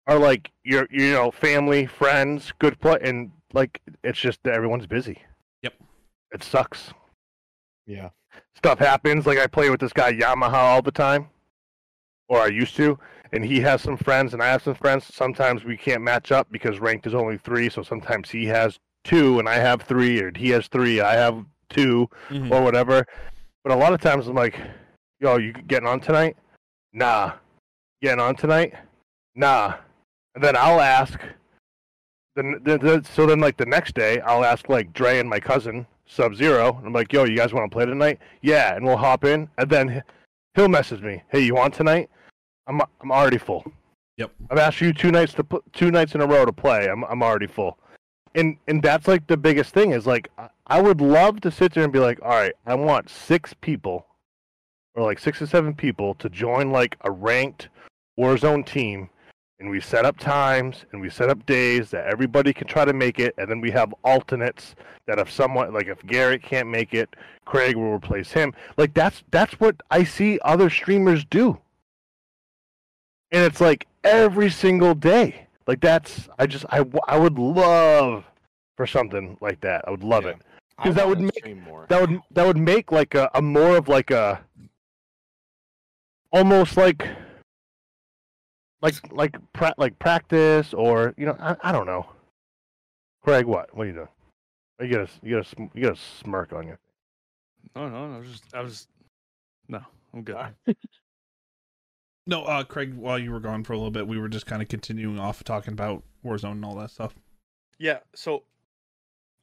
Speaker 5: are like your you know family friends good play and like it's just that everyone's busy
Speaker 4: Yep.
Speaker 5: it sucks
Speaker 3: Yeah.
Speaker 5: stuff happens like i play with this guy yamaha all the time or i used to and he has some friends and i have some friends sometimes we can't match up because ranked is only three so sometimes he has two and i have three or he has three i have two
Speaker 4: Mhm.
Speaker 5: or whatever but a lot of times i'm like yo you getting on tonight nah getting on tonight Nah. And then I'll ask. Then, then, then- so then, like the next day, I'll ask like Dre and my cousin Sub Zero. I'm like, "Yo, you guys want to play tonight? Yeah." And we'll hop in, and then he- he'll message me, "Hey, you on tonight? I'm I'm already full.
Speaker 4: Yep.
Speaker 5: I've asked you two nights to pl- two nights in a row to play. I'm I'm already full." And and that's like the biggest thing is like I- I would love to sit there and be like, "All right, I want six people, or like six or seven people to join like a ranked Warzone team." and we set up times and we set up days that everybody can try to make it and then we have alternates that if someone like if Garrett can't make it, Craig will replace him. Like that's that's what I see other streamers do. And it's like every single day. Like that's I just I w- I would love for something like that. I would love
Speaker 3: Yeah.
Speaker 5: it. 'Cause that would make-
Speaker 3: more.
Speaker 5: That would that would make like a, a more of like a almost like like like pra- like practice or you know I, I don't know. Craig, what what are you doing? You got a you got a sm- you got a smirk on you.
Speaker 2: No, no, no. Just I was. No, I'm good.
Speaker 4: No, uh, Craig, while you were gone for a little bit, we were just kind of continuing off talking about Warzone and all that stuff.
Speaker 2: Yeah. So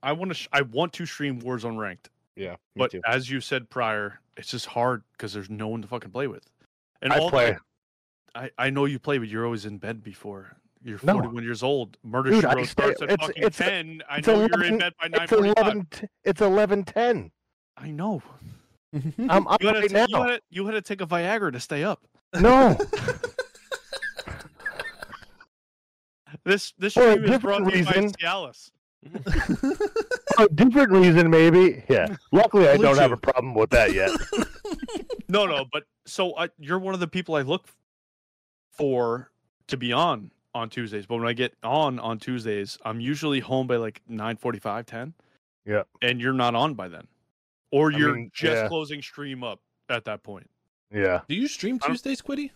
Speaker 2: I want to. Sh- I want to stream Warzone ranked,
Speaker 3: Yeah, me
Speaker 2: but
Speaker 3: too.
Speaker 2: as you said prior, it's just hard because there's no one to fucking play with. And
Speaker 5: I
Speaker 2: all the-
Speaker 5: play.
Speaker 2: I, I know you play, but you're always in bed before. You're
Speaker 5: No.
Speaker 2: 41 years old. Murder
Speaker 5: Dude,
Speaker 2: She
Speaker 5: I
Speaker 2: Wrote
Speaker 5: stay-
Speaker 2: starts at
Speaker 5: it's-
Speaker 2: fucking
Speaker 5: it's-
Speaker 2: 10. I
Speaker 5: it's
Speaker 2: know you're
Speaker 5: 11
Speaker 2: in bed by
Speaker 5: It's
Speaker 2: 9:45.
Speaker 5: eleven. t- It's eleven ten.
Speaker 2: I know.
Speaker 5: I'm up
Speaker 2: You had,
Speaker 5: right
Speaker 2: to,
Speaker 5: now.
Speaker 2: you, had to, you had to take a Viagra to stay up.
Speaker 5: No,
Speaker 2: This this
Speaker 5: For a
Speaker 2: stream is brought to
Speaker 5: different
Speaker 2: you by
Speaker 5: reason.
Speaker 2: Cialis.
Speaker 5: for a different reason maybe. Yeah. Luckily, I don't have a
Speaker 4: Bluetooth.
Speaker 5: problem with that yet.
Speaker 2: No, no, but so I, you're one of the people I look for to be on on Tuesdays. But when I get on on Tuesdays, I'm usually home by like 9:45, 10.
Speaker 5: Yeah.
Speaker 2: And you're not on by then, or
Speaker 5: I
Speaker 2: you're
Speaker 5: mean,
Speaker 2: just
Speaker 5: yeah.
Speaker 2: closing stream up at that point.
Speaker 5: Yeah.
Speaker 4: Do you stream
Speaker 2: I don't-
Speaker 4: Tuesdays, Quiddy?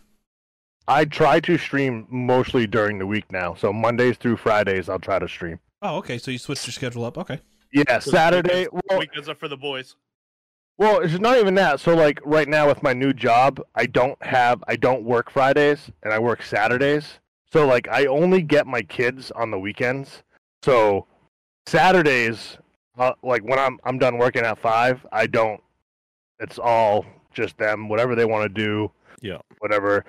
Speaker 5: I try to stream mostly during the week now. So Mondays through Fridays, I'll try to stream.
Speaker 4: Oh, okay. So you switched your schedule up. Okay.
Speaker 5: Yeah, Saturday. Well,
Speaker 2: Weekends are for the boys.
Speaker 5: well, it's not even that. So like right now with my new job, I don't have I don't work Fridays and I work Saturdays. So like I only get my kids on the weekends. So Saturdays, uh, like when I'm I'm done working at five, I don't. It's all just them, whatever they want to do.
Speaker 3: Yeah.
Speaker 5: Whatever.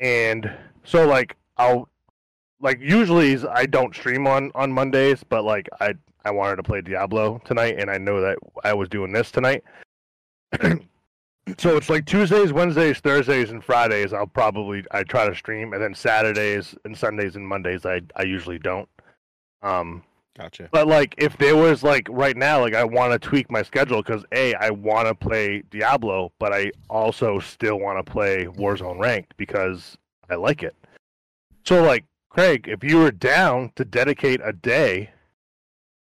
Speaker 5: And so like I'll like usually is I don't stream on on Mondays, but like I I wanted to play Diablo tonight, and I know that I was doing this tonight. so it's like Tuesdays, Wednesdays, Thursdays, and Fridays. I'll probably I try to stream, and then Saturdays and Sundays and Mondays I I usually don't. Um,
Speaker 3: Gotcha.
Speaker 5: but like if there was like right now, like I want to tweak my schedule because a I want to play Diablo, but I also still want to play Warzone ranked because I like it. So like Craig, if you were down to dedicate a day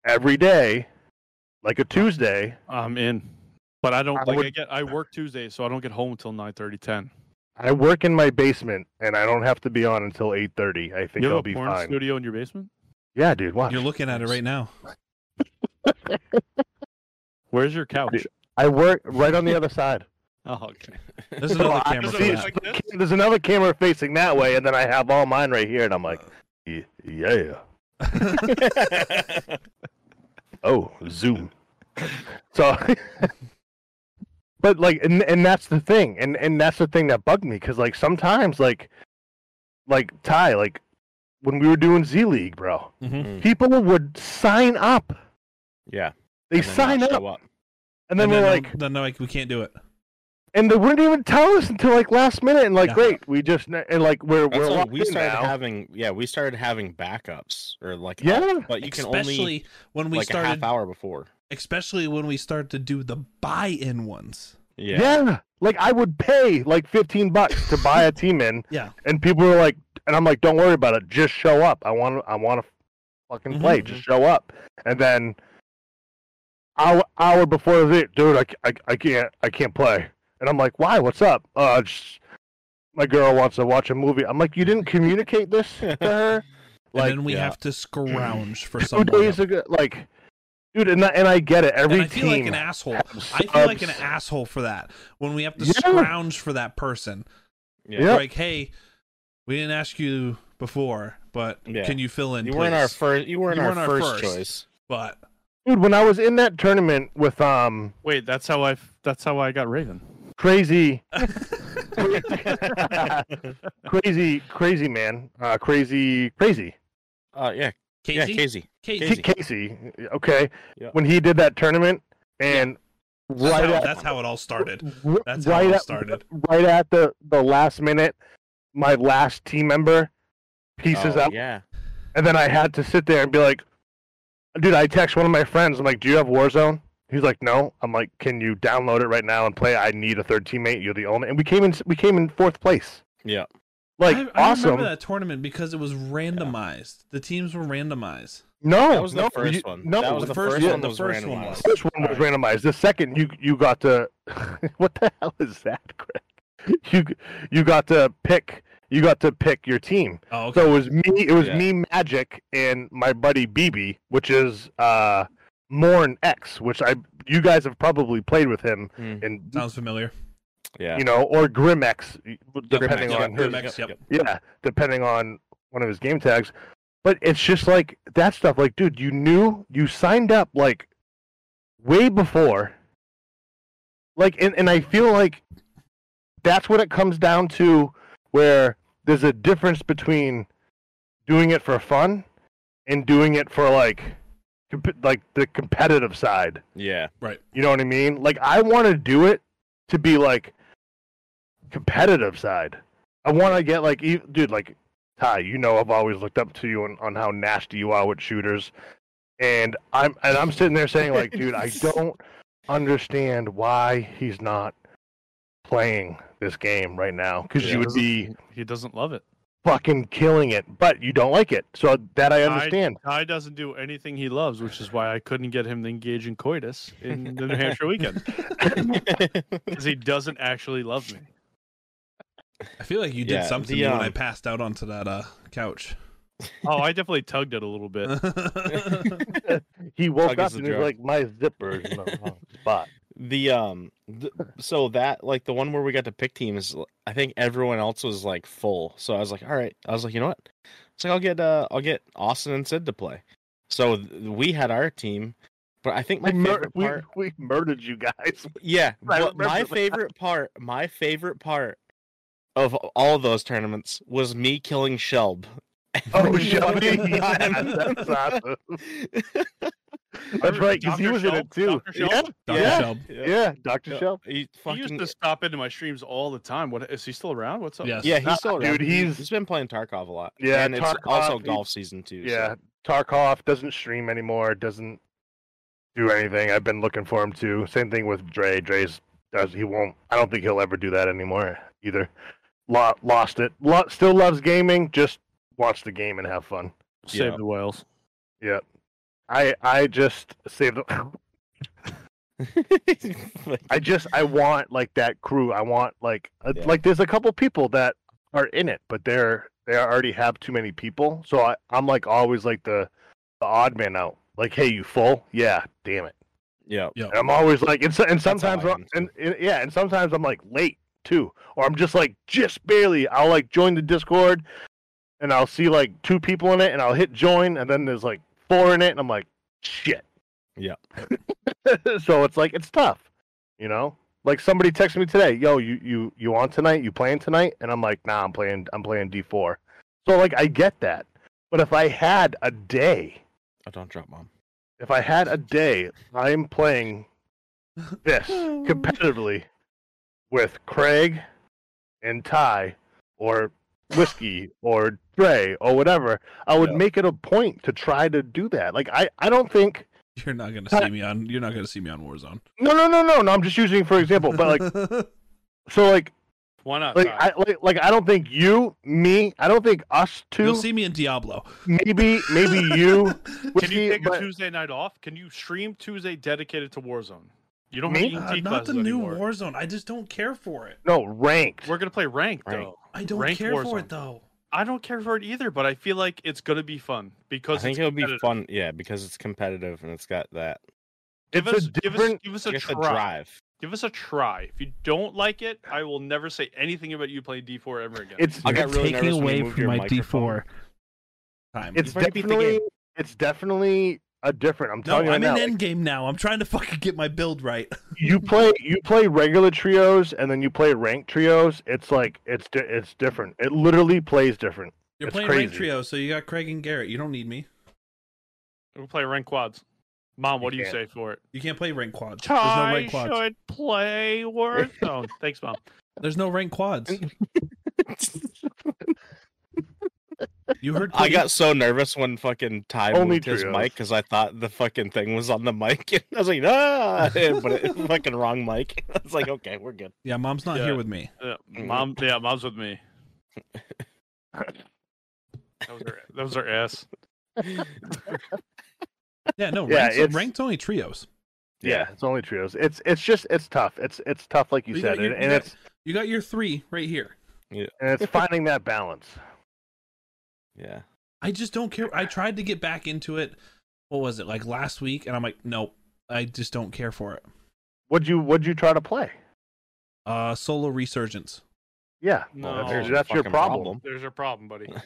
Speaker 5: every day, like a Tuesday,
Speaker 2: I'm in, but I don't
Speaker 5: I
Speaker 2: like. I
Speaker 5: would-
Speaker 2: get I work Tuesdays, so I don't get home until 9:30, 10.
Speaker 5: I work in my basement and I don't have to be on until eight thirty. I think
Speaker 2: You
Speaker 5: I'll
Speaker 2: have a
Speaker 5: be
Speaker 2: porn
Speaker 5: fine.
Speaker 2: studio in your basement?
Speaker 5: Yeah, dude, watch.
Speaker 4: You're looking at it right now.
Speaker 2: Where's your couch?
Speaker 5: I work right on the other side.
Speaker 2: Oh, okay.
Speaker 4: There's another
Speaker 5: I
Speaker 4: camera
Speaker 5: just
Speaker 4: for
Speaker 5: see
Speaker 4: that.
Speaker 5: it. There's another camera facing that way, and then I have all mine right here, and I'm like, "Y- yeah. Oh, Zoom. so, but like, and and that's the thing, and and that's the thing that bugged me because like sometimes like, like Ty, like when we were doing Z League, bro,
Speaker 4: Mhm.
Speaker 5: people would sign up.
Speaker 3: Yeah.
Speaker 5: They
Speaker 3: and then
Speaker 5: sign
Speaker 3: not
Speaker 5: up,
Speaker 3: show
Speaker 5: and then
Speaker 4: And
Speaker 5: we're
Speaker 4: they'll-
Speaker 5: like,
Speaker 4: then they're like, we can't do it.
Speaker 5: and they wouldn't even tell us until like last minute, and like,
Speaker 4: Yeah.
Speaker 5: great, we just ne- and like we're
Speaker 3: That's
Speaker 5: we're
Speaker 3: when
Speaker 5: locked
Speaker 3: we
Speaker 5: in
Speaker 3: started
Speaker 5: now.
Speaker 3: having yeah we started having backups or like
Speaker 5: yeah,
Speaker 3: but you can
Speaker 4: especially
Speaker 3: only
Speaker 4: when we
Speaker 3: like a
Speaker 4: started,
Speaker 3: half hour before.
Speaker 4: especially when we start to do the buy-in ones.
Speaker 3: Yeah.
Speaker 5: yeah, Like I would pay like fifteen bucks to buy a team in,
Speaker 4: Yeah.
Speaker 5: and people were like, and I'm like, don't worry about it, just show up. I want, I want to fucking
Speaker 4: Mhm.
Speaker 5: play, just show up. And then hour hour before the dude, I, c- I- I can't, I can't play. And I'm like, why? What's up? Uh, just, my girl wants to watch a movie. I'm like, you didn't communicate this to her. Like,
Speaker 4: and then we
Speaker 3: yeah.
Speaker 4: have to scrounge for
Speaker 5: two
Speaker 4: someone.
Speaker 5: days
Speaker 4: else.
Speaker 5: ago, like, dude, and I, and I get it. Every
Speaker 4: And I feel like
Speaker 5: team
Speaker 4: an asshole.
Speaker 5: has
Speaker 4: I feel like an
Speaker 5: subs.
Speaker 4: asshole for that when we have to
Speaker 5: Yeah.
Speaker 4: scrounge for that person.
Speaker 3: Yeah.
Speaker 5: Yep.
Speaker 4: Like, hey, we didn't ask you before, but
Speaker 3: Yeah.
Speaker 4: can you fill in?
Speaker 3: You weren't our
Speaker 4: please?
Speaker 3: first. You weren't,
Speaker 4: You weren't
Speaker 3: our,
Speaker 4: our
Speaker 3: first,
Speaker 4: first.
Speaker 3: choice.
Speaker 4: But
Speaker 5: Dude, when I was in that tournament with um
Speaker 2: Wait, that's how I. That's how I got Raven.
Speaker 5: crazy, crazy, crazy man, uh, crazy, crazy,
Speaker 3: Uh, yeah, yeah, Casey.
Speaker 4: Casey, Casey.
Speaker 5: Casey.
Speaker 3: Casey.
Speaker 5: Casey okay,
Speaker 3: Yeah.
Speaker 5: when he did that tournament, and
Speaker 4: That's,
Speaker 5: right,
Speaker 4: how,
Speaker 5: at,
Speaker 4: that's how it all started.
Speaker 5: r-
Speaker 4: That's how
Speaker 5: right
Speaker 4: it all
Speaker 5: at,
Speaker 4: started.
Speaker 5: right at the the last minute, my last team member pieces
Speaker 3: Oh,
Speaker 5: up,
Speaker 3: Yeah,
Speaker 5: and then I had to sit there and be like, dude, I text one of my friends, I'm like, do you have Warzone? He's like, no. I'm like, can you download it right now and play? I need a third teammate. You're the only, and we came in, we came in fourth place.
Speaker 3: yeah.
Speaker 5: Like,
Speaker 4: I, I
Speaker 5: awesome.
Speaker 4: remember that tournament because it was randomized. The teams were randomized.
Speaker 5: No,
Speaker 3: That was the
Speaker 5: no,
Speaker 3: first
Speaker 5: you-
Speaker 3: one.
Speaker 5: No,
Speaker 3: that was
Speaker 4: the
Speaker 3: the,
Speaker 4: first
Speaker 3: first,
Speaker 5: one-
Speaker 3: one.
Speaker 4: the
Speaker 3: that was
Speaker 4: first one
Speaker 3: randomized.
Speaker 4: was.
Speaker 5: first one was randomized. The second, you you got to what the hell is that, Greg? You you got to pick. You got to pick your team.
Speaker 4: Oh, okay.
Speaker 5: So it was me. It was
Speaker 3: Yeah.
Speaker 5: me, Magic, and my buddy BB, which is uh Morn X, which I you guys have probably played with him
Speaker 3: Mm.
Speaker 5: in
Speaker 4: Sounds familiar.
Speaker 3: Yeah.
Speaker 5: you know, or Grimex, depending
Speaker 4: Yep,
Speaker 5: on his,
Speaker 4: Grimex, yep.
Speaker 5: yeah, depending on one of his game tags. But it's just like that stuff. Like, dude, you knew you signed up like way before. Like, and, and I feel like that's what it comes down to where there's a difference between doing it for fun and doing it for like comp- like the competitive side.
Speaker 3: yeah.
Speaker 5: You know what I mean? Like I want to do it to be like competitive side. I want to get like, e- dude, like Ty. You know, I've always looked up to you on, on how nasty you are with shooters, and I'm and I'm sitting there saying like, dude, I don't understand why he's not playing this game right now because
Speaker 2: Yeah,
Speaker 5: you would
Speaker 2: doesn't-
Speaker 5: be
Speaker 2: He doesn't love it.
Speaker 5: fucking killing it, but you don't like it. So that
Speaker 2: I-
Speaker 5: I understand.
Speaker 2: Ty doesn't do anything he loves, which is why I couldn't get him to engage in coitus in the New Hampshire weekend because he doesn't actually love me.
Speaker 4: I feel like you did
Speaker 3: Yeah,
Speaker 4: something
Speaker 3: the,
Speaker 4: to me when I
Speaker 3: um,
Speaker 4: passed out onto that uh, couch.
Speaker 2: Oh, I definitely tugged it a little bit.
Speaker 5: He woke
Speaker 3: Tug is
Speaker 5: up
Speaker 3: the
Speaker 5: and he's
Speaker 3: drug.
Speaker 5: like, my zipper's in the wrong spot.
Speaker 3: the um th- so that like the one where we got to pick teams l- i think everyone else was like full so i was like all right i was like you know what it's like i'll get uh i'll get austin and sid to play so th- we had our team but i think my
Speaker 5: We, mur-
Speaker 3: favorite
Speaker 5: we,
Speaker 3: part
Speaker 5: we murdered you guys.
Speaker 3: yeah
Speaker 5: I
Speaker 3: but my
Speaker 5: remember that.
Speaker 3: favorite part my favorite part of all those tournaments was me killing shelb
Speaker 5: Oh,
Speaker 3: every
Speaker 5: Shelby.
Speaker 3: fucking
Speaker 5: Yeah,
Speaker 3: time.
Speaker 5: that's awesome. That's right, because he
Speaker 2: Dr.
Speaker 5: was in it
Speaker 2: Shelb-
Speaker 5: too.
Speaker 2: Dr.
Speaker 5: Yeah,
Speaker 2: Shelb?
Speaker 4: Dr.
Speaker 5: Yeah.
Speaker 4: Shelb.
Speaker 3: Yeah.
Speaker 5: yeah, Dr.
Speaker 3: Yeah.
Speaker 5: Shelb.
Speaker 3: He
Speaker 2: He used
Speaker 3: fucking
Speaker 2: to stop into my streams all the time. What is he still around? What's up?
Speaker 4: Yes.
Speaker 3: Yeah, he's still
Speaker 5: Dude,
Speaker 3: around. He-
Speaker 5: he's-
Speaker 3: he's been playing Tarkov a lot.
Speaker 5: Yeah,
Speaker 3: and it's
Speaker 5: Tarkov,
Speaker 3: also
Speaker 5: he-
Speaker 3: golf season too. so-
Speaker 5: Yeah, Tarkov doesn't stream anymore, doesn't do anything. I've been looking for him too. Same thing with Dre. Dre's does he won't I don't think he'll ever do that anymore either. Lo- lost it. Lo- still loves gaming, just watch the game and have fun.
Speaker 2: Save
Speaker 3: Yeah.
Speaker 2: the whales.
Speaker 5: Yeah. I I just save the
Speaker 3: Like,
Speaker 5: I just I want like that crew. I want like uh,
Speaker 3: Yeah.
Speaker 5: like there's a couple people that are in it, but they're they already have too many people. So I I'm like always like the the odd man out. Like hey, you full? Yeah, damn it.
Speaker 3: yeah.
Speaker 5: And I'm always like and so, and
Speaker 3: how
Speaker 5: sometimes
Speaker 3: I
Speaker 5: I'm-
Speaker 3: am,
Speaker 5: and, and yeah, and sometimes I'm like late too, or I'm just like just barely. I'll like join the Discord, and I'll see like two people in it, and I'll hit join, and then there's like four in it, and I'm like shit.
Speaker 3: Yeah.
Speaker 5: so it's like it's tough, you know. Like somebody texted me today, yo, you you you on tonight? You playing tonight? And I'm like, nah, I'm playing I'm playing D4. So like I get that, but if I had a day,
Speaker 3: Oh, don't drop mom.
Speaker 5: if I had a day, I'm playing this competitively with Craig and Ty or Whiskey or Dre or whatever. I would
Speaker 3: Yeah.
Speaker 5: make it a point to try to do that. Like I, I don't think
Speaker 4: You're not gonna see me on. You're not gonna see me on Warzone.
Speaker 5: no no no no no I'm just using it for example. But like so like
Speaker 2: Why not?
Speaker 5: like
Speaker 2: Ty?
Speaker 5: I like, like I don't think you, me, I don't think us two
Speaker 4: you'll see me in Diablo.
Speaker 5: maybe maybe you
Speaker 2: Can
Speaker 5: Whiskey,
Speaker 2: you take a
Speaker 5: but-
Speaker 2: Tuesday night off? Can you stream Tuesday dedicated to Warzone? You don't
Speaker 5: Me?
Speaker 2: have
Speaker 4: Uh,
Speaker 2: ENT
Speaker 4: not the
Speaker 2: classes
Speaker 4: new
Speaker 2: anymore.
Speaker 4: Warzone. I just don't care for it.
Speaker 5: no ranked.
Speaker 2: We're gonna play ranked
Speaker 3: Rank.
Speaker 2: though.
Speaker 4: I don't
Speaker 2: Ranked
Speaker 4: care for
Speaker 2: Warzone.
Speaker 4: it though.
Speaker 2: I don't care for it either, but I feel like it's gonna be fun
Speaker 3: I
Speaker 2: because
Speaker 3: think
Speaker 2: it's
Speaker 3: it'll be
Speaker 2: competitive.
Speaker 3: fun. Yeah, because it's competitive and it's got that.
Speaker 2: Give
Speaker 5: It's a
Speaker 2: us,
Speaker 5: different-
Speaker 2: give us,
Speaker 3: I
Speaker 2: give us a
Speaker 3: guess the
Speaker 2: try.
Speaker 3: drive.
Speaker 2: Give us a try. If you don't like it, I will never say anything about you playing D4 ever again.
Speaker 5: it's
Speaker 3: I got really nervous when you moved your microphone.
Speaker 4: Time.
Speaker 5: it's
Speaker 3: already beat the
Speaker 5: definitely it's definitely a different. I'm
Speaker 4: no,
Speaker 5: telling you
Speaker 4: I'm
Speaker 5: right now.
Speaker 4: in endgame now. I'm trying to fucking get my build right.
Speaker 5: you play you play regular trios and then you play ranked trios. It's like it's di- it's different. It literally plays different.
Speaker 4: You're
Speaker 5: It's
Speaker 4: playing ranked
Speaker 5: crazy.
Speaker 4: trio, so you got Craig and Garrett. You don't need me.
Speaker 2: We'll play ranked quads. Mom, what do
Speaker 5: You
Speaker 2: you
Speaker 5: can't.
Speaker 2: say for it?
Speaker 4: You can't play ranked quads. There's no
Speaker 2: Ty
Speaker 4: ranked quads.
Speaker 2: should play Warzone. Thanks, Mom.
Speaker 4: There's no ranked quads. You heard?
Speaker 3: I
Speaker 4: Cody?
Speaker 3: got so nervous when fucking Ty
Speaker 5: Only
Speaker 3: moved his
Speaker 5: trios.
Speaker 3: mic because I thought the fucking thing was on the mic. I was like, ah, but it fucking wrong mic. I was like, okay, we're good.
Speaker 4: Yeah, mom's not
Speaker 2: Yeah.
Speaker 4: here with me.
Speaker 2: Uh, mom, yeah, mom's with me. That was her, that was her ass.
Speaker 4: Yeah, no.
Speaker 5: Yeah,
Speaker 4: Ranks
Speaker 5: it's-
Speaker 4: ranked's only trios.
Speaker 5: Yeah, it's only trios. It's it's just it's tough. It's it's tough, like you
Speaker 4: Well, you
Speaker 5: said,
Speaker 4: got your-
Speaker 5: and, and
Speaker 4: you got-
Speaker 5: it's
Speaker 4: You got your three right here.
Speaker 5: and it's finding that balance.
Speaker 3: Yeah.
Speaker 4: I just don't care. I tried to get back into it. What was it like last week? And I'm like, nope. I just don't care for it.
Speaker 5: Would you would you try to play?
Speaker 4: Uh, Solo Resurgence.
Speaker 5: Yeah,
Speaker 2: No.
Speaker 5: that's,
Speaker 2: There's
Speaker 5: your-
Speaker 2: your
Speaker 5: that's your
Speaker 3: fucking
Speaker 5: problem.
Speaker 2: There's your problem, buddy.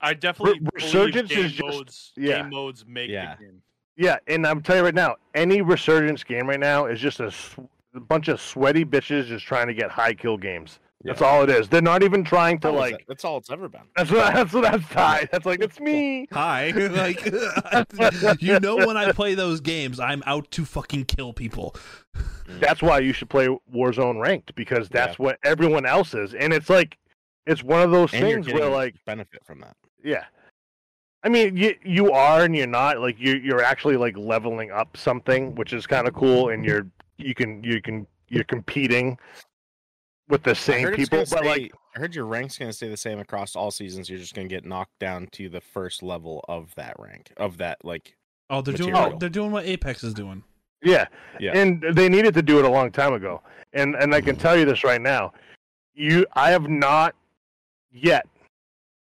Speaker 2: I definitely believe
Speaker 5: Resurgence
Speaker 2: game
Speaker 5: is just-
Speaker 2: modes.
Speaker 5: yeah.
Speaker 2: Game modes make
Speaker 3: Yeah.
Speaker 2: the game.
Speaker 5: Yeah, and I'm telling you right now, any resurgence game right now is just a, sw- a bunch of sweaty bitches just trying to get high kill games. That's all it is. They're not even trying to
Speaker 3: That was
Speaker 5: like.
Speaker 3: it. that's all it's ever been.
Speaker 5: That's what. That's what. That's high. That's like it's me.
Speaker 4: Hi, like you know when I play those games, I'm out to fucking kill people.
Speaker 5: That's why you should play Warzone ranked because that's what everyone else is, and it's like it's one of those
Speaker 3: And you're
Speaker 5: things where
Speaker 3: getting
Speaker 5: like
Speaker 3: benefit from that.
Speaker 5: yeah. I mean, you you are and you're not like you you're actually like leveling up something, which is kind of cool, and you're you can you can you're competing with the
Speaker 3: I
Speaker 5: same
Speaker 3: heard it's
Speaker 5: people,
Speaker 3: gonna
Speaker 5: but like
Speaker 3: stay- I heard your rank's going to stay the same across all seasons. You're just going to get knocked down to the first level of that rank of that like
Speaker 4: Oh, they're doing
Speaker 3: Material.
Speaker 4: what, they're doing what Apex is doing.
Speaker 5: Yeah.
Speaker 3: Yeah.
Speaker 5: And they needed to do it a long time ago. And and I can tell you this right now. You I have not yet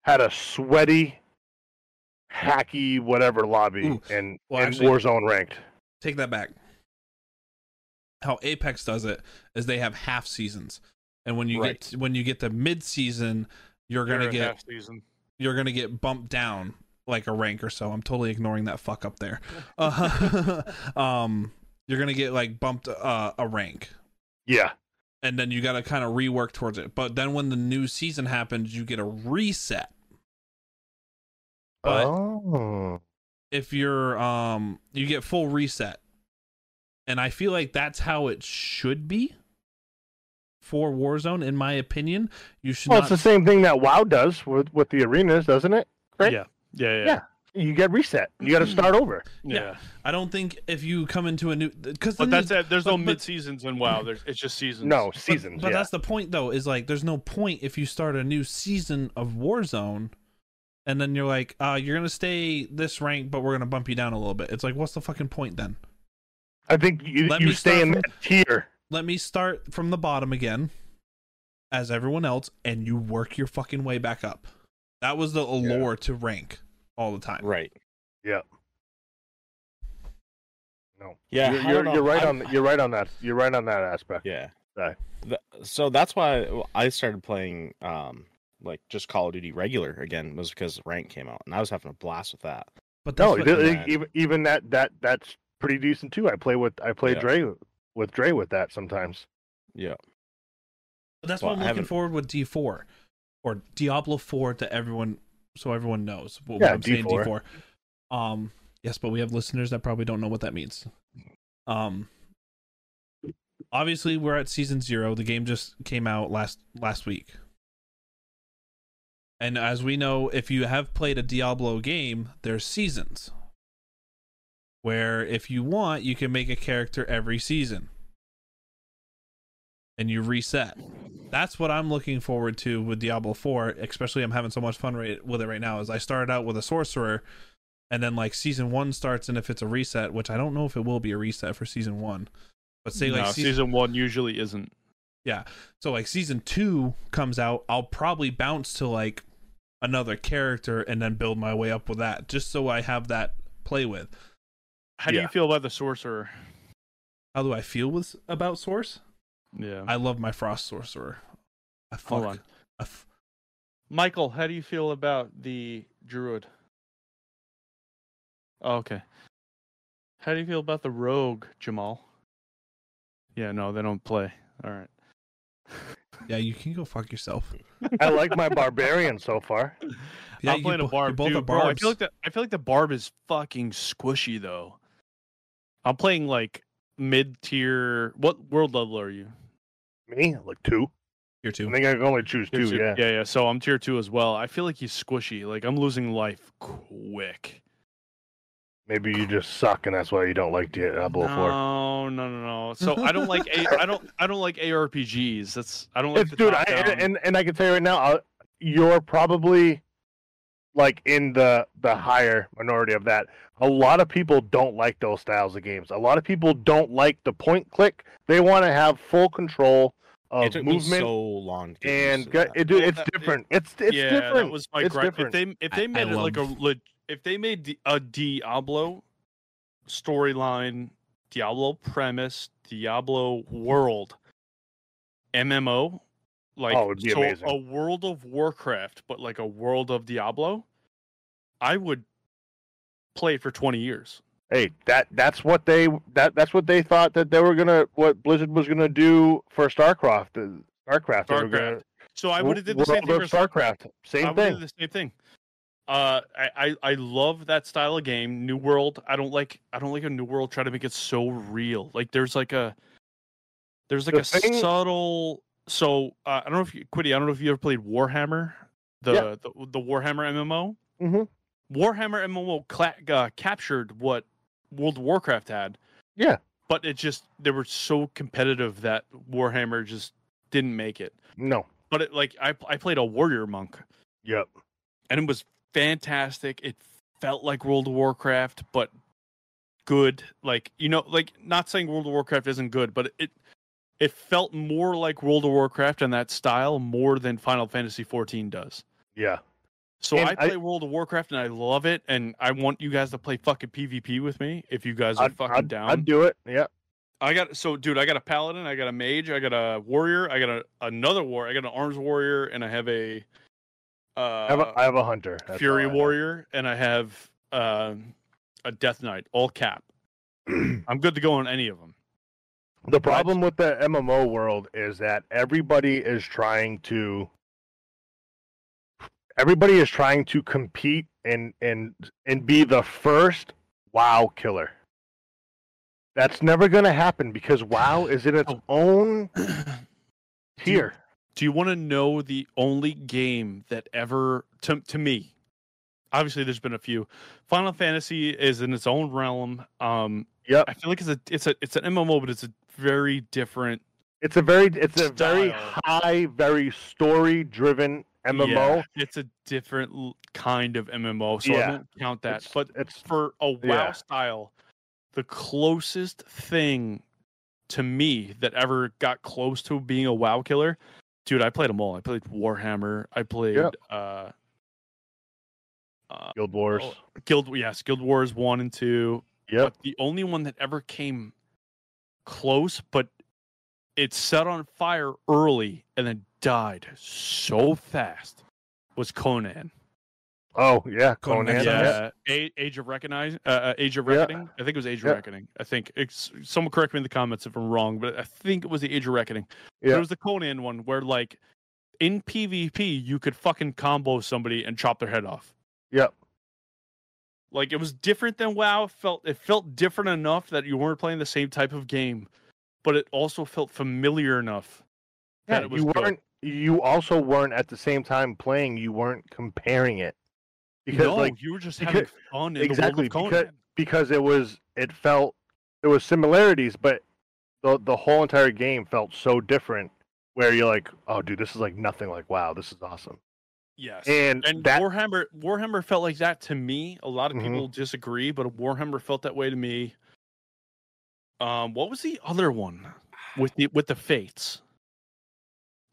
Speaker 5: had a sweaty hacky whatever lobby
Speaker 4: Ooh.
Speaker 5: and,
Speaker 4: Well,
Speaker 5: and
Speaker 4: actually-
Speaker 5: Warzone ranked.
Speaker 4: Take that back. How Apex does it is they have half seasons, and when you
Speaker 3: Right.
Speaker 4: get when you get to mid season, you're gonna
Speaker 2: They're in
Speaker 4: get
Speaker 2: half season.
Speaker 4: you're gonna get bumped down like a rank or so. I'm totally ignoring that fuck up there. Uh, um, you're gonna get like bumped uh, a rank,
Speaker 5: Yeah.
Speaker 4: and then you gotta kind of rework towards it. But then when the new season happens, you get a reset. But-
Speaker 5: oh.
Speaker 4: if you're um you get full reset and i feel like that's how it should be for warzone in my opinion you should
Speaker 5: Well,
Speaker 4: not
Speaker 5: it's the same thing that WoW does with, with the arenas, doesn't it? Right?
Speaker 2: Yeah. Yeah. Yeah.
Speaker 5: Yeah. You get reset. You
Speaker 4: Hmm.
Speaker 5: got to start over.
Speaker 2: Yeah.
Speaker 4: i don't think if you come into a new because
Speaker 2: But that's it. There's
Speaker 4: but-
Speaker 2: no
Speaker 4: but-
Speaker 2: mid seasons in WoW. There's it's just seasons.
Speaker 5: No, seasons.
Speaker 4: but
Speaker 5: yeah.
Speaker 4: that's the point though is like there's no point if you start a new season of warzone and then you're like uh you're gonna stay this rank but we're gonna bump you down a little bit it's like what's the fucking point then
Speaker 5: I think you,
Speaker 4: Let
Speaker 5: you
Speaker 4: me start
Speaker 5: stay in
Speaker 4: from-
Speaker 5: that tier.
Speaker 4: let me start from the bottom again as everyone else and you work your fucking way back up that was the allure to rank all the time
Speaker 3: right.
Speaker 5: No.
Speaker 3: Yeah, I don't
Speaker 5: You're, you're,
Speaker 3: know.
Speaker 5: you're right
Speaker 3: I'm-
Speaker 5: on th- you're right on that. You're right on that aspect.
Speaker 3: Yeah.
Speaker 5: Sorry.
Speaker 3: Th- so that's why I started playing um like just Call of Duty regular again was because rank came out and I was having a blast with that.
Speaker 4: but that's
Speaker 5: No,
Speaker 4: what-
Speaker 5: th-
Speaker 3: yeah.
Speaker 5: like, even even that that that's pretty decent too. I play with I play
Speaker 3: Yeah.
Speaker 5: Dre with Dre with that sometimes.
Speaker 4: that's
Speaker 3: well,
Speaker 4: what
Speaker 3: I
Speaker 4: i'm looking
Speaker 3: haven't-
Speaker 4: forward with d4 or diablo 4 to everyone so everyone knows what, what
Speaker 5: Yeah,
Speaker 4: i'm saying
Speaker 5: D4.
Speaker 4: d4 um yes but we have listeners that probably don't know what that means um obviously we're at season zero the game just came out last last week and as we know if you have played a diablo game there's seasons where if you want you can make a character every season and you reset that's what i'm looking forward to with diablo 4 especially i'm having so much fun right, with it right now is i started out with a sorcerer and then like season one starts and if it's a reset which i don't know if it will be a reset for season one but say like
Speaker 2: no,
Speaker 4: season,
Speaker 2: season one usually isn't.
Speaker 4: so like season two comes out, I'll probably bounce to like another character and then build my way up with that, just so I have that play with.
Speaker 2: How do
Speaker 5: Yeah.
Speaker 2: you feel about the sorcerer?
Speaker 4: How do I feel with about Source?
Speaker 2: Yeah.
Speaker 4: I love my Frost Sorcerer. I fuck.
Speaker 2: Hold on.
Speaker 4: I f-
Speaker 2: Michael, how do you feel about the druid? Oh, okay. How do you feel about the rogue, Jamal? Yeah, no, they don't play. All right.
Speaker 4: yeah, you can go fuck yourself.
Speaker 5: I like my barbarian so far.
Speaker 4: Yeah,
Speaker 2: I'm
Speaker 4: you
Speaker 2: playing
Speaker 4: bo-
Speaker 2: a
Speaker 4: you
Speaker 2: barb.
Speaker 4: both
Speaker 2: Dude,
Speaker 4: are
Speaker 2: bro, I
Speaker 4: barbs.
Speaker 2: feel like the I feel like the barb is fucking squishy though. I'm playing like mid tier. What world level are you?
Speaker 5: Me, like two.
Speaker 4: Here
Speaker 5: I
Speaker 4: too.
Speaker 5: think I can only choose
Speaker 2: Tier
Speaker 5: two. Yeah.
Speaker 2: yeah, yeah. So I'm tier two as well. I feel like he's squishy. Like I'm losing life quick.
Speaker 5: Maybe you just suck, and that's why you don't like Diablo Four.
Speaker 2: No, no, no, no. So I don't like a, I don't I don't like ARPGs. That's I don't like
Speaker 5: It's,
Speaker 2: the
Speaker 5: dude, I,
Speaker 2: top down.
Speaker 5: and and I can tell you right now, i you're probably like in the the higher minority of that. A lot of people don't like those styles of games. A lot of people don't like the point click. They want to have full control
Speaker 3: it
Speaker 5: of
Speaker 3: took me
Speaker 5: movement
Speaker 3: so long to get used
Speaker 5: and
Speaker 3: to
Speaker 5: gu-
Speaker 3: that.
Speaker 5: it, dude,
Speaker 2: Well,
Speaker 5: it's
Speaker 2: that- it-
Speaker 5: different. It's it's
Speaker 2: yeah,
Speaker 5: different.
Speaker 2: that was my
Speaker 5: It's
Speaker 2: gripe. If
Speaker 5: different.
Speaker 2: they if
Speaker 4: I- I
Speaker 2: they made it like a
Speaker 4: love-
Speaker 2: le- if they made Di- a Diablo storyline, Diablo premise, Diablo world, MMO, like
Speaker 5: Oh, it'd be
Speaker 2: so
Speaker 5: amazing.
Speaker 2: a World of Warcraft, but like a World of Diablo, I would play for twenty years.
Speaker 5: Hey, that that's what they that that's what they thought that they were gonna what Blizzard was gonna do for StarCraft. uh, StarCraft. they were gonna-
Speaker 2: StarCraft. So I would have did the same
Speaker 5: World
Speaker 2: thing
Speaker 5: of
Speaker 2: for
Speaker 5: StarCraft. Same
Speaker 2: I would do
Speaker 5: thing.
Speaker 2: the same thing. Uh, I, I I love that style of game. New World. I don't like. I don't like a New World. Try to make it so real. Like there's like a there's like
Speaker 5: The
Speaker 2: a
Speaker 5: thing-
Speaker 2: subtle. So uh, I don't know if you, Quiddy. I don't know if you ever played Warhammer. The
Speaker 5: Yeah.
Speaker 2: the, the Warhammer MMO.
Speaker 5: Mhm.
Speaker 2: Warhammer MMO cla- uh, captured what World of Warcraft had.
Speaker 5: Yeah.
Speaker 2: But it just they were so competitive that Warhammer just didn't make it.
Speaker 5: No.
Speaker 2: But it, like I I played a warrior monk
Speaker 5: Yep.
Speaker 2: and it was fantastic. It felt like World of Warcraft, but good. Like you know, like not saying World of Warcraft isn't good, but it it felt more like World of Warcraft and that style more than Final Fantasy XIV does.
Speaker 5: Yeah.
Speaker 2: So
Speaker 5: And
Speaker 2: I
Speaker 5: I-
Speaker 2: play World of Warcraft and I love it, and I want you guys to play fucking PvP with me if you guys are
Speaker 5: I'd,
Speaker 2: fucking
Speaker 5: I'd,
Speaker 2: down.
Speaker 5: I'd do it. Yeah.
Speaker 2: I got so dude, I got a paladin, I got a mage, I got a warrior, I got a, another war, I got an arms warrior, and I have a uh,
Speaker 5: I have a, I have a hunter. That's
Speaker 2: Fury
Speaker 5: all I have.
Speaker 2: Warrior, and I have um a Death Knight, all cap. I'm good to go on any of them.
Speaker 5: The problem with the MMO world is that everybody is trying to everybody is trying to compete and and and be the first WoW killer. That's never going to happen because WoW is in
Speaker 2: Oh.
Speaker 5: its own tier.
Speaker 2: Do you want to know the only game that ever to to me? Obviously, there's been a few. Final Fantasy is in its own realm. Um,
Speaker 5: Yep.
Speaker 2: I feel like it's a it's a it's an MMO, but it's a very different.
Speaker 5: It's a very it's a very
Speaker 2: Style.
Speaker 5: high, very story driven MMO.
Speaker 2: Yeah, it's a different l- kind of MMO, so
Speaker 5: Yeah.
Speaker 2: I won't count that.
Speaker 5: It's-
Speaker 2: but
Speaker 5: it's
Speaker 2: for a WoW
Speaker 5: Yeah.
Speaker 2: style, the closest thing to me that ever got close to being a WoW killer, dude. I played them all. I played Warhammer. I played uh, uh,
Speaker 5: Guild Wars.
Speaker 2: Oh, Guild. Yes, Guild Wars one and two.
Speaker 5: yep.
Speaker 2: But the only one that ever came close, but it set on fire early and then died so fast, was Conan.
Speaker 5: Oh, yeah,
Speaker 4: Conan
Speaker 5: Conan.
Speaker 4: Exiles.
Speaker 5: Yeah.
Speaker 2: Yeah, A- Age of Recognize, uh, uh, Age of
Speaker 5: Yeah.
Speaker 2: Reckoning. I think it was Age of
Speaker 5: Yeah.
Speaker 2: Reckoning. I think it's someone correct me in the comments if I'm wrong, but I think it was the Age of Reckoning.
Speaker 5: Yeah.
Speaker 2: There was the Conan one where like in PvP you could fucking combo somebody and chop their head off.
Speaker 5: Yep.
Speaker 2: Like it was different than WoW. It felt it felt different enough that you weren't playing the same type of game, but it also felt familiar enough that it was
Speaker 5: you
Speaker 2: good.
Speaker 5: weren't. You also weren't at the same time playing. You weren't comparing it because,
Speaker 2: no,
Speaker 5: like,
Speaker 2: you were just
Speaker 5: because-
Speaker 2: having fun in
Speaker 5: exactly,
Speaker 2: the world
Speaker 5: because-
Speaker 2: of Conan.
Speaker 5: because it was. It felt there was similarities, but the the whole entire game felt so different. Where you're like, oh, dude, this is like nothing. Like, wow, this is awesome.
Speaker 2: Yes.
Speaker 5: And,
Speaker 2: and
Speaker 5: that
Speaker 2: Warhammer Warhammer felt like that to me. A lot of
Speaker 5: Mhm.
Speaker 2: people disagree, but Warhammer felt that way to me. Um, what was the other one with the with the fates?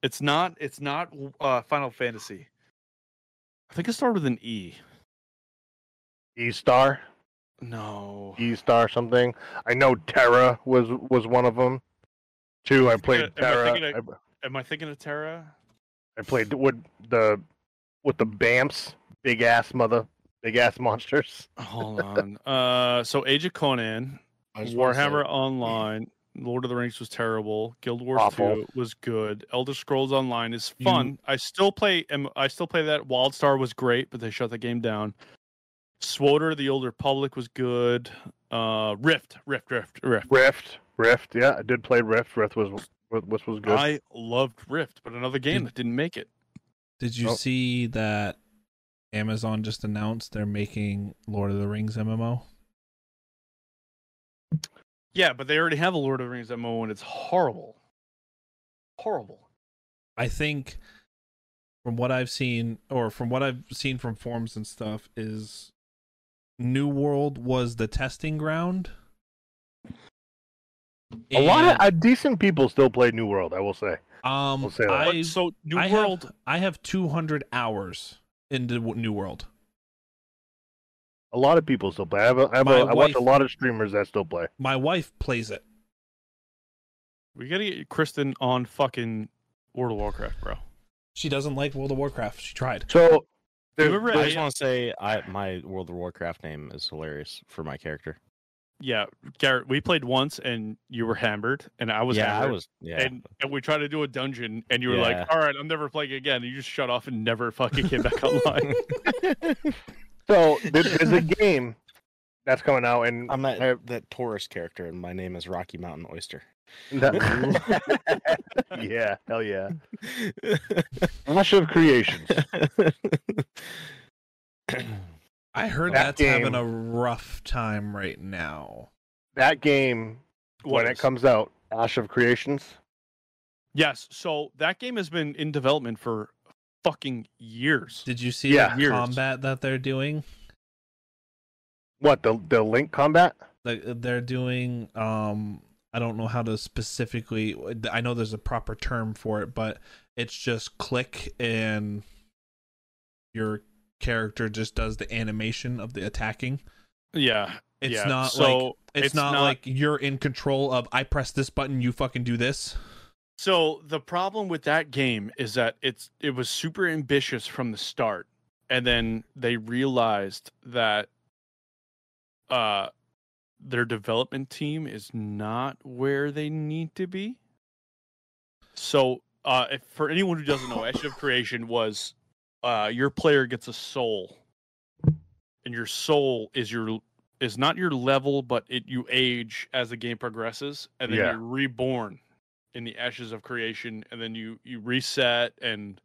Speaker 2: It's not it's not uh, Final Fantasy. I think it started with an E.
Speaker 5: E Star,
Speaker 2: No,
Speaker 5: E Star something. I know Terra was was one of them. Two, I played
Speaker 2: thinking of- uh, am I
Speaker 5: Terra.
Speaker 2: thinking
Speaker 5: I,
Speaker 2: am I thinking of Terra?
Speaker 5: I played with the with the Bamps, big ass mother, big ass monsters.
Speaker 2: Hold on. uh, so Age of Conan,
Speaker 7: I just wanna say-
Speaker 2: Warhammer Online, Lord of the Rings was terrible. Guild Wars
Speaker 5: Awful.
Speaker 2: 2 was good. Elder Scrolls Online is fun. I still play am- I still play that. WildStar was great, but they shut the game down. Swoter, the Old Republic was good. Uh, Rift, Rift, Rift, Rift.
Speaker 5: Rift, Rift. Yeah, I did play Rift. Rift was was was, was good.
Speaker 2: I loved Rift, but another game that didn't make it.
Speaker 4: Did you
Speaker 5: Oh.
Speaker 4: see that Amazon just announced they're making Lord of the Rings MMO?
Speaker 2: Yeah, but they already have a Lord of the Rings MMO, and it's horrible. Horrible.
Speaker 4: I think from what I've seen or from what I've seen from forums and stuff is New World was the testing ground.
Speaker 5: a lot of
Speaker 4: And,
Speaker 5: uh, decent people still play New World. I will say.
Speaker 4: um
Speaker 5: I'll say that.
Speaker 2: But
Speaker 4: I,
Speaker 2: so New
Speaker 4: I
Speaker 2: World,
Speaker 4: have, I have 200 hours into New World.
Speaker 5: A lot of people still play. I have a, I, have a,
Speaker 1: My
Speaker 5: I watch a
Speaker 1: wife-
Speaker 5: lot of streamers that still play.
Speaker 1: My wife plays it.
Speaker 2: We gotta get Kristen on fucking World of Warcraft, bro.
Speaker 1: She doesn't like World of Warcraft. She tried.
Speaker 5: So there's,
Speaker 2: Remember
Speaker 3: I
Speaker 2: I-
Speaker 3: just want to say, I my World of Warcraft name is hilarious for my character.
Speaker 2: Yeah, Garrett, we played once and you were hammered, and I was
Speaker 3: yeah,
Speaker 2: hammered.
Speaker 3: I was. Yeah,
Speaker 2: And, and we tried to do a dungeon, and you were
Speaker 3: Yeah.
Speaker 2: like, "All right, I'm never playing again." And you just shut off and never fucking came back online.
Speaker 5: so there- there's a game that's coming out, and
Speaker 3: I'm that
Speaker 5: I-
Speaker 3: that Taurus character, and my name is Rocky Mountain Oyster.
Speaker 5: that- yeah, hell yeah, Clash of Creations.
Speaker 1: I heard
Speaker 5: That
Speaker 1: that's
Speaker 5: game-
Speaker 1: having a rough time right now.
Speaker 5: That game when it
Speaker 2: Was.
Speaker 5: comes out, Clash of Creations.
Speaker 2: yes, so that game has been in development for fucking years.
Speaker 1: Did you see
Speaker 5: Yeah.
Speaker 1: the
Speaker 2: Years.
Speaker 1: combat that they're doing?
Speaker 5: What the the Link combat?
Speaker 1: Like they're doing um I don't know how to specifically I know there's a proper term for it, but it's just click and your character just does the animation of the attacking.
Speaker 2: Yeah,
Speaker 1: It's
Speaker 2: yeah.
Speaker 1: not
Speaker 2: so,
Speaker 1: like it's,
Speaker 2: it's
Speaker 1: not,
Speaker 2: not-
Speaker 1: like you're in control of I press this button, you fucking do this.
Speaker 2: So the problem with that game is that it's it was super ambitious from the start, and then they realized that uh their development team is not where they need to be. So uh if for anyone who doesn't know, Edge of Creation was uh your player gets a soul. And your soul is your is not your level, but it you age as the game progresses, and then
Speaker 5: Yeah.
Speaker 2: you're reborn in the ashes of creation, and then you you reset, and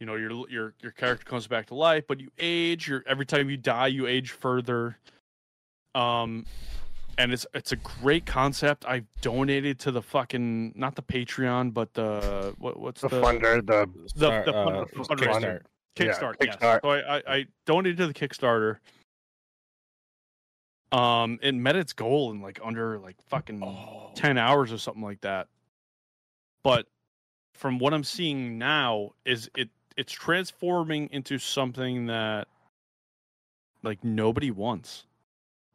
Speaker 2: you know your your your character comes back to life, but you age. Your every time you die, you age further. Um, and it's it's a great concept. I've donated to the fucking not the Patreon, but the what what's
Speaker 5: The
Speaker 2: the,
Speaker 5: funder, the
Speaker 2: the,
Speaker 3: Star-
Speaker 2: the fund-
Speaker 3: uh,
Speaker 2: the fundraiser.
Speaker 3: Kickstart.
Speaker 5: Yeah,
Speaker 2: Kickstart, yes.
Speaker 5: Kickstart.
Speaker 2: So I, I, I donated to the Kickstarter. Um, it met its goal in like under like fucking
Speaker 5: Oh.
Speaker 2: ten hours or something like that. But from what I'm seeing now, is it it's transforming into something that like nobody wants.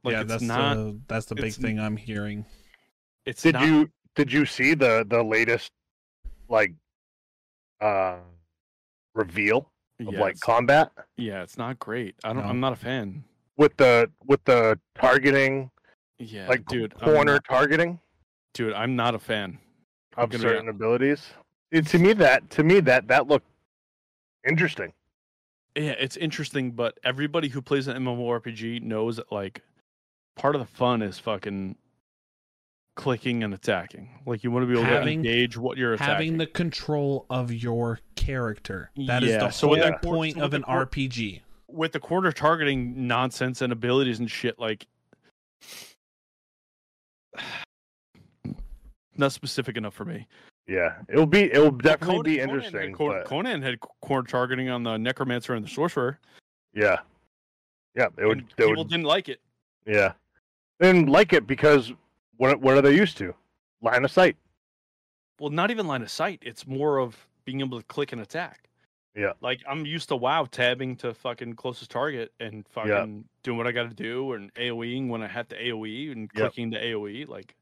Speaker 2: Like
Speaker 1: yeah,
Speaker 2: it's
Speaker 1: that's
Speaker 2: not.
Speaker 5: uh,
Speaker 1: the that's the big
Speaker 2: it's-
Speaker 1: thing I'm hearing.
Speaker 2: it's
Speaker 5: did
Speaker 2: not,
Speaker 5: you did you see the the latest like uh reveal of
Speaker 2: Yeah,
Speaker 5: like
Speaker 2: it's,
Speaker 5: combat
Speaker 2: yeah, it's not great. I don't.
Speaker 1: No.
Speaker 2: I'm not a fan.
Speaker 5: with the with the targeting
Speaker 2: Yeah,
Speaker 5: like
Speaker 2: dude, I'm
Speaker 5: corner
Speaker 2: not-
Speaker 5: targeting
Speaker 2: dude, I'm not a fan.
Speaker 5: of
Speaker 2: gonna be
Speaker 5: certain abilities it, to me that to me that that looked interesting
Speaker 2: yeah, it's interesting, but everybody who plays an MMORPG knows that like part of the fun is fucking clicking and attacking. Like you want to be able
Speaker 1: Having-
Speaker 2: to engage what you're attacking.
Speaker 1: having the control of your character. That is
Speaker 2: Yeah,
Speaker 1: the
Speaker 2: so
Speaker 1: whole
Speaker 2: with that cor-
Speaker 1: point
Speaker 2: so with
Speaker 1: of
Speaker 2: the
Speaker 1: an
Speaker 2: cor-
Speaker 1: RPG.
Speaker 2: With the corner targeting nonsense and abilities and shit, like not specific enough for me.
Speaker 5: yeah it'll be it'll definitely
Speaker 2: Conan-
Speaker 5: be
Speaker 2: Conan had
Speaker 5: interesting
Speaker 2: cor-
Speaker 5: but-
Speaker 2: Conan had corner targeting on the necromancer and the sorcerer.
Speaker 5: yeah yeah it would,
Speaker 2: and
Speaker 5: it
Speaker 2: people
Speaker 5: would
Speaker 2: didn't like it.
Speaker 5: yeah and like it because what what are they used to line of sight
Speaker 2: well, not even line of sight. It's more of being able to click and attack.
Speaker 5: Yeah.
Speaker 2: Like I'm used to WoW tabbing to fucking closest target and fucking doing what I got to do and AOEing when I have to AOE E and
Speaker 5: Yep.
Speaker 2: clicking to AOE. E, Like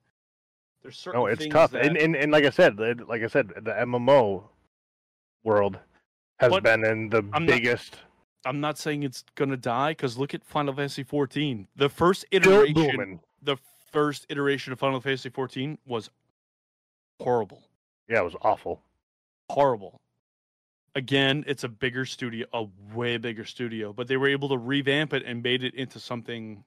Speaker 2: there's certain.
Speaker 5: No, Oh, it's
Speaker 2: things
Speaker 5: tough,
Speaker 2: That,
Speaker 5: and, and and like I said, the- like I said, the MMO world has
Speaker 2: But
Speaker 5: been in the
Speaker 2: I'm not-
Speaker 5: biggest
Speaker 2: I'm not saying it's gonna die because look at Final Fantasy 14. The first
Speaker 5: still
Speaker 2: iteration,
Speaker 5: booming.
Speaker 2: the first iteration of Final Fantasy 14 was horrible.
Speaker 5: Yeah, it was awful.
Speaker 2: horrible. Again, it's a bigger studio, a way bigger studio, but they were able to revamp it and made it into something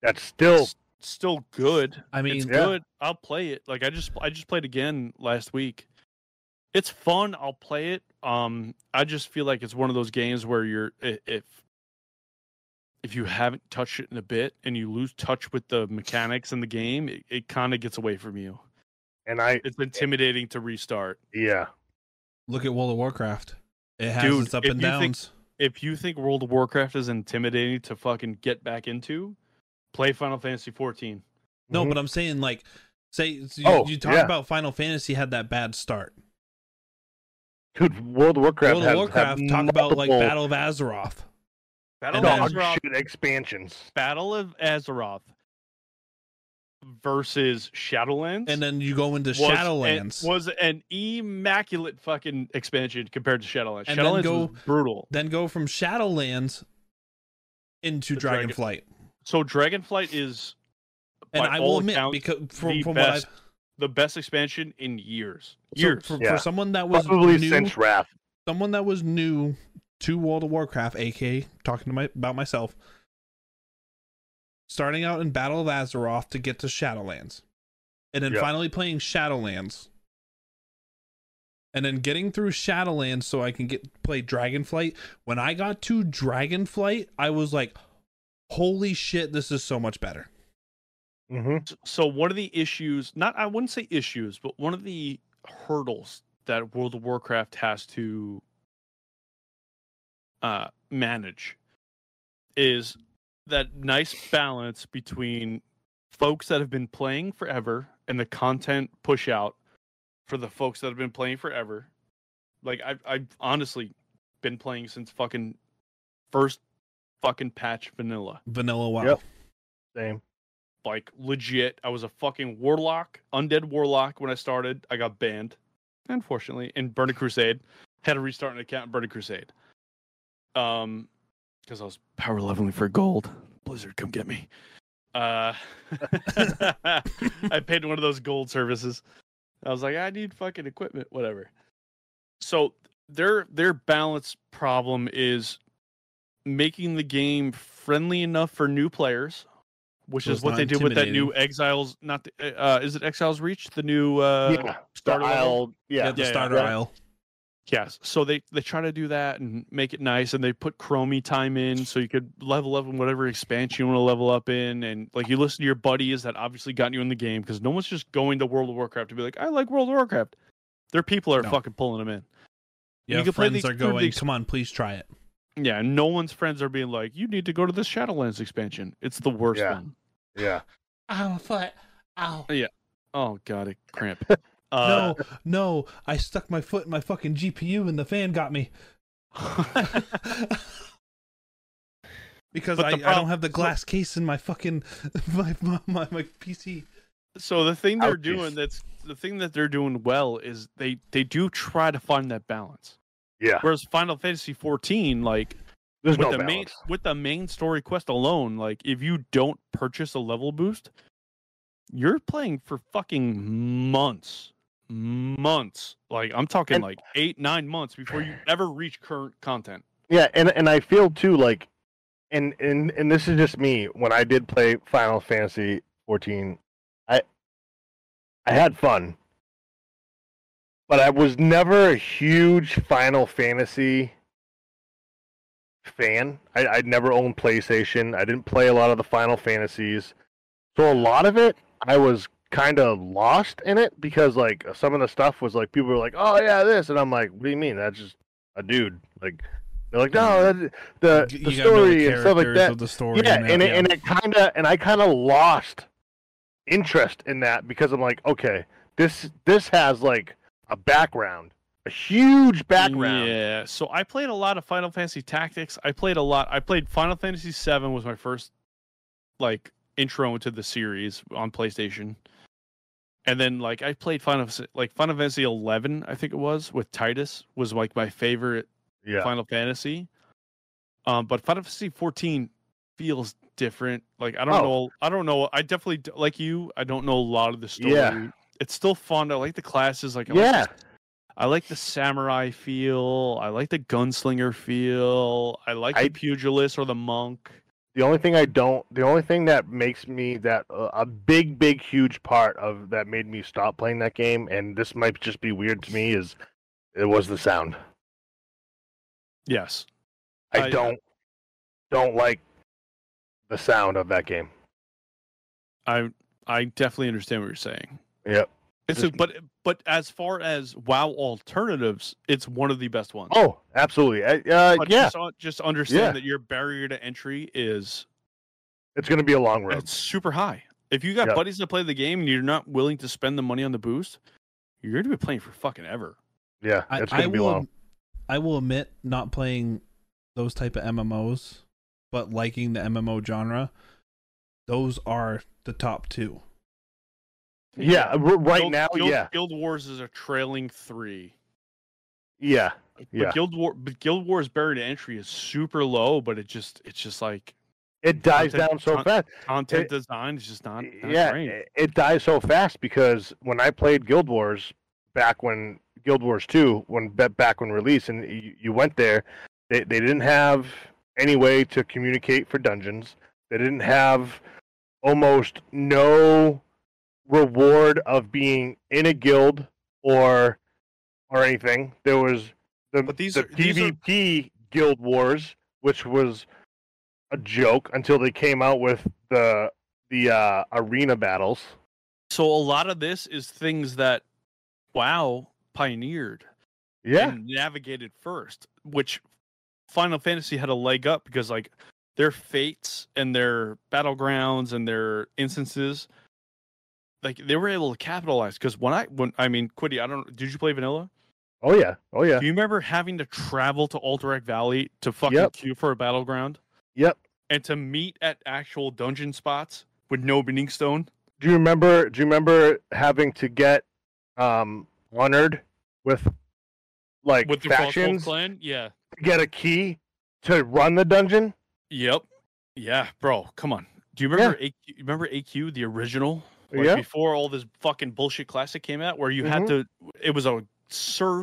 Speaker 5: That's still
Speaker 2: S- still good.
Speaker 1: I
Speaker 2: it's
Speaker 1: mean,
Speaker 5: yeah.
Speaker 2: good. I'll play it. Like I just I just played again last week. It's fun. I'll play it. Um I just feel like it's one of those games where you're i- if if you haven't touched it in a bit and you lose touch with the mechanics in the game, it, it kind of gets away from you.
Speaker 5: and I
Speaker 2: It's intimidating to restart.
Speaker 5: yeah
Speaker 1: look at World of Warcraft. It has
Speaker 2: Dude,
Speaker 1: its up
Speaker 2: if
Speaker 1: and
Speaker 2: you think-
Speaker 1: downs.
Speaker 2: if you think World of Warcraft is intimidating to fucking get back into, play Final Fantasy 14.
Speaker 1: No,
Speaker 5: Mhm.
Speaker 1: but I'm saying like, say so you,
Speaker 5: Oh,
Speaker 1: you talk
Speaker 5: yeah.
Speaker 1: about Final Fantasy had that bad start.
Speaker 5: dude World of Warcraft
Speaker 1: World
Speaker 5: has,
Speaker 1: of Warcraft
Speaker 5: have
Speaker 1: talk about like
Speaker 5: multiple-
Speaker 1: Battle of Azeroth.
Speaker 2: Battle
Speaker 4: And
Speaker 2: of
Speaker 4: then-
Speaker 5: Dog
Speaker 2: Azeroth,
Speaker 5: shoot expansions.
Speaker 2: Battle of Azeroth versus Shadowlands.
Speaker 4: and then you go into
Speaker 2: was an-
Speaker 4: Shadowlands.
Speaker 2: was an immaculate fucking expansion compared to Shadowlands.
Speaker 4: And then
Speaker 2: Shadowlands
Speaker 4: go-
Speaker 2: was brutal.
Speaker 4: then go from Shadowlands into
Speaker 2: The Dragon-
Speaker 4: Dragonflight.
Speaker 2: So Dragonflight is,
Speaker 4: and
Speaker 2: by
Speaker 4: I will
Speaker 2: all
Speaker 4: admit,
Speaker 2: accounts,
Speaker 4: because from,
Speaker 2: the
Speaker 4: from what I've
Speaker 2: best, the best expansion in years.
Speaker 4: so
Speaker 2: Years.
Speaker 4: for,
Speaker 5: Yeah.
Speaker 4: for someone that was
Speaker 5: Probably
Speaker 4: new,
Speaker 5: since Wrath.
Speaker 4: someone that was new to World of Warcraft, aka talking to my about myself, starting out in Battle of Azeroth to get to Shadowlands, and then
Speaker 5: Yeah.
Speaker 4: finally playing Shadowlands, and then getting through Shadowlands so I can get play Dragonflight. When I got to Dragonflight, I was like, "Holy shit, this is so much better!"
Speaker 5: Mm-hmm.
Speaker 2: so one of the issues not i wouldn't say issues but one of the hurdles that world of warcraft has to uh, manage is that nice balance between folks that have been playing forever and the content push out for the folks that have been playing forever like i've, I've honestly been playing since fucking first fucking patch vanilla
Speaker 4: Vanilla WoW.
Speaker 5: Yep. Same.
Speaker 2: like legit. I was a fucking warlock, undead warlock when I started. I got banned, unfortunately, in Burning Crusade. Had to restart an account in Burning Crusade. Um, because I was power leveling for gold. Blizzard, come get me. Uh, I paid one of those gold services. I was like, I need fucking equipment, whatever. So their their balance problem is making the game friendly enough for new players, which
Speaker 4: So
Speaker 2: is
Speaker 4: it's
Speaker 2: what
Speaker 4: not
Speaker 2: they did with that new
Speaker 4: intimidating.
Speaker 2: Exiles. Not the, uh, is it Exiles Reach? The new uh,
Speaker 5: yeah. The
Speaker 2: starter level?
Speaker 5: Isle-
Speaker 4: Yeah,
Speaker 5: Yeah.
Speaker 4: the
Speaker 2: yeah,
Speaker 4: starter
Speaker 5: yeah.
Speaker 4: aisle.
Speaker 2: Yes. So they they try to do that and make it nice, and they put Chromie time in, so you could level up in whatever expansion you want to level up in, and like you listen to your buddies that obviously got you in the game because no one's just going to World of Warcraft to be like, I like World of Warcraft. Their people are
Speaker 4: No.
Speaker 2: fucking pulling them
Speaker 4: Yeah,
Speaker 2: can play the
Speaker 4: friends are
Speaker 2: ex- through the
Speaker 4: going.
Speaker 2: ex-
Speaker 4: Come on, please try it.
Speaker 2: in. Yeah, and no one's friends are being like, you need to go to this Shadowlands expansion. It's the worst
Speaker 5: Yeah.
Speaker 2: one.
Speaker 5: Yeah.
Speaker 4: Ow, foot. Ow.
Speaker 2: Oh god, it cramp. Uh,
Speaker 4: no, no, I stuck my foot in my fucking GPU and the fan got me.
Speaker 2: Uh,
Speaker 4: because
Speaker 2: But
Speaker 4: I,
Speaker 2: the
Speaker 4: I
Speaker 2: prob-
Speaker 4: don't have the glass case in my fucking my my, my, my PC.
Speaker 2: so the thing they're
Speaker 5: Ouchies.
Speaker 2: doing that's the thing that they're doing well is they they do try to find that balance.
Speaker 5: Yeah.
Speaker 2: Whereas Final Fantasy 14, like
Speaker 5: There's
Speaker 2: with
Speaker 5: no
Speaker 2: the
Speaker 5: balance.
Speaker 2: main with the main story quest alone, like if you don't purchase a level boost, you're playing for fucking months, months. Like I'm talking
Speaker 5: And-
Speaker 2: like eight, nine months before you ever reach current content.
Speaker 5: Yeah, and and I feel too like, and and and this is just me. When I did play Final Fantasy 14, I I had fun, but I was never a huge Final Fantasy fan. I I never owned PlayStation. I didn't play a lot of the Final Fantasies, so a lot of it I was kind of lost in it because like some of the stuff was like people were like, oh yeah, this, and I'm like, what do you mean? That's just a dude like. They're like, no, that, the,
Speaker 4: Mm-hmm. You
Speaker 5: the
Speaker 4: gotta know
Speaker 5: story and stuff like
Speaker 4: characters
Speaker 5: that.
Speaker 4: Of the story
Speaker 5: Yeah,
Speaker 4: and, that,
Speaker 5: and it,
Speaker 4: yeah.
Speaker 5: and it kind of and I kind of lost interest in that because I'm like, okay, this this has like a background, a huge background.
Speaker 2: Yeah. So I played a lot of Final Fantasy Tactics. I played a lot. I played Final Fantasy 7 was my first like intro into the series on PlayStation. And then like I played Final Fa- like Final Fantasy 11, I think it was, with Titus was like my favorite
Speaker 5: Yeah,
Speaker 2: Final Fantasy. Um but Final Fantasy 14 feels different. Like I don't
Speaker 5: Oh.
Speaker 2: know I don't know. I definitely d- like you, I don't know a lot of the story.
Speaker 5: Yeah.
Speaker 2: It's still fun. I like the classes like I like the
Speaker 5: yeah,
Speaker 2: I like the samurai feel. I like the gunslinger feel. I like
Speaker 5: I-
Speaker 2: the pugilist or the monk.
Speaker 5: The only thing I don't, the only thing that makes me that uh, a big, big, huge part of that made me stop playing that game, and this might just be weird to me, is it was the sound.
Speaker 2: Yes.
Speaker 5: I
Speaker 2: I-
Speaker 5: don't don't like the sound of that game.
Speaker 2: I I definitely understand what you're saying.
Speaker 5: Yep.
Speaker 2: It's a,
Speaker 5: Just-
Speaker 2: but but as far as WoW alternatives, it's one of the best ones.
Speaker 5: Oh, absolutely. I- Uh,
Speaker 2: But
Speaker 5: yeah,
Speaker 2: Just, un- just understand
Speaker 5: Yeah.
Speaker 2: that your barrier to entry is
Speaker 5: it's gonna be a long road.
Speaker 2: it's super high. If you got
Speaker 5: Yeah.
Speaker 2: buddies that play the game and you're not willing to spend the money on the boost, you're gonna be playing for fucking ever.
Speaker 5: Yeah,
Speaker 4: I,
Speaker 5: it's gonna
Speaker 4: I
Speaker 5: be
Speaker 4: will,
Speaker 5: long.
Speaker 4: I will admit not playing those type of MMOs but liking the MMO genre, those are the top two.
Speaker 5: Yeah, r- right
Speaker 2: Guild-
Speaker 5: now,
Speaker 2: Guild,
Speaker 5: yeah,
Speaker 2: Guild Wars is a trailing three.
Speaker 5: yeah,
Speaker 2: But
Speaker 5: Yeah.
Speaker 2: Guild War, but Guild Wars barrier to entry is super low, but it just it's just like
Speaker 5: it dies
Speaker 2: Content-
Speaker 5: down so
Speaker 2: con-
Speaker 5: fast.
Speaker 2: content
Speaker 5: It-
Speaker 2: design is just not, not
Speaker 5: yeah, eh
Speaker 2: great.
Speaker 5: it, it dies so fast because when I played Guild Wars back when Guild Wars Two, when ba- back when release, and you, you went there, they they didn't have any way to communicate for dungeons. They didn't have almost no reward of being in a guild or or anything. There was the,
Speaker 2: But these
Speaker 5: the
Speaker 2: are- these are-
Speaker 5: PvP Guild Wars, which was a joke until they came out with the the uh, arena battles.
Speaker 2: So a lot of this is things that WoW pioneered and navigated first, which Final Fantasy had a leg up because like their fates and their battlegrounds and their instances, like they were able to capitalize. Because when I when I mean Quiddy, I don't did you play Vanilla?
Speaker 5: Oh yeah. Oh yeah.
Speaker 2: Do you remember having to travel to Alterac Valley to fucking
Speaker 5: Yep.
Speaker 2: queue for a battleground
Speaker 5: Yep.
Speaker 2: and to meet at actual dungeon spots with no beating stone?
Speaker 5: Do you remember? Do you remember having to get um honored with like
Speaker 2: with the Frosthold
Speaker 5: factions
Speaker 2: clan? Yeah.
Speaker 5: to get a key to run the dungeon?
Speaker 2: Yep. Yeah, bro. Come on. Do you remember AQ? you Remember AQ, the original? Like
Speaker 5: Yeah.
Speaker 2: Before all this fucking bullshit classic came out, where you had to,
Speaker 5: Mm-hmm.
Speaker 2: it was a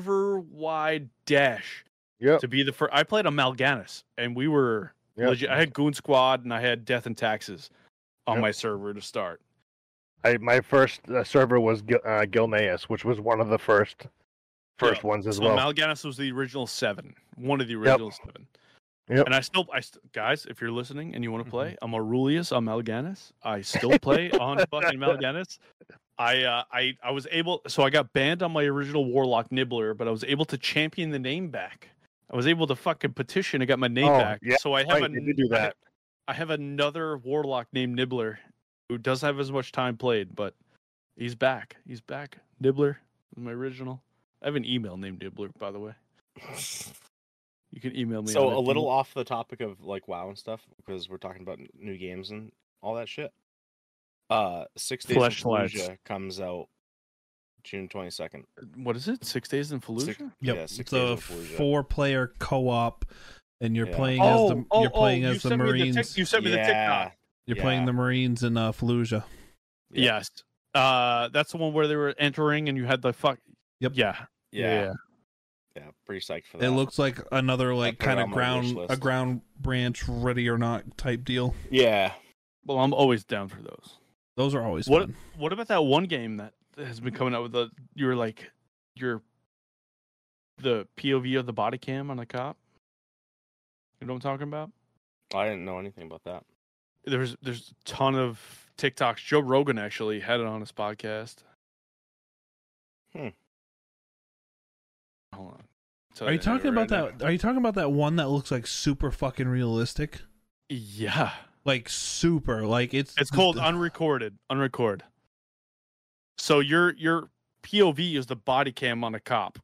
Speaker 2: server-wide dash
Speaker 5: Yep.
Speaker 2: to be the first. I played on Mal'Ganis, and we were
Speaker 5: Yep.
Speaker 2: legit. I had Goon Squad and I had Death and Taxes on
Speaker 5: Yep.
Speaker 2: my server to start.
Speaker 5: I my first uh, server was Gil- uh, Gilneas, which was one of the first first ones as
Speaker 2: so
Speaker 5: well.
Speaker 2: Mal'Ganis was the original seven, one of the original seven.
Speaker 5: Yep. Mm-hmm.
Speaker 2: And I still, I st- guys, if you're listening and you want to play, I'm Aurelius on Mal'Ganis. I still play on fucking Mal'Ganis. I, uh, I, I was able, so I got banned on my original Warlock Nibbler, but I was able to champion the name back. I was able to fucking petition and got my name
Speaker 5: Oh,
Speaker 2: back.
Speaker 5: yeah,
Speaker 2: so I have
Speaker 5: Right,
Speaker 2: a,
Speaker 5: they did do
Speaker 2: I ha-
Speaker 5: that.
Speaker 2: I have another Warlock named Nibbler, who doesn't have as much time played, but he's back. He's back. Nibbler, my original. I have an email named Nibbler, by the way. You can email me. on
Speaker 3: So a
Speaker 2: it if you
Speaker 3: little
Speaker 2: want.
Speaker 3: off the topic of like WoW and stuff because we're talking about n- new games and all that shit. Uh, Six Days in
Speaker 2: Fleshlights.
Speaker 3: Fallujah comes out June twenty second.
Speaker 2: What is it? Six days in Fallujah.
Speaker 3: Six-
Speaker 4: Yep.
Speaker 3: Yeah, Six
Speaker 4: it's a
Speaker 3: Days in Fallujah.
Speaker 4: four player co op and you're
Speaker 3: Yeah.
Speaker 4: playing
Speaker 5: Oh,
Speaker 4: as the you're playing as the Marines.
Speaker 2: Oh, you sent me the TikTok.
Speaker 4: you're playing
Speaker 3: yeah.
Speaker 4: the Marines in uh, Fallujah.
Speaker 3: Yeah.
Speaker 2: Yes. Uh, that's the one where they were entering and you had the fuck.
Speaker 4: Yep.
Speaker 2: Yeah.
Speaker 3: Yeah, yeah, Pretty psyched for that.
Speaker 4: It looks like another like
Speaker 3: put it
Speaker 4: kind of
Speaker 3: on my wish
Speaker 4: ground a
Speaker 3: list.
Speaker 4: ground branch ready or not type deal.
Speaker 3: Yeah.
Speaker 2: Well, I'm always down for those.
Speaker 4: Those are always
Speaker 2: What-
Speaker 4: fun.
Speaker 2: What about that one game that has been coming out with the you're like your the POV of the body cam on the cop? You know what I'm talking about?
Speaker 3: I didn't know anything about that.
Speaker 2: There's there's a ton of TikToks. Joe Rogan actually had it on his podcast.
Speaker 3: Hmm.
Speaker 2: Hold on. Tell
Speaker 4: Are you
Speaker 2: the name
Speaker 4: talking
Speaker 2: Oh, right
Speaker 4: about
Speaker 2: now.
Speaker 4: that? Are you talking about that one that looks like super fucking realistic?
Speaker 2: Yeah.
Speaker 4: Like super. Like it's
Speaker 2: It's called unrecorded. Unrecord. So your your POV is the body cam on a cop.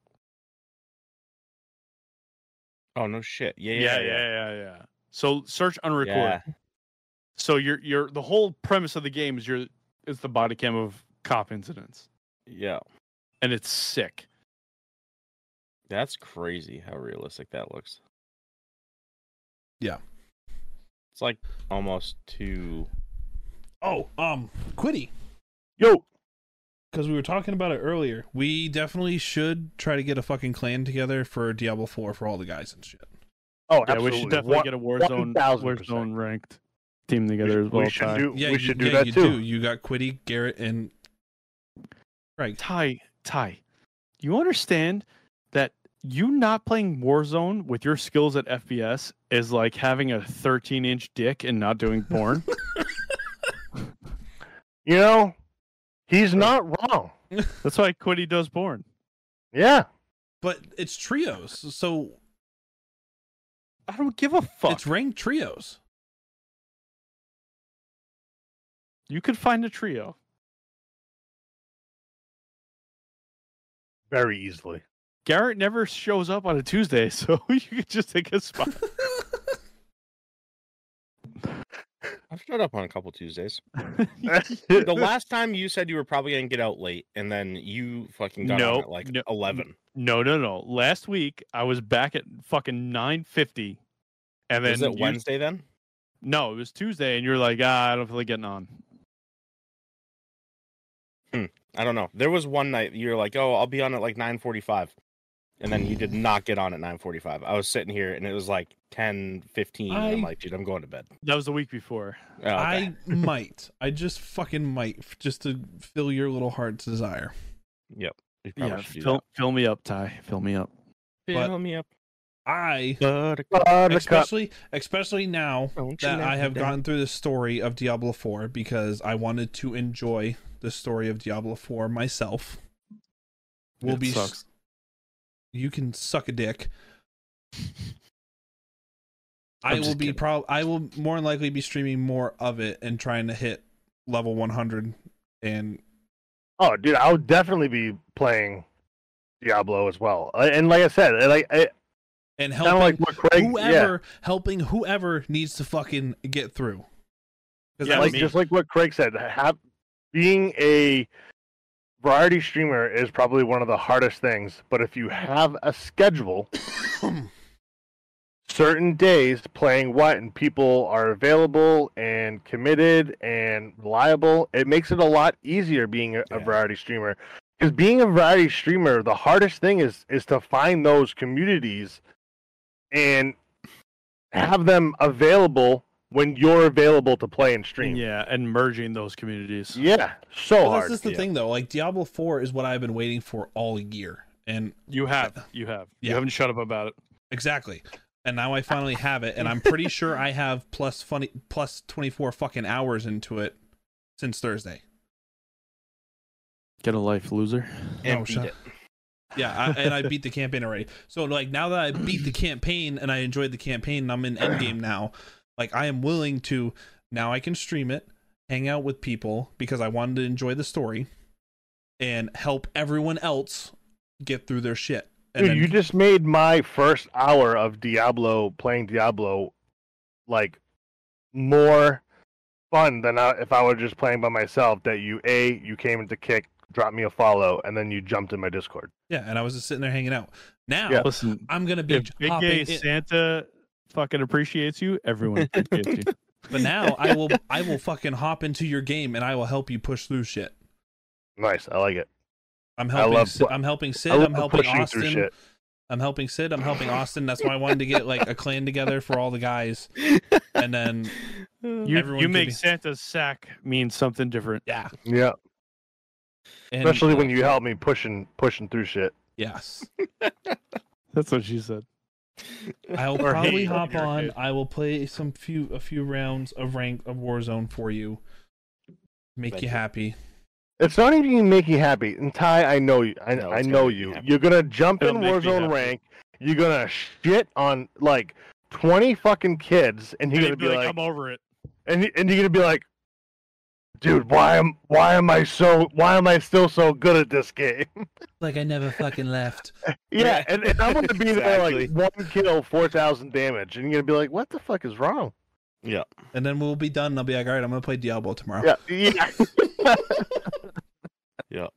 Speaker 3: Oh no shit. Yeah, yeah,
Speaker 2: yeah, yeah, yeah, yeah. So search unrecorded.
Speaker 3: Yeah.
Speaker 2: So you're you're the whole premise of the game is your is the body cam of cop incidents,
Speaker 3: Yeah.
Speaker 2: and it's sick.
Speaker 3: That's crazy how realistic that looks.
Speaker 4: Yeah.
Speaker 3: It's like almost too.
Speaker 4: Oh, um, Quiddy.
Speaker 5: Yo,
Speaker 4: Because we were talking about it earlier. We definitely should try to get a fucking clan together for Diablo 4 for all the guys and shit.
Speaker 5: oh,
Speaker 2: Yeah,
Speaker 5: absolutely.
Speaker 2: we should definitely
Speaker 5: One-
Speaker 2: get a Warzone
Speaker 5: 1000%.
Speaker 2: Warzone ranked team
Speaker 5: we
Speaker 2: together
Speaker 5: should-
Speaker 2: as well.
Speaker 5: we should
Speaker 2: Ty.
Speaker 5: do.
Speaker 4: Yeah,
Speaker 5: we
Speaker 4: you,
Speaker 5: should
Speaker 4: yeah,
Speaker 5: do that
Speaker 4: you
Speaker 5: too.
Speaker 4: Do. You got Quiddy, Garrett, and Craig.
Speaker 2: Ty, Ty, you understand that you not playing Warzone with your skills at FBS is like having a 13 inch dick and not doing porn?
Speaker 5: You know, he's not wrong.
Speaker 2: That's why Quiddy does porn.
Speaker 5: Yeah.
Speaker 4: But it's trios, so
Speaker 2: I don't give a fuck.
Speaker 4: it's ranked trios.
Speaker 2: you could find a trio.
Speaker 5: Very easily.
Speaker 2: Garrett never shows up on a Tuesday, so you could just take his spot.
Speaker 3: I've showed up on a couple Tuesdays. the last time you said you were probably gonna get out late, and then you fucking got
Speaker 2: No,
Speaker 3: out at like
Speaker 2: no,
Speaker 3: eleven.
Speaker 2: No, no, no. Last week I was back at fucking nine fifty, and then
Speaker 3: Is it
Speaker 2: you-
Speaker 3: Wednesday then?
Speaker 2: No, it was Tuesday, and you're like, ah, I don't feel like getting on.
Speaker 3: I don't know. There was one night you were like, "Oh, I'll be on at like 9:45." And then you did not get on at 9:45. I was sitting here and it was like 10:15.
Speaker 4: I-
Speaker 3: I'm like, "Dude, I'm going to bed."
Speaker 2: That was the week before.
Speaker 3: Oh, okay.
Speaker 4: I might. I just fucking might, f- just to fill your little heart's desire.
Speaker 3: We probably
Speaker 2: Yeah,
Speaker 3: should do
Speaker 2: fill, fill me up, Ty. Fill me up.
Speaker 3: that.
Speaker 4: but-
Speaker 3: Fill me up.
Speaker 4: I, Um,
Speaker 5: Buttercup.
Speaker 4: especially, especially now
Speaker 3: Don't you
Speaker 4: that I
Speaker 3: let
Speaker 4: have
Speaker 3: me down.
Speaker 4: gotten through the story of Diablo 4 because I wanted to enjoy the story of Diablo 4 myself. Will
Speaker 2: It
Speaker 4: be s-
Speaker 2: sucks.
Speaker 4: you can suck a dick. I
Speaker 2: I'm
Speaker 4: will
Speaker 2: just
Speaker 4: be
Speaker 2: kidding.
Speaker 4: prob I will more than likely be streaming more of it and trying to hit level 100 and
Speaker 5: Oh, dude, I'll definitely be playing Diablo as well. I- And like I said, I like I
Speaker 4: and
Speaker 5: kind of
Speaker 4: helping
Speaker 5: like what Craig, yeah,
Speaker 4: whoever helping whoever needs to fucking get through. 'Cause
Speaker 2: Yeah,
Speaker 4: that
Speaker 5: like
Speaker 4: was-
Speaker 2: me.
Speaker 5: just like what Craig said, have, being a variety streamer is probably one of the hardest things. But if you have a schedule, certain days playing what, and people are available and committed and reliable, it makes it a lot easier being a, a
Speaker 3: Yeah.
Speaker 5: variety streamer. Because being a variety streamer, the hardest thing is is to find those communities and have them available when you're available to play and stream.
Speaker 2: Yeah, and merging those communities.
Speaker 5: Yeah, so
Speaker 4: Well,
Speaker 5: hard.
Speaker 4: that's just the
Speaker 2: yeah.
Speaker 4: thing though. Like Diablo 4 is what I've been waiting for all year. And
Speaker 2: You have, you have.
Speaker 4: Yeah.
Speaker 2: You haven't shut up about it.
Speaker 4: exactly. And now I finally have it and I'm pretty sure I have plus funny plus 24 fucking hours into it since Thursday.
Speaker 2: Get a life, loser.
Speaker 3: And
Speaker 4: No,
Speaker 3: beat
Speaker 4: shut-
Speaker 3: it.
Speaker 4: Yeah, I, and I beat the campaign already. So like now that I beat the campaign and I enjoyed the campaign and I'm in endgame now, like I am willing to now I can stream it, hang out with people because I wanted to enjoy the story, and help everyone else get through their shit. And
Speaker 5: Dude,
Speaker 4: then,
Speaker 5: you just made my first hour of Diablo playing Diablo like more fun than I, if I were just playing by myself. That you a you came into kick, dropped me a follow, and then you jumped in my Discord.
Speaker 4: yeah, and I was just sitting there hanging out. Now
Speaker 5: Yeah.
Speaker 2: Listen,
Speaker 4: I'm gonna be
Speaker 2: if Big
Speaker 4: hopping
Speaker 2: Gay
Speaker 4: in-
Speaker 2: Santa fucking appreciates you, everyone appreciates you.
Speaker 4: but now I will I will fucking hop into your game and I will help you push through shit.
Speaker 5: Nice, I like it.
Speaker 4: I'm
Speaker 5: I
Speaker 4: helping.
Speaker 5: love
Speaker 4: Sid,
Speaker 5: pu-
Speaker 4: I'm helping Sid.
Speaker 5: I love
Speaker 4: I'm helping
Speaker 5: pushing through
Speaker 4: Austin.
Speaker 5: shit.
Speaker 4: I'm helping Sid. I'm helping Austin. That's why I wanted to get like a clan together for all the guys, and then
Speaker 2: You,
Speaker 4: Everyone
Speaker 2: you
Speaker 4: could
Speaker 2: make
Speaker 4: be-
Speaker 2: Santa's sack mean something different.
Speaker 4: yeah,
Speaker 5: Yeah,
Speaker 4: and,
Speaker 5: especially when you help me pushing pushing through shit.
Speaker 4: yes,
Speaker 2: That's what she said.
Speaker 4: I will
Speaker 2: Or
Speaker 4: probably
Speaker 2: hate
Speaker 4: hop
Speaker 2: your
Speaker 4: on.
Speaker 2: kid.
Speaker 4: I will play some few a few rounds of rank of Warzone for you, make
Speaker 3: Thank
Speaker 4: you
Speaker 3: you.
Speaker 4: happy.
Speaker 5: It's not even gonna make you happy. And Ty, I know you. I,
Speaker 3: No,
Speaker 5: I
Speaker 3: it's
Speaker 5: know
Speaker 3: gonna make me
Speaker 5: you.
Speaker 3: happy.
Speaker 5: You're gonna jump
Speaker 2: It'll
Speaker 5: in
Speaker 2: make me
Speaker 5: Warzone
Speaker 2: happy.
Speaker 5: rank. You're gonna shit on like twenty fucking kids, and you're
Speaker 2: And
Speaker 5: gonna
Speaker 2: he'd
Speaker 5: be like,
Speaker 2: I'm over it.
Speaker 5: and y- and you're gonna be like, dude, why am why am I so why am I still so good at this game?
Speaker 4: Like I never fucking left.
Speaker 5: yeah,
Speaker 3: Yeah.
Speaker 5: and, and I'm gonna be there
Speaker 3: Exactly.
Speaker 5: like one kill, four thousand damage, and you're gonna be like, what the fuck is wrong?
Speaker 4: And then we'll be done. And I'll be like, all right, I'm gonna play Diablo tomorrow.
Speaker 5: Yeah, yeah.
Speaker 3: Yeah.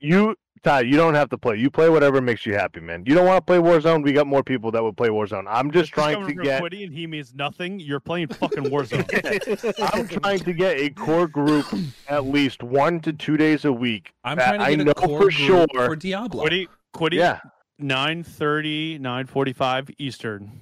Speaker 5: You Ty, you don't have to play. You play whatever makes you happy, man. You don't want to play Warzone. We got more people that would play Warzone. I'm just trying to
Speaker 2: coming from
Speaker 5: get.
Speaker 2: Quiddy and he means nothing. You're playing fucking Warzone.
Speaker 5: I'm trying to get a core group at least one to two days a week.
Speaker 4: I'm
Speaker 5: that
Speaker 4: trying to
Speaker 5: I
Speaker 4: get
Speaker 5: know
Speaker 4: a core
Speaker 5: for
Speaker 4: group
Speaker 5: sure.
Speaker 4: for Diablo.
Speaker 2: Quiddy, Quiddy,
Speaker 5: Yeah,
Speaker 2: 9.30, 9.45 Eastern.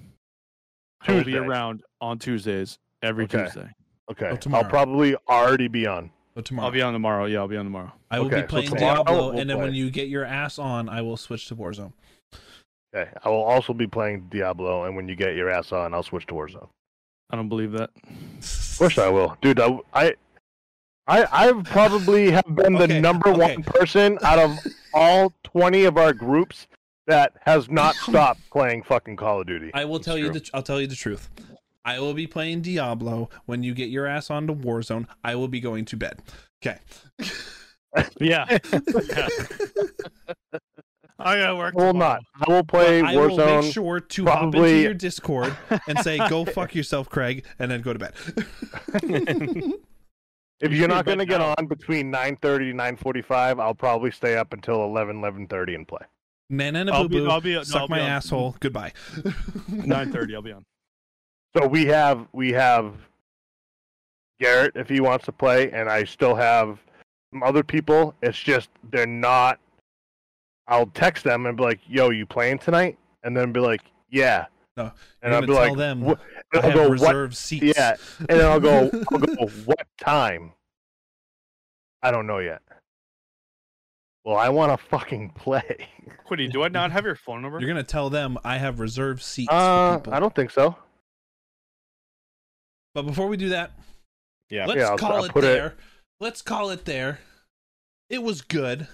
Speaker 2: I will be
Speaker 5: Tuesday.
Speaker 2: around on Tuesdays every
Speaker 5: Okay.
Speaker 2: Tuesday.
Speaker 5: okay. I'll
Speaker 4: tomorrow.
Speaker 5: probably already be on.
Speaker 4: So tomorrow
Speaker 2: I'll be on tomorrow. Yeah, I'll be on tomorrow.
Speaker 4: I will
Speaker 5: okay,
Speaker 4: be
Speaker 5: so
Speaker 4: playing
Speaker 5: tomorrow
Speaker 4: Diablo,
Speaker 5: we'll
Speaker 4: and then when
Speaker 5: play.
Speaker 4: you get your ass on, I will switch to Warzone.
Speaker 5: Okay, I will also be playing Diablo, and when you get your ass on, I'll switch to Warzone. Of
Speaker 2: I don't believe that.
Speaker 5: course I will, dude. I, I, I I've probably have been the
Speaker 4: Okay,
Speaker 5: number
Speaker 4: okay.
Speaker 5: one person out of all twenty of our groups that has not stopped playing fucking Call of Duty.
Speaker 4: I will
Speaker 3: It's
Speaker 4: tell you
Speaker 3: true.
Speaker 4: the tr- I'll tell you the truth. I will be playing Diablo when you get your ass onto Warzone. I will be going to bed. Okay.
Speaker 2: Yeah. Yeah. I gotta work.
Speaker 5: will
Speaker 2: tomorrow.
Speaker 5: not. I will play
Speaker 4: I will
Speaker 5: Warzone.
Speaker 4: make sure to hop into
Speaker 5: probably-
Speaker 4: your Discord and say "Go fuck yourself, Craig," and then go to bed.
Speaker 5: if
Speaker 2: You
Speaker 5: you're
Speaker 2: should,
Speaker 5: not going to
Speaker 2: but
Speaker 5: get
Speaker 2: no.
Speaker 5: on between 9:30 and 9:45, I'll probably stay up until 11, 11:30 and play.
Speaker 4: Nanana
Speaker 2: I'll
Speaker 4: boo
Speaker 2: be.
Speaker 4: boo.
Speaker 2: I'll be. no, I'll
Speaker 4: Suck
Speaker 2: be
Speaker 4: my
Speaker 2: on
Speaker 4: asshole. Goodbye.
Speaker 2: Nine thirty. I'll be on.
Speaker 5: So we have we have Garrett if he wants to play, and I still have some other people. It's just they're not. I'll text them and be like, "Yo, you playing tonight?" And then be like, "Yeah."
Speaker 4: No,
Speaker 5: and
Speaker 4: You're
Speaker 5: I'll
Speaker 4: gonna
Speaker 5: be
Speaker 4: tell
Speaker 5: like,
Speaker 4: them
Speaker 5: "What?"
Speaker 4: I
Speaker 5: and I'll
Speaker 4: have
Speaker 5: go, "What?"
Speaker 4: reserved seats.
Speaker 5: Yeah, and then I'll go, I'll go, "What time?" I don't know yet. Well, I want to fucking play.
Speaker 2: Quiddy, do I not have your phone number?
Speaker 4: You're gonna tell them I have reserved seats. for
Speaker 5: Uh,
Speaker 4: people.
Speaker 5: I don't think so.
Speaker 4: But before we do that,
Speaker 3: Yeah.
Speaker 4: let's
Speaker 5: Yeah, I'll-
Speaker 4: call
Speaker 5: I'll
Speaker 4: it
Speaker 5: put it-
Speaker 4: there. Let's call it there. It was good.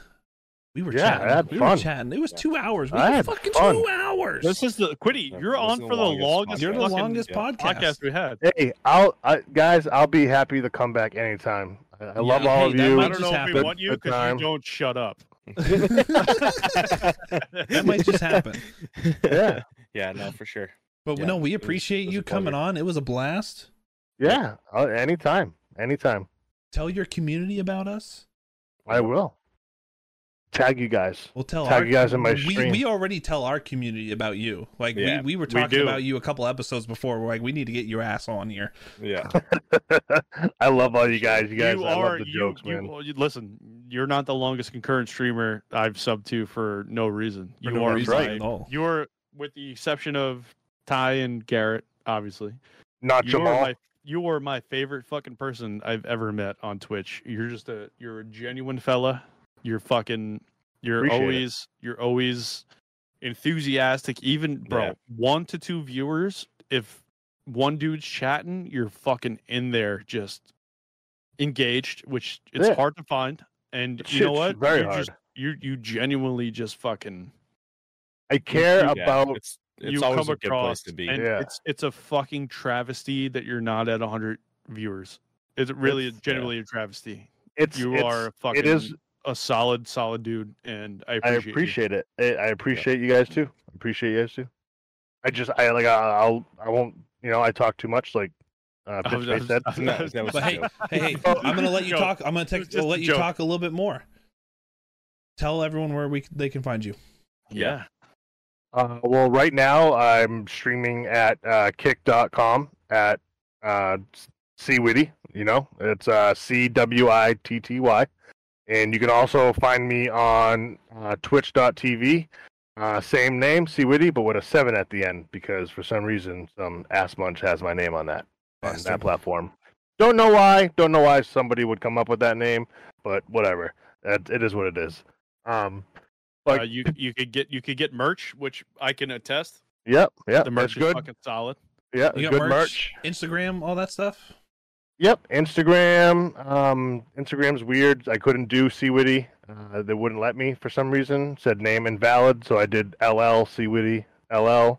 Speaker 4: We were
Speaker 5: Yeah, I
Speaker 4: chatting.
Speaker 5: had
Speaker 4: we were
Speaker 5: fun.
Speaker 4: chatting. It was two hours. We
Speaker 5: I
Speaker 4: had
Speaker 5: had
Speaker 4: fucking
Speaker 5: fun.
Speaker 4: two hours.
Speaker 2: This is the Quiddy.
Speaker 3: Yeah,
Speaker 2: You're
Speaker 3: this
Speaker 2: on
Speaker 3: is the
Speaker 2: for the longest.
Speaker 3: longest
Speaker 4: You're the
Speaker 2: fucking
Speaker 4: longest
Speaker 3: yeah,
Speaker 4: podcast.
Speaker 2: podcast we had.
Speaker 5: Hey, I'll I, guys, I'll be happy to come back anytime. I, I love
Speaker 4: Yeah,
Speaker 5: all
Speaker 4: hey,
Speaker 5: of
Speaker 4: that
Speaker 5: you.
Speaker 2: I
Speaker 4: might
Speaker 2: don't
Speaker 4: just
Speaker 2: know if we
Speaker 4: happened.
Speaker 2: want you
Speaker 5: Good
Speaker 2: because
Speaker 5: time.
Speaker 2: you don't shut up.
Speaker 4: that might just happen.
Speaker 5: Yeah,
Speaker 3: yeah, no, for sure.
Speaker 4: But
Speaker 3: Yeah,
Speaker 4: no, we
Speaker 3: it was-
Speaker 4: appreciate
Speaker 3: it was
Speaker 4: you
Speaker 3: a
Speaker 4: coming
Speaker 3: pleasure.
Speaker 4: on. It was a blast.
Speaker 5: yeah, uh, anytime, anytime.
Speaker 4: Tell your community about us.
Speaker 5: I will tag you guys.
Speaker 4: We'll tell
Speaker 5: Tag
Speaker 4: our,
Speaker 5: you guys in my
Speaker 4: we,
Speaker 5: stream.
Speaker 4: we already tell our community about you. Like
Speaker 3: Yeah,
Speaker 4: we, we were
Speaker 2: we
Speaker 4: talking
Speaker 2: do.
Speaker 4: about you a couple episodes before. We're like, we need to get your ass on here.
Speaker 3: Yeah.
Speaker 5: I love all you guys. You guys, I love the
Speaker 2: you-
Speaker 5: jokes,
Speaker 2: you-
Speaker 5: man.
Speaker 2: well, you- listen, you're not the longest concurrent streamer I've subbed to for no reason. you
Speaker 4: For no
Speaker 2: are
Speaker 4: reason
Speaker 2: my-
Speaker 4: at all.
Speaker 2: You're, with the exception of Ty and Garrett, obviously.
Speaker 5: Not
Speaker 2: You are
Speaker 5: Jamal.
Speaker 2: my, you are my favorite fucking person I've ever met on Twitch. You're just a, you're a genuine fella. You're fucking, you're
Speaker 5: Appreciate it.
Speaker 2: always, you're always enthusiastic. Even bro,
Speaker 3: Yeah.
Speaker 2: one to two viewers. If one dude's chatting, you're fucking in there, just engaged, which it's
Speaker 5: Yeah.
Speaker 2: hard to find. And
Speaker 5: That
Speaker 2: you know
Speaker 5: shit's
Speaker 2: what?
Speaker 5: very
Speaker 2: you Just, you you genuinely just fucking
Speaker 5: I care
Speaker 3: Yeah,
Speaker 5: about.
Speaker 3: it's, it's
Speaker 2: you
Speaker 3: always
Speaker 2: come
Speaker 3: a good place
Speaker 2: across
Speaker 3: to be.
Speaker 2: and
Speaker 5: Yeah.
Speaker 2: it's it's a fucking travesty that you're not at 100 viewers. It's really
Speaker 5: It's-
Speaker 2: genuinely a travesty.
Speaker 5: It's
Speaker 2: You
Speaker 5: it's,
Speaker 2: are a fucking
Speaker 5: It is.
Speaker 2: a solid solid dude, and I
Speaker 5: I
Speaker 2: appreciate. you.
Speaker 5: appreciate it. I, I appreciate you guys too. I appreciate you guys too. I just I like I- I'll I won't you know I talk too much like uh,
Speaker 2: I was- I
Speaker 5: Bitchface
Speaker 2: was-
Speaker 5: said.
Speaker 2: I was-
Speaker 3: No, that was
Speaker 4: But
Speaker 3: a
Speaker 4: hey,
Speaker 3: joke.
Speaker 4: hey, hey, I'm gonna let you
Speaker 2: Joke.
Speaker 4: talk. I'm
Speaker 2: It
Speaker 4: gonna
Speaker 2: was
Speaker 4: text.
Speaker 2: just
Speaker 4: We'll
Speaker 2: a
Speaker 4: let you
Speaker 2: joke.
Speaker 4: talk a little bit more. Tell everyone where we they can find you.
Speaker 2: Yeah.
Speaker 5: Uh, well, right now I'm streaming at uh, kick.com at uh, Seawitty. You know, it's uh, C W I T T Y. And you can also find me on uh, twitch.tv. Uh, same name, Seawitty, but with a 7 at the end because for some reason some ass munch has my name on that on
Speaker 4: Bastard.
Speaker 5: that platform. Don't know why. Don't know why somebody would come up with that name, but whatever. It, it is what it is. Um, but
Speaker 2: uh, you you could get you could get merch, which I can attest.
Speaker 5: yep, yep.
Speaker 2: The merch
Speaker 5: it's
Speaker 2: is
Speaker 5: good.
Speaker 2: fucking solid.
Speaker 5: Yeah,
Speaker 4: You got
Speaker 5: good
Speaker 4: merch?
Speaker 5: merch.
Speaker 4: Instagram, all that stuff.
Speaker 5: Yep, Instagram. Um, Instagram's weird. I couldn't do Seawitty. Uh, they wouldn't let me for some reason. Said name invalid, so I did LL Seawitty LL.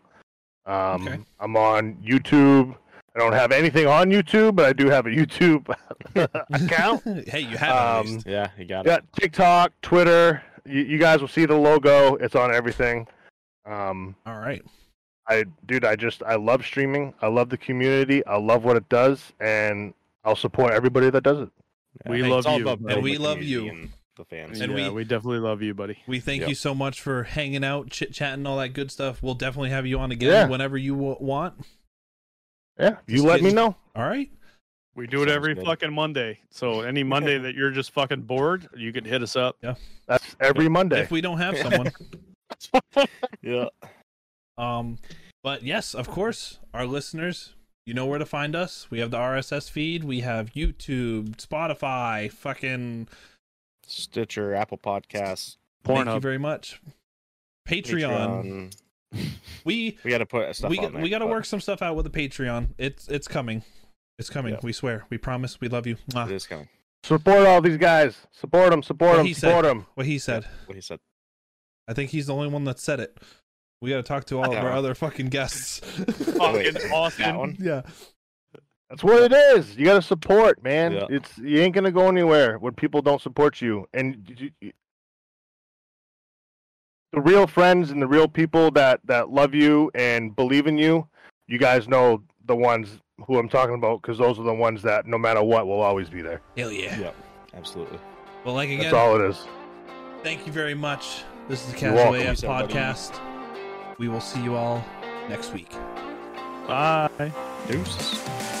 Speaker 5: Um,
Speaker 4: Okay.
Speaker 5: I'm on YouTube. I don't have anything on YouTube, but I do have a YouTube account.
Speaker 4: hey, you have
Speaker 5: Um,
Speaker 4: um,
Speaker 3: Yeah, you got
Speaker 5: Yeah,
Speaker 3: it.
Speaker 5: TikTok, Twitter. You, you guys will see the logo. It's on everything. Um,
Speaker 4: All right.
Speaker 5: I dude, I just I love streaming. I love the community. I love what it does, and I'll support everybody that does it.
Speaker 3: Yeah.
Speaker 2: We
Speaker 3: Hey,
Speaker 2: love
Speaker 3: it's all
Speaker 2: you,
Speaker 3: about
Speaker 2: and
Speaker 3: building
Speaker 4: we
Speaker 3: the
Speaker 4: love
Speaker 3: community
Speaker 4: you.
Speaker 3: and the fans.
Speaker 4: And
Speaker 2: yeah,
Speaker 4: we-
Speaker 2: we definitely love you, buddy.
Speaker 4: We thank
Speaker 3: Yep.
Speaker 4: you so much for hanging out, chit chatting, all that good stuff. We'll definitely have you on again
Speaker 5: Yeah.
Speaker 4: whenever you w- want.
Speaker 5: Yeah, you
Speaker 4: Just
Speaker 5: let me
Speaker 4: kidding.
Speaker 5: know.
Speaker 4: All right.
Speaker 2: We do it
Speaker 3: Sounds
Speaker 2: every
Speaker 3: good.
Speaker 2: fucking Monday. So any Monday that you're just fucking bored, you can hit us up.
Speaker 5: That's every Monday.
Speaker 4: If we don't have someone,
Speaker 3: Yeah.
Speaker 4: um, but yes, of course, our listeners, you know where to find us. We have the RSS feed. We have YouTube, Spotify, fucking.
Speaker 3: Stitcher, Apple Podcasts,
Speaker 4: Thank you
Speaker 2: Pornhub.
Speaker 4: very much. Patreon.
Speaker 3: Patreon.
Speaker 4: We
Speaker 3: We got to put stuff
Speaker 4: we
Speaker 3: on
Speaker 4: got,
Speaker 3: there,
Speaker 4: we got to
Speaker 3: but
Speaker 4: work some stuff out with the Patreon. It's it's coming. It's coming.
Speaker 3: Yep.
Speaker 4: We swear. We promise. We love you. Mwah.
Speaker 3: It is coming.
Speaker 5: Support all these guys. Support them. Support
Speaker 4: What
Speaker 5: them.
Speaker 4: he said.
Speaker 5: Support them.
Speaker 4: What he said.
Speaker 3: What he said.
Speaker 4: I think he's the only one that said it. We got to talk to all of our
Speaker 3: Oh.
Speaker 4: other fucking guests.
Speaker 2: Fucking
Speaker 3: Wait, That
Speaker 2: Austin.
Speaker 3: one.
Speaker 4: yeah.
Speaker 5: That's what it is. You gotta support, man.
Speaker 3: Yeah.
Speaker 5: It's you ain't gonna go anywhere when people don't support you. And you, you- the real friends and the real people that that love you and believe in you, you guys know the ones who I'm talking about because those are the ones that no matter what will always be there.
Speaker 4: Hell yeah.
Speaker 3: Yep. Absolutely.
Speaker 4: Well, like
Speaker 5: That's
Speaker 4: again,
Speaker 5: all it is.
Speaker 4: thank you very much. This is the
Speaker 5: You're
Speaker 4: Casual
Speaker 5: welcome.
Speaker 4: AF
Speaker 3: Thanks, everybody.
Speaker 4: podcast. We will see you all next week.
Speaker 2: Bye.
Speaker 3: Deuces.